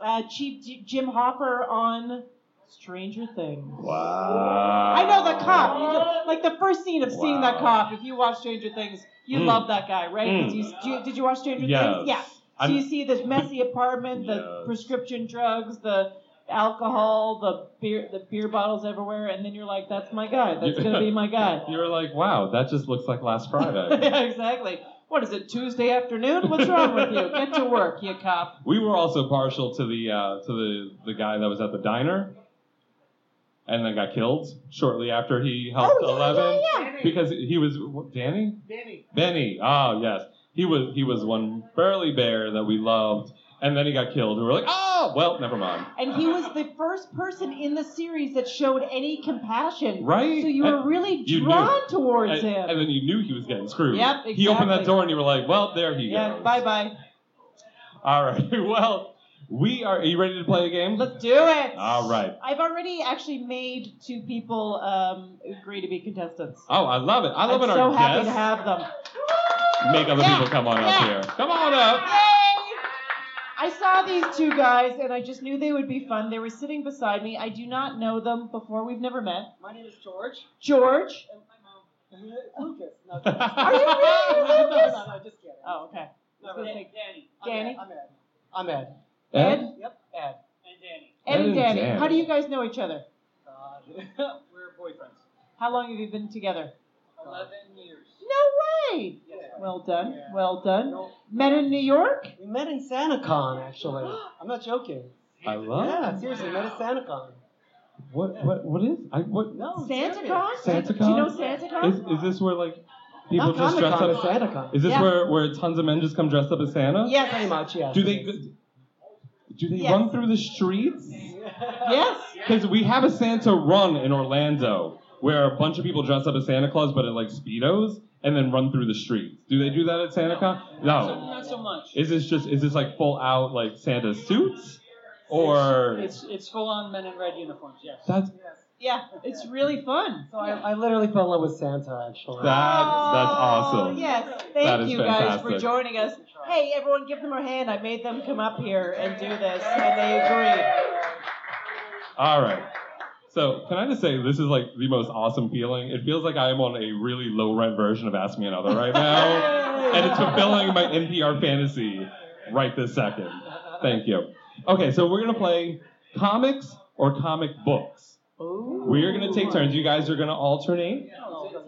Speaker 6: uh, Chief J- Jim Hopper on Stranger Things.
Speaker 2: Wow.
Speaker 6: I know the cop. You just- like the first scene of seeing that
Speaker 2: Wow.
Speaker 6: cop. If you watch Stranger Things, you
Speaker 2: Mm.
Speaker 6: love that guy, right? 'Cause
Speaker 2: Mm.
Speaker 6: you- do you- did you watch Stranger
Speaker 2: Yes.
Speaker 6: Things? Yeah. So
Speaker 2: I'm-
Speaker 6: you see this messy apartment, the prescription drugs, the alcohol, the beer, the beer bottles everywhere, and then you're like, "That's my guy. That's gonna be my guy."
Speaker 2: You were like, wow, that just looks like last Friday.
Speaker 6: yeah, exactly. What is it? Tuesday afternoon? What's wrong with you? Get to work, you cop.
Speaker 2: we were also partial to the uh, to the the guy that was at the diner. And then got killed shortly after he helped
Speaker 6: Oh, yeah,
Speaker 2: Uh, Eleven
Speaker 6: yeah, yeah.
Speaker 2: because he was what, Danny.
Speaker 6: Benny.
Speaker 2: Benny. Oh yes, he was he was one burly bear that we loved, and then he got killed. And we were like, oh well, never mind.
Speaker 6: And he was the first person in the series that showed any compassion.
Speaker 2: Right?
Speaker 6: So you were
Speaker 2: And
Speaker 6: really
Speaker 2: you knew.
Speaker 6: drawn towards
Speaker 2: and,
Speaker 6: him.
Speaker 2: And then you knew he was getting screwed.
Speaker 6: Yep,
Speaker 2: He opened that
Speaker 6: exactly.
Speaker 2: door and you were like, well, there he
Speaker 6: yeah.
Speaker 2: goes.
Speaker 6: Bye bye.
Speaker 2: All right. Well, we are. Are you ready to play a game?
Speaker 6: Let's do it.
Speaker 2: All right.
Speaker 6: I've already actually made two people um, agree to be contestants.
Speaker 2: Oh, I love it. I love
Speaker 6: am
Speaker 2: it.
Speaker 6: so
Speaker 2: our
Speaker 6: happy to
Speaker 2: guests
Speaker 6: have them.
Speaker 2: make other people come on up here. Come on up.
Speaker 6: I saw these two guys and I just knew they would be fun. They were sitting beside me. I do not know them before. We've never met.
Speaker 11: My name is George.
Speaker 6: George.
Speaker 11: And my mom. Lucas. No, Are
Speaker 6: Are you really
Speaker 11: No,
Speaker 6: Lucas?
Speaker 11: no, no, just kidding.
Speaker 6: Oh, okay.
Speaker 11: No,
Speaker 6: Just
Speaker 11: Dan-
Speaker 6: like-
Speaker 11: Danny.
Speaker 6: Danny?
Speaker 11: I'm Ed. I'm Ed.
Speaker 6: Ed?
Speaker 11: Yep, Ed. And Danny.
Speaker 6: Ed and Danny.
Speaker 2: Danny.
Speaker 6: How do you guys know each other?
Speaker 11: God. We're boyfriends.
Speaker 6: How long have you been together?
Speaker 11: 11 years.
Speaker 6: No way! Well done. Well done. Met in New York?
Speaker 11: We met in SantaCon, actually. I'm not joking.
Speaker 2: I love.
Speaker 11: Yeah, seriously, we met at SantaCon.
Speaker 2: What? What? What is? I what?
Speaker 11: No,
Speaker 6: SantaCon?
Speaker 2: Santa
Speaker 6: Oh, Do you know SantaCon?
Speaker 2: Is, is this where like people
Speaker 11: Not
Speaker 2: just dress
Speaker 11: Comic-Con, but
Speaker 2: up?
Speaker 11: SantaCon.
Speaker 2: Is this
Speaker 11: Yeah.
Speaker 2: where where tons of men just come dressed up as Santa?
Speaker 11: Yes. Pretty much, yes.
Speaker 2: Do they? Do they
Speaker 11: Yes.
Speaker 2: run through the streets?
Speaker 6: yes.
Speaker 2: Because we have a Santa run in Orlando where a bunch of people dress up as Santa Claus but in like speedos and then run through the streets. Do they do that at SantaCon? No.
Speaker 11: Not so much.
Speaker 2: Is this just is this like full out like Santa suits? Or
Speaker 12: It's it's full on men in red uniforms. Yes.
Speaker 2: That's-
Speaker 6: Yeah, it's really fun. Oh,
Speaker 11: So I, I literally fell in love with Santa, actually.
Speaker 2: that that's awesome.
Speaker 6: Yes,
Speaker 2: That
Speaker 6: thank
Speaker 2: is
Speaker 6: you guys for
Speaker 2: fantastic.
Speaker 6: joining us. Hey, everyone, give them a hand. I made them come up here and do this, and they agree.
Speaker 2: All right. So can I just say this is like the most awesome feeling? It feels like I am on a really low rent version of Ask Me Another right now, and it's fulfilling my NPR fantasy right this second. Thank you. Okay, so we're gonna play comics or comic books. We are gonna take turns. You guys are gonna alternate.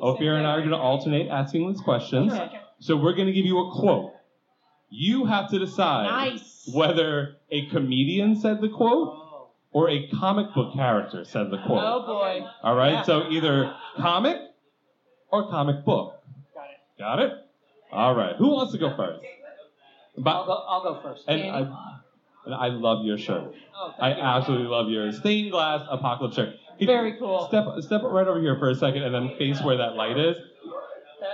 Speaker 2: Ophir and I are gonna alternate asking these questions.
Speaker 6: Okay.
Speaker 2: So we're gonna give you a quote. You have to decide
Speaker 6: Oh, Nice.
Speaker 2: whether a comedian said the quote or a comic book character said the quote.
Speaker 6: Oh boy.
Speaker 2: All right,
Speaker 6: Yeah.
Speaker 2: so either comic or comic book. Got it. Got it? All right, who wants to go first? But,
Speaker 12: I'll go, I'll go first.
Speaker 2: and,
Speaker 12: Danny?
Speaker 2: I, and I love your shirt.
Speaker 12: Oh,
Speaker 2: I
Speaker 12: thank you.
Speaker 2: absolutely love your stained glass apocalypse shirt. Could
Speaker 12: Very
Speaker 2: you
Speaker 12: cool.
Speaker 2: Step, step right over here for a second and then face where that light is.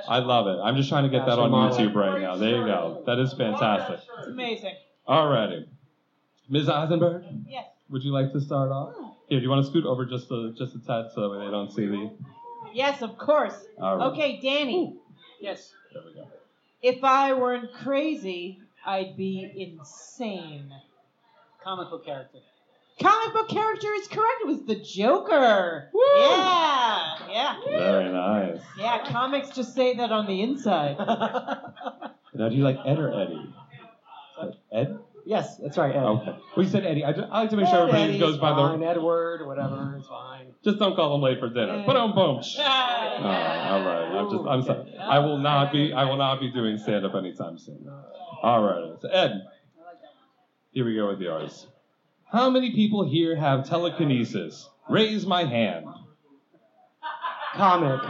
Speaker 2: I love it. I'm just trying to get that on
Speaker 6: Fashion
Speaker 2: YouTube right now. There you go. That is fantastic.
Speaker 6: It's amazing.
Speaker 2: Alrighty. Ms. Eisenberg,
Speaker 6: Yes.
Speaker 2: would you like to start off? Here, do you want to scoot over just a, just a tad so that way they don't see the.
Speaker 6: Yes, of course.
Speaker 2: All right.
Speaker 6: Okay, Danny.
Speaker 12: Yes.
Speaker 2: There we go.
Speaker 6: If I weren't crazy, I'd be insane.
Speaker 12: Comic book character.
Speaker 6: Comic book character is correct. It was the Joker. Yeah, yeah,
Speaker 2: Very nice.
Speaker 6: yeah. Comics just say that on the inside.
Speaker 2: Now, do you like Ed or Eddie? Ed?
Speaker 11: Yes, that's right, Ed.
Speaker 2: Okay. We said Eddie. I, ju- I like to make sure everybody
Speaker 11: Eddie
Speaker 2: goes
Speaker 11: is
Speaker 2: by
Speaker 11: fine,
Speaker 2: the.
Speaker 11: Edward, whatever, it's fine.
Speaker 2: Just don't call him late for dinner. But boom, boom. Shh. All right, Ah, all right. I'm just. I'm sorry. I will not be. I will not be doing stand up anytime soon. All right. So Ed. Here we go with yours. How many people here have telekinesis? Raise my hand. Comic.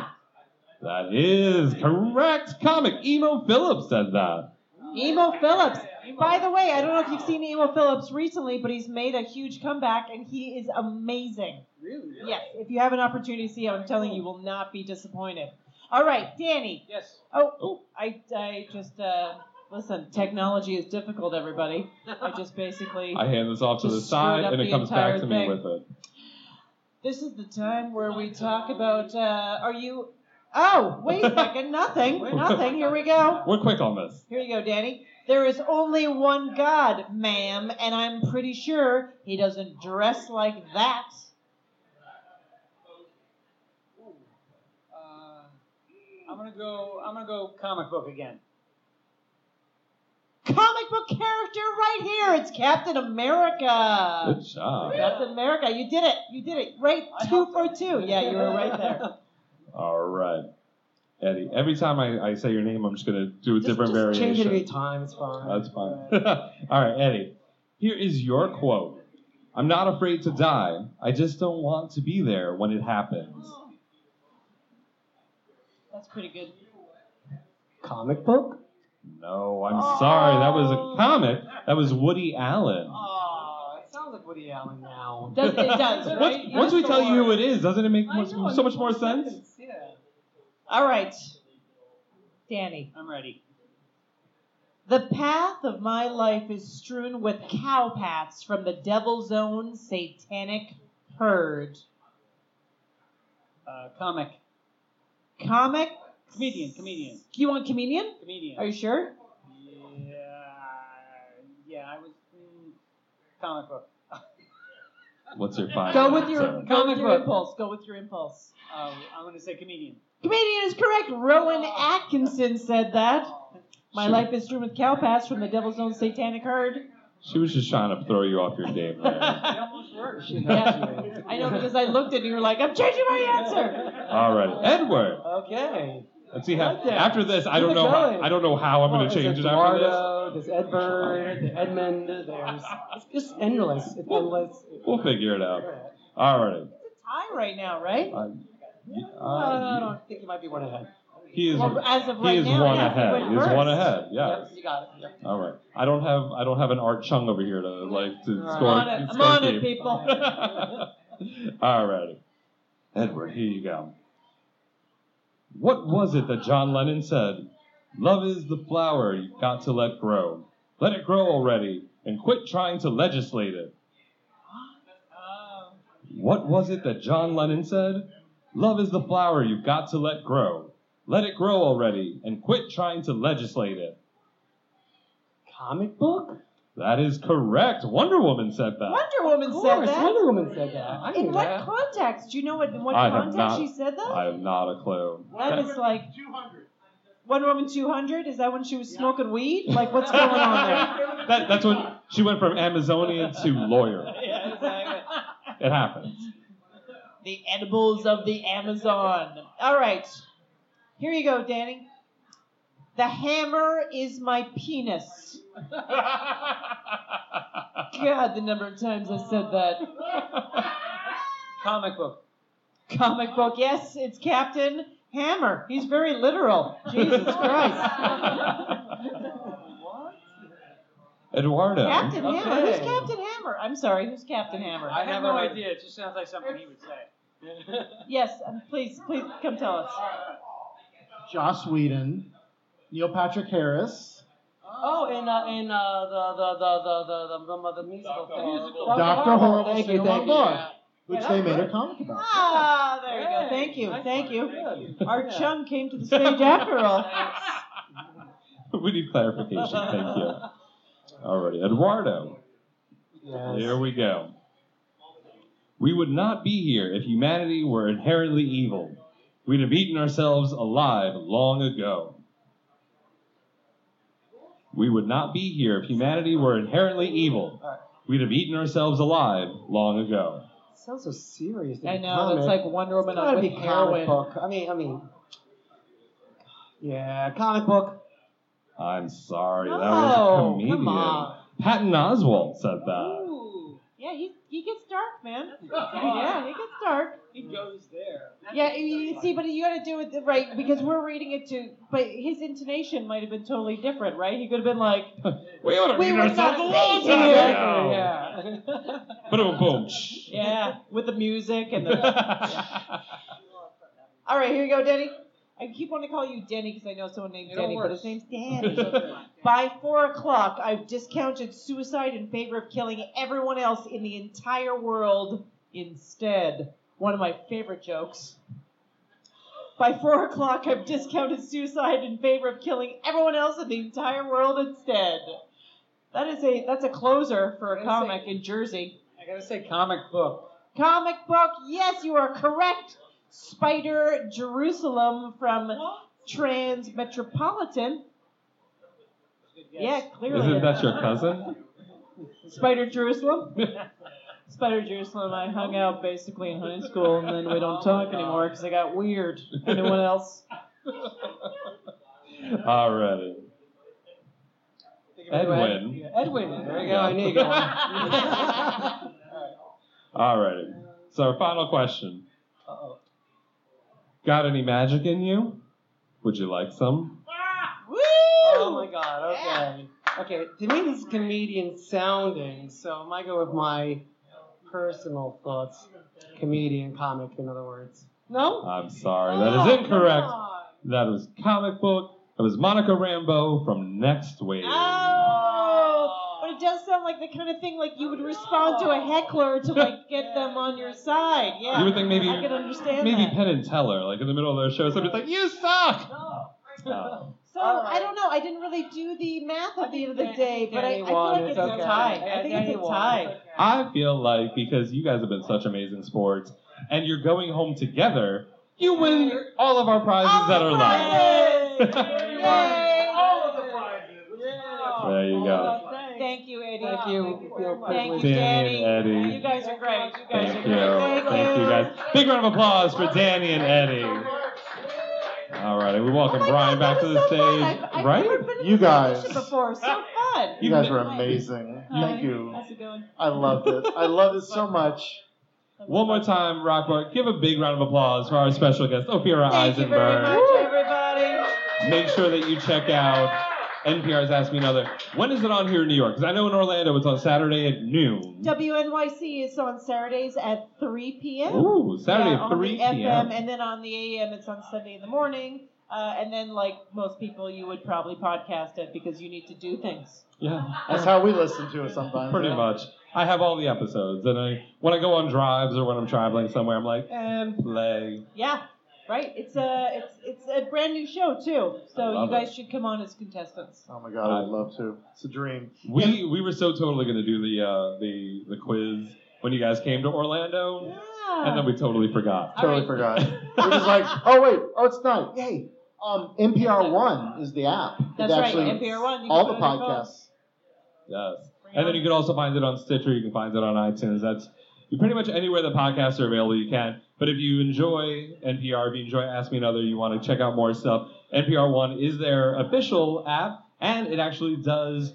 Speaker 2: That is correct. Comic. Emo Phillips said that.
Speaker 6: Emo Phillips. By the way, I don't know if you've seen Emo Phillips recently, but he's made a huge comeback and he is amazing. Really? Yes. If you have an opportunity to see him, I'm telling you, you will not be disappointed. All right, Danny.
Speaker 12: Yes.
Speaker 6: Oh, I, I just, uh, listen, technology is difficult, everybody. I just basically.
Speaker 2: I hand this off to the
Speaker 6: Just screwed
Speaker 2: side,
Speaker 6: up
Speaker 2: and it
Speaker 6: the
Speaker 2: comes back
Speaker 6: entire
Speaker 2: to me
Speaker 6: thing.
Speaker 2: with it.
Speaker 6: This is the time where we talk about, uh, are you. Oh, wait a second. Nothing. Nothing. Here we go.
Speaker 2: We're quick on this.
Speaker 6: Here you go, Danny. There is only one God, ma'am, and I'm pretty sure he doesn't dress like that.
Speaker 12: Uh, I'm gonna go. I'm gonna go comic book again.
Speaker 6: Comic book character right here. It's Captain America.
Speaker 2: Good job.
Speaker 6: Captain America. You did it. You did it. Right two for two. Yeah, you were right there.
Speaker 2: All right. Eddie, every time I, I say your name, I'm just going to do a different
Speaker 11: Just
Speaker 2: variation. Uh,
Speaker 11: change it every time, it's fine.
Speaker 2: That's fine. All right, Eddie. Here is your quote I'm not afraid to die. I just don't want to be there when it happens.
Speaker 6: That's pretty good.
Speaker 2: Comic book? No, I'm sorry. That was a comic. That was Woody Allen.
Speaker 11: Oh, it sounds like Woody Allen now.
Speaker 6: Does- it does, right?
Speaker 2: Once, once we tell you who it is, doesn't it make much, so much more sense?
Speaker 6: All right, Danny.
Speaker 12: I'm ready.
Speaker 6: The path of my life is strewn with cow paths from the devil's own satanic herd.
Speaker 12: Uh, comic.
Speaker 6: Comic?
Speaker 12: Comedian. Comedian.
Speaker 6: You want comedian?
Speaker 12: Comedian.
Speaker 6: Are you sure?
Speaker 12: Yeah. Yeah. I was. Mm, comic book.
Speaker 2: What's your final
Speaker 6: Go with your,
Speaker 2: answer?
Speaker 6: go with
Speaker 12: Comic
Speaker 6: your
Speaker 12: book.
Speaker 6: impulse. Go with your impulse.
Speaker 12: Uh, I'm gonna say comedian.
Speaker 6: Comedian is correct. Rowan Atkinson said that. My
Speaker 2: Sure.
Speaker 6: life is strewn with cow paths from the devil's own satanic herd.
Speaker 2: She was just trying to throw you off your game there.
Speaker 6: Yeah. I know because I looked at you and you were like, I'm changing my answer.
Speaker 2: All right, Edward.
Speaker 11: Okay.
Speaker 2: Let's see how.
Speaker 11: like that.
Speaker 2: After this, I
Speaker 11: Keep
Speaker 2: don't
Speaker 11: it
Speaker 2: know. How,
Speaker 11: going.
Speaker 2: I don't know how I'm going
Speaker 11: There's
Speaker 2: to change Oh, it after
Speaker 11: Eduardo, There's
Speaker 2: this.
Speaker 11: Edward, there's Edmund, there's. It's just endless. It's endless.
Speaker 2: We'll figure it out. All right.
Speaker 6: Tie right now, right?
Speaker 11: I
Speaker 2: Uh, uh,
Speaker 11: don't think you might be one ahead.
Speaker 2: he is.
Speaker 6: Well, as of
Speaker 2: he
Speaker 6: right
Speaker 2: is
Speaker 6: now,
Speaker 2: one
Speaker 6: yeah,
Speaker 2: ahead.
Speaker 6: he
Speaker 2: He
Speaker 6: went
Speaker 2: is one
Speaker 6: first.
Speaker 2: ahead. Yeah.
Speaker 11: Yep, you got it. Yep.
Speaker 2: All right. I don't have. I don't have an Art Chung over here to like to
Speaker 6: I'm
Speaker 2: score.
Speaker 6: on it. I'm
Speaker 2: score
Speaker 6: on it,
Speaker 2: keep.
Speaker 6: people.
Speaker 2: All right. Edward, here you go. What was it that John Lennon said? Love is the flower you've got to let grow. Let it grow already and quit trying to legislate it. What was it that John Lennon said? Love is the flower you've got to let grow. Let it grow already and quit trying to legislate it.
Speaker 12: Comic book?
Speaker 2: That is correct. Wonder Woman said that.
Speaker 6: Wonder Woman
Speaker 12: Of
Speaker 6: said
Speaker 12: course,
Speaker 6: that.
Speaker 12: Wonder Woman said that. I
Speaker 6: in
Speaker 12: knew
Speaker 6: what
Speaker 12: that.
Speaker 6: context? Do you know what, in what
Speaker 2: I have
Speaker 6: context
Speaker 2: not.
Speaker 6: she said that?
Speaker 2: I have not a clue.
Speaker 6: That was like 200. Wonder Woman 200? Is that when she was smoking weed? Like, what's going on there?
Speaker 2: That, that's when she went from Amazonian to lawyer.
Speaker 6: yeah, exactly.
Speaker 2: It happens.
Speaker 6: The edibles of the Amazon. All right. Here you go, Danny. The hammer is my penis. God, the number of times I said that.
Speaker 12: Comic book.
Speaker 6: Comic book. Yes, it's Captain Hammer. He's very literal. Jesus Christ.
Speaker 2: Eduardo.
Speaker 6: Captain Hammer. Who's
Speaker 12: Okay.
Speaker 6: Captain Hammer? I'm sorry. Who's Captain Hammer?
Speaker 12: I have
Speaker 6: Never
Speaker 12: no
Speaker 6: mind.
Speaker 12: idea. It just sounds like something he would say.
Speaker 6: Yes, um, please, please come tell us.
Speaker 3: Joss Whedon, Neil Patrick Harris,
Speaker 12: Oh, in uh, in uh, the, the, the, the, the, the, the, the musical thing.
Speaker 3: Dr. Horrible,
Speaker 12: Thank you,
Speaker 3: Cinema
Speaker 12: thank you.
Speaker 3: Bar,
Speaker 12: Yeah.
Speaker 3: which
Speaker 12: Yeah,
Speaker 3: they
Speaker 12: that's
Speaker 3: made a
Speaker 12: right.
Speaker 3: comic about.
Speaker 6: Ah, there you go.
Speaker 12: Hey,
Speaker 6: Thank you,
Speaker 12: nice
Speaker 6: thank you.
Speaker 12: Good.
Speaker 6: Our
Speaker 12: Yeah.
Speaker 6: chum came to the stage after all.
Speaker 2: we need clarification. Thank you. Alrighty, Eduardo. Here we go. We would not be here if humanity were inherently evil. We'd have eaten ourselves alive long ago. We would not be here if humanity were inherently evil. We'd have eaten ourselves alive long ago.
Speaker 12: It sounds so serious.
Speaker 6: I know, that's like Wonder Woman
Speaker 12: it's gotta
Speaker 6: with
Speaker 12: be
Speaker 6: heroin.
Speaker 12: comic book. I mean, I mean, yeah, comic book. Oh,
Speaker 2: I'm sorry, that
Speaker 6: No,
Speaker 2: was a
Speaker 6: come
Speaker 2: comedian.
Speaker 6: on.
Speaker 2: Patton Oswalt said that.
Speaker 6: Ooh. Yeah, he, he gets dark, man. Yeah, he gets dark.
Speaker 12: He goes there.
Speaker 6: Yeah, you you see, but you got to do it the- right because we're reading it to. But his intonation might have been totally different, right? He could have been like,
Speaker 2: We ought to
Speaker 6: We
Speaker 2: eat
Speaker 6: were
Speaker 2: ourselves
Speaker 6: not
Speaker 2: alive
Speaker 6: made here.
Speaker 2: long ago.
Speaker 12: Yeah.
Speaker 2: Boom, boom.
Speaker 6: yeah, with the music and the. yeah. All right, here you go, Denny. I keep wanting to call you Denny because I know someone named
Speaker 12: It'll
Speaker 6: Denny,
Speaker 12: work.
Speaker 6: but his name's Danny. By four o'clock, I've discounted suicide in favor of killing everyone else in the entire world instead. One of my favorite jokes. By four o'clock, I've discounted suicide in favor of killing everyone else in the entire world instead. That is a that's a closer for a comic in Jersey.
Speaker 12: I gotta say, comic book.
Speaker 6: Comic book, yes, you are correct. Spider Jerusalem from Trans Metropolitan. Yeah, clearly.
Speaker 2: Isn't that your cousin?
Speaker 6: Spider Jerusalem? Spider Jerusalem, I hung out basically in high school, and then we
Speaker 12: Oh
Speaker 6: don't talk anymore because I got weird. Anyone else?
Speaker 2: Alrighty. Edwin.
Speaker 12: Edwin. There you go.
Speaker 2: Yeah.
Speaker 12: I knew you got one.
Speaker 2: Alrighty. So our final question. Got any magic in you? Would you like some?
Speaker 6: Woo!
Speaker 12: Oh my god, okay. Okay, to me this is comedian sounding, so I might go with my personal thoughts. Comedian, comic, in other words. No?
Speaker 2: I'm sorry, that
Speaker 12: Oh,
Speaker 2: is incorrect. That was comic book. That was Monica Rambo from Next Wave.
Speaker 6: Oh, but it does sound like the kind of thing like you would respond to a heckler to like get them on your side. Yeah,
Speaker 2: You would think maybe-
Speaker 6: I can understand
Speaker 2: Maybe
Speaker 6: that.
Speaker 2: Penn and Teller, like in the middle of their show, somebody's like, "You suck." Oh.
Speaker 6: So I don't know. I didn't really do the math at the end of the day, but I, I
Speaker 12: Danny
Speaker 6: feel
Speaker 12: won,
Speaker 6: like it's
Speaker 12: it's
Speaker 6: a
Speaker 12: okay.
Speaker 6: tie. I
Speaker 12: Yeah,
Speaker 6: think it's
Speaker 12: Danny
Speaker 6: a
Speaker 12: won.
Speaker 6: tie.
Speaker 2: I feel like because you guys have been such amazing sports, and you're going home together, you win all of our prizes that are left.
Speaker 6: All
Speaker 12: of the prizes.
Speaker 2: there you go.
Speaker 6: Thank you, Eddie.
Speaker 12: Thank you.
Speaker 6: Thank you,
Speaker 2: Danny
Speaker 6: Danny.
Speaker 2: and Eddie.
Speaker 6: You guys are great. You guys
Speaker 2: Thank
Speaker 6: are
Speaker 2: you.
Speaker 6: great.
Speaker 2: Thank you guys. Big round of applause for Danny and Eddie. All right, and we
Speaker 6: Oh
Speaker 2: welcome Brian back to the stage.
Speaker 6: I've never
Speaker 2: right?
Speaker 6: been in
Speaker 3: You
Speaker 6: this
Speaker 3: guys.
Speaker 6: position before. So fun.
Speaker 3: You guys were amazing. Thank you.
Speaker 6: How's it going?
Speaker 3: I loved it. I loved it so much.
Speaker 2: One more time, Rockbar, give a big round of applause for our special guest, Ophira
Speaker 6: Thank you very
Speaker 2: Eisenberg.
Speaker 6: much, everybody.
Speaker 2: Make sure that you check out NPR's Ask Me Another. When is it on here in New York? Because I know in Orlando it's on Saturday at noon.
Speaker 6: WNYC is on Saturdays at 3 p.m.
Speaker 2: Ooh, Saturday
Speaker 6: Yeah,
Speaker 2: at
Speaker 6: on
Speaker 2: 3
Speaker 6: the FM,
Speaker 2: p.m.
Speaker 6: and then on the AM, it's on Sunday in the morning. Uh, and then, like most people, you would probably podcast it because you need to do things.
Speaker 2: Yeah.
Speaker 3: That's how we listen to it sometimes.
Speaker 2: Pretty
Speaker 3: yeah.
Speaker 2: much. I have all the episodes, and I when I go on drives or when I'm traveling somewhere, I'm like, and play.
Speaker 6: Yeah, right. It's a it's it's a brand new show too.
Speaker 2: I
Speaker 6: So you
Speaker 2: love
Speaker 6: guys should come on as contestants.
Speaker 3: Oh my god, I'd love to. It's a dream.
Speaker 2: We we were so totally gonna do the uh, the the quiz when you guys came to Orlando, and then we totally forgot.
Speaker 3: Totally forgot. We're just like, oh wait, oh it's night. Yay. Um, NPR One is the app. It
Speaker 6: That's right,
Speaker 3: actually-
Speaker 6: NPR One, you can
Speaker 3: All
Speaker 6: put
Speaker 3: the
Speaker 6: it on your phone.
Speaker 3: podcasts.
Speaker 2: Yes. And then you can also find it on Stitcher. You can find it on iTunes. That's you pretty much anywhere the podcasts are available. You can. But if you enjoy NPR, if you enjoy Ask Me Another, you want to check out more stuff. NPR One is their official app, and it actually does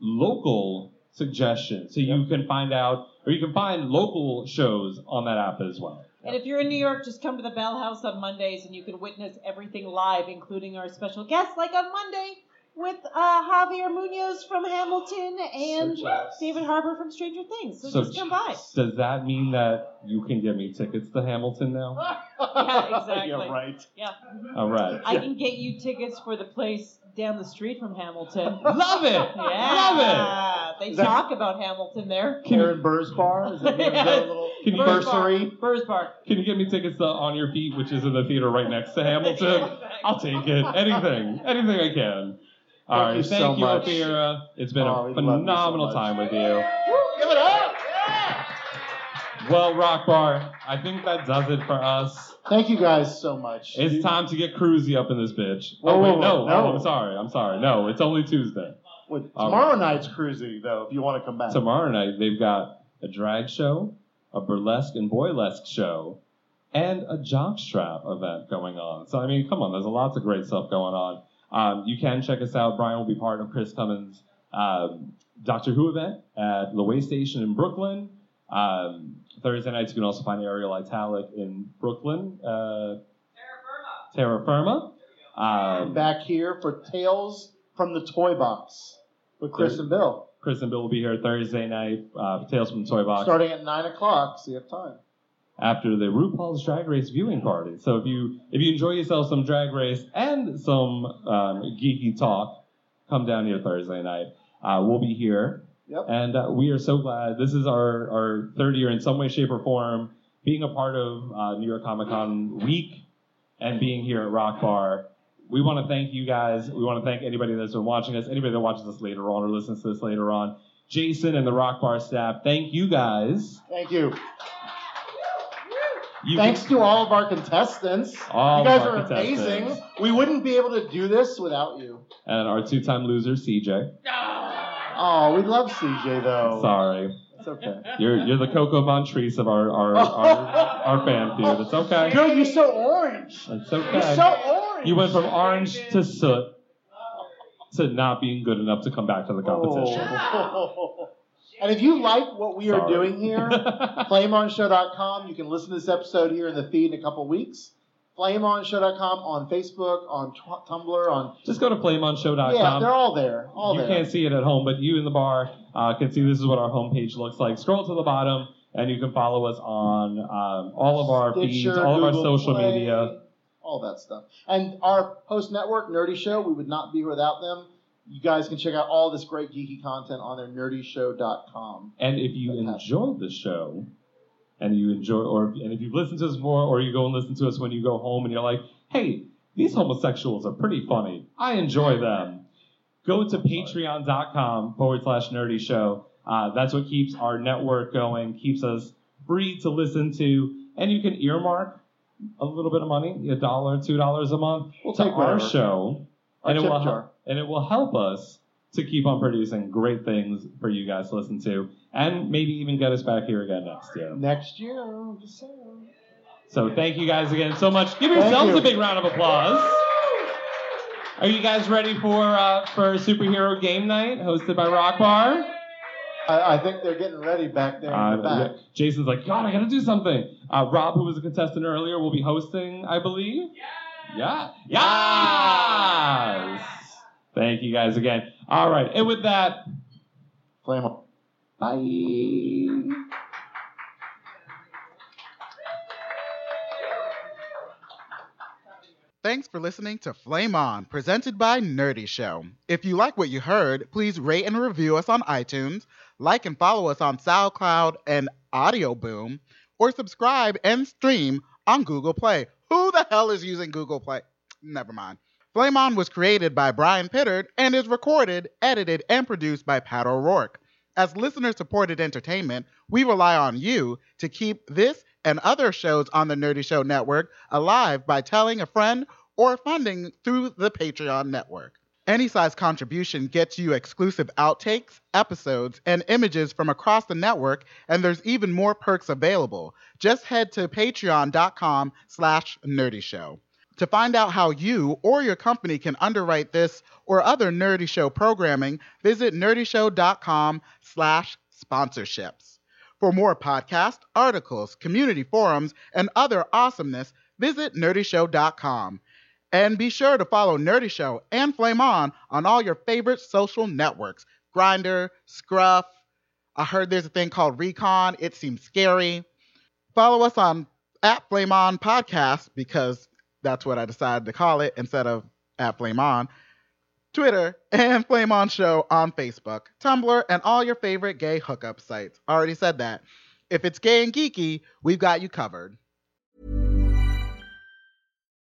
Speaker 2: local suggestions, so you can find out or you can find local shows on that app as well.
Speaker 6: And if you're in New York, just come to the Bell House on Mondays, and you can witness everything live, including our special guests, like on Monday with uh, Javier Munoz from Hamilton and David Harbour from Stranger Things. So, just come by.
Speaker 2: does that mean that you can get me tickets to Hamilton
Speaker 6: Oh.
Speaker 2: now?
Speaker 6: yeah, exactly.
Speaker 2: Yeah, right.
Speaker 6: Yeah.
Speaker 2: All right.
Speaker 6: I can get you tickets for the place down the street from Hamilton.
Speaker 2: Love it.
Speaker 6: Yeah.
Speaker 2: Love
Speaker 6: They
Speaker 3: Is that-
Speaker 6: talk about Hamilton there.
Speaker 3: Karen Burr's Bar. Is that where we go?
Speaker 6: Yes.
Speaker 3: little
Speaker 2: Can you-
Speaker 3: bursary?
Speaker 6: Burr's Bar.
Speaker 2: Can you get me tickets to On Your Feet, which is in the theater right next to Hamilton? I'll take it. Anything. Anything I can. All
Speaker 3: Thank
Speaker 2: right.
Speaker 3: you so
Speaker 2: thank you,
Speaker 3: much.
Speaker 2: Ophira. It's been
Speaker 3: Oh,
Speaker 2: a
Speaker 3: we love you so
Speaker 2: phenomenal
Speaker 3: much.
Speaker 2: time with you.
Speaker 3: Give it up.
Speaker 2: Well, Rock Bar, I think that does it for us.
Speaker 3: Thank you guys so much.
Speaker 2: It's time to get cruisy up in this bitch.
Speaker 3: Whoa,
Speaker 2: oh, wait,
Speaker 3: whoa, whoa,
Speaker 2: no, no.
Speaker 3: no.
Speaker 2: I'm sorry. I'm sorry. No, it's only Tuesday.
Speaker 3: Wait,
Speaker 2: All
Speaker 3: tomorrow night's cruising though. If you want to come back.
Speaker 2: Tomorrow night, they've got a drag show, a burlesque and boylesque show, and a jockstrap event going on. So, I mean, come on, there's lots of great stuff going on. Um, you can check us out. Brian will be part of Chris Cummins' um, Doctor Who event at the Way Station in Brooklyn. Um, Thursday nights, you can also find Ariel Italic in Brooklyn. Uh, Terra Firma. Um,
Speaker 3: Back here for Tales from the Toy Box with Chris
Speaker 2: There-
Speaker 3: and Bill.
Speaker 2: Um, Chris and Bill will be here Thursday night. Uh, Tales from the Toy Box.
Speaker 3: Starting at nine o'clock, so you have time.
Speaker 2: after the RuPaul's Drag Race viewing party. So if you if you enjoy yourself some Drag Race and some um, geeky talk, come down here Thursday night. Uh, we'll be here,
Speaker 3: Yep.
Speaker 2: and uh, we are so glad. This is our our third year in some way, shape, or form being a part of uh, New York Comic Con week and being here at Rock Bar. We want to thank you guys. We want to thank anybody that's been watching us, anybody that watches us later on or listens to this later on. Jason and the Rock Bar staff, thank you guys.
Speaker 3: Thank you.
Speaker 2: You
Speaker 3: Thanks to all of our contestants.
Speaker 2: All
Speaker 3: you guys
Speaker 2: of our
Speaker 3: are
Speaker 2: contestants.
Speaker 3: amazing. We wouldn't be able to do this without you.
Speaker 2: and our two-time loser CJ.
Speaker 3: Oh, we love CJ though.
Speaker 2: Sorry,
Speaker 3: It's okay.
Speaker 2: you're you're the Coco Montrese of our our, our our fan feud. It's okay.
Speaker 3: Good, you're so orange.
Speaker 2: It's
Speaker 3: You're so
Speaker 2: okay.
Speaker 3: orange.
Speaker 2: You went from orange to soot to not being good enough to come back to the competition.
Speaker 3: Oh. And if you like what we are
Speaker 2: Sorry.
Speaker 3: doing here, flameonshow.com. You can listen to this episode here in the feed in a couple weeks. Flameonshow.com on Facebook, on Tw- Tumblr, on
Speaker 2: Just go to flameonshow.com.
Speaker 3: yeah, they're all there, all
Speaker 2: you
Speaker 3: there.
Speaker 2: can't see it at home, but you in the bar uh, can see this is what our homepage looks like. Scroll to the bottom, and you can follow us on um, all of our feeds,
Speaker 3: Stitcher,
Speaker 2: all of our
Speaker 3: Google
Speaker 2: social
Speaker 3: Play.
Speaker 2: media.
Speaker 3: all that stuff. And our host network, Nerdy Show, we would not be without them. You guys can check out all this great geeky content on their nerdyshow.com.
Speaker 2: And if you enjoyed the show, and you enjoy, or and if you've listened to us more, or you go and listen to us when you go home, and you're like, hey, these homosexuals are pretty funny. I enjoy them. Go to patreon.com forward slash nerdy show. Uh, that's what keeps our network going, keeps us free to listen to, and you can earmark a little bit of money, a dollar, two dollars a month,
Speaker 3: We'll
Speaker 2: to
Speaker 3: take
Speaker 2: our
Speaker 3: whatever.
Speaker 2: show,
Speaker 3: Our
Speaker 2: and it
Speaker 3: tip
Speaker 2: will
Speaker 3: jar.
Speaker 2: hel- and it will help us to keep on producing great things for you guys to listen to, and maybe even get us back here again next year.
Speaker 3: Next year, I'm just saying.
Speaker 2: So thank you guys again so much. Give
Speaker 3: Thank
Speaker 2: yourselves
Speaker 3: you.
Speaker 2: a big round of applause. Are you guys ready for uh, for superhero game night hosted by Rock Bar?
Speaker 3: I, I think they're getting ready back there in
Speaker 2: Uh,
Speaker 3: the back.
Speaker 2: yeah, Jason's like, God, I gotta do something. Uh, Rob, who was a contestant earlier, will be hosting, I believe. Yeah. Yeah. Yes. Thank you guys again. All right, and with that,
Speaker 3: flame
Speaker 2: Bye.
Speaker 13: Thanks for listening to Flame On, presented by Nerdy Show. If you like what you heard, please rate and review us on iTunes, like and follow us on SoundCloud and Audio Boom, or subscribe and stream on Google Play. Who the hell is using Google Play? Never mind. Flame On was created by Brian Pittard and is recorded, edited, and produced by Pat O'Rourke. As listener supported entertainment, we rely on you to keep this and other shows on the Nerdy Show Network alive by telling a friend or funding through the Patreon network. Any size contribution gets you exclusive outtakes, episodes, and images from across the network, and there's even more perks available. Just head to patreon.com slash nerdyshow. To find out how you or your company can underwrite this or other Nerdy Show programming, visit nerdyshow.com slash sponsorships. For more podcasts, articles, community forums, and other awesomeness, visit nerdyshow.com. And be sure to follow Nerdy Show and Flame On on all your favorite social networks Grinder, Scruff. I heard there's a thing called Recon. It seems scary. Follow us on at Flame On Podcast because that's what I decided to call it instead of at Flame On. Twitter, and Flame On Show on Facebook, Tumblr, and all your favorite gay hookup sites. Already said that. If it's gay and geeky, we've got you covered.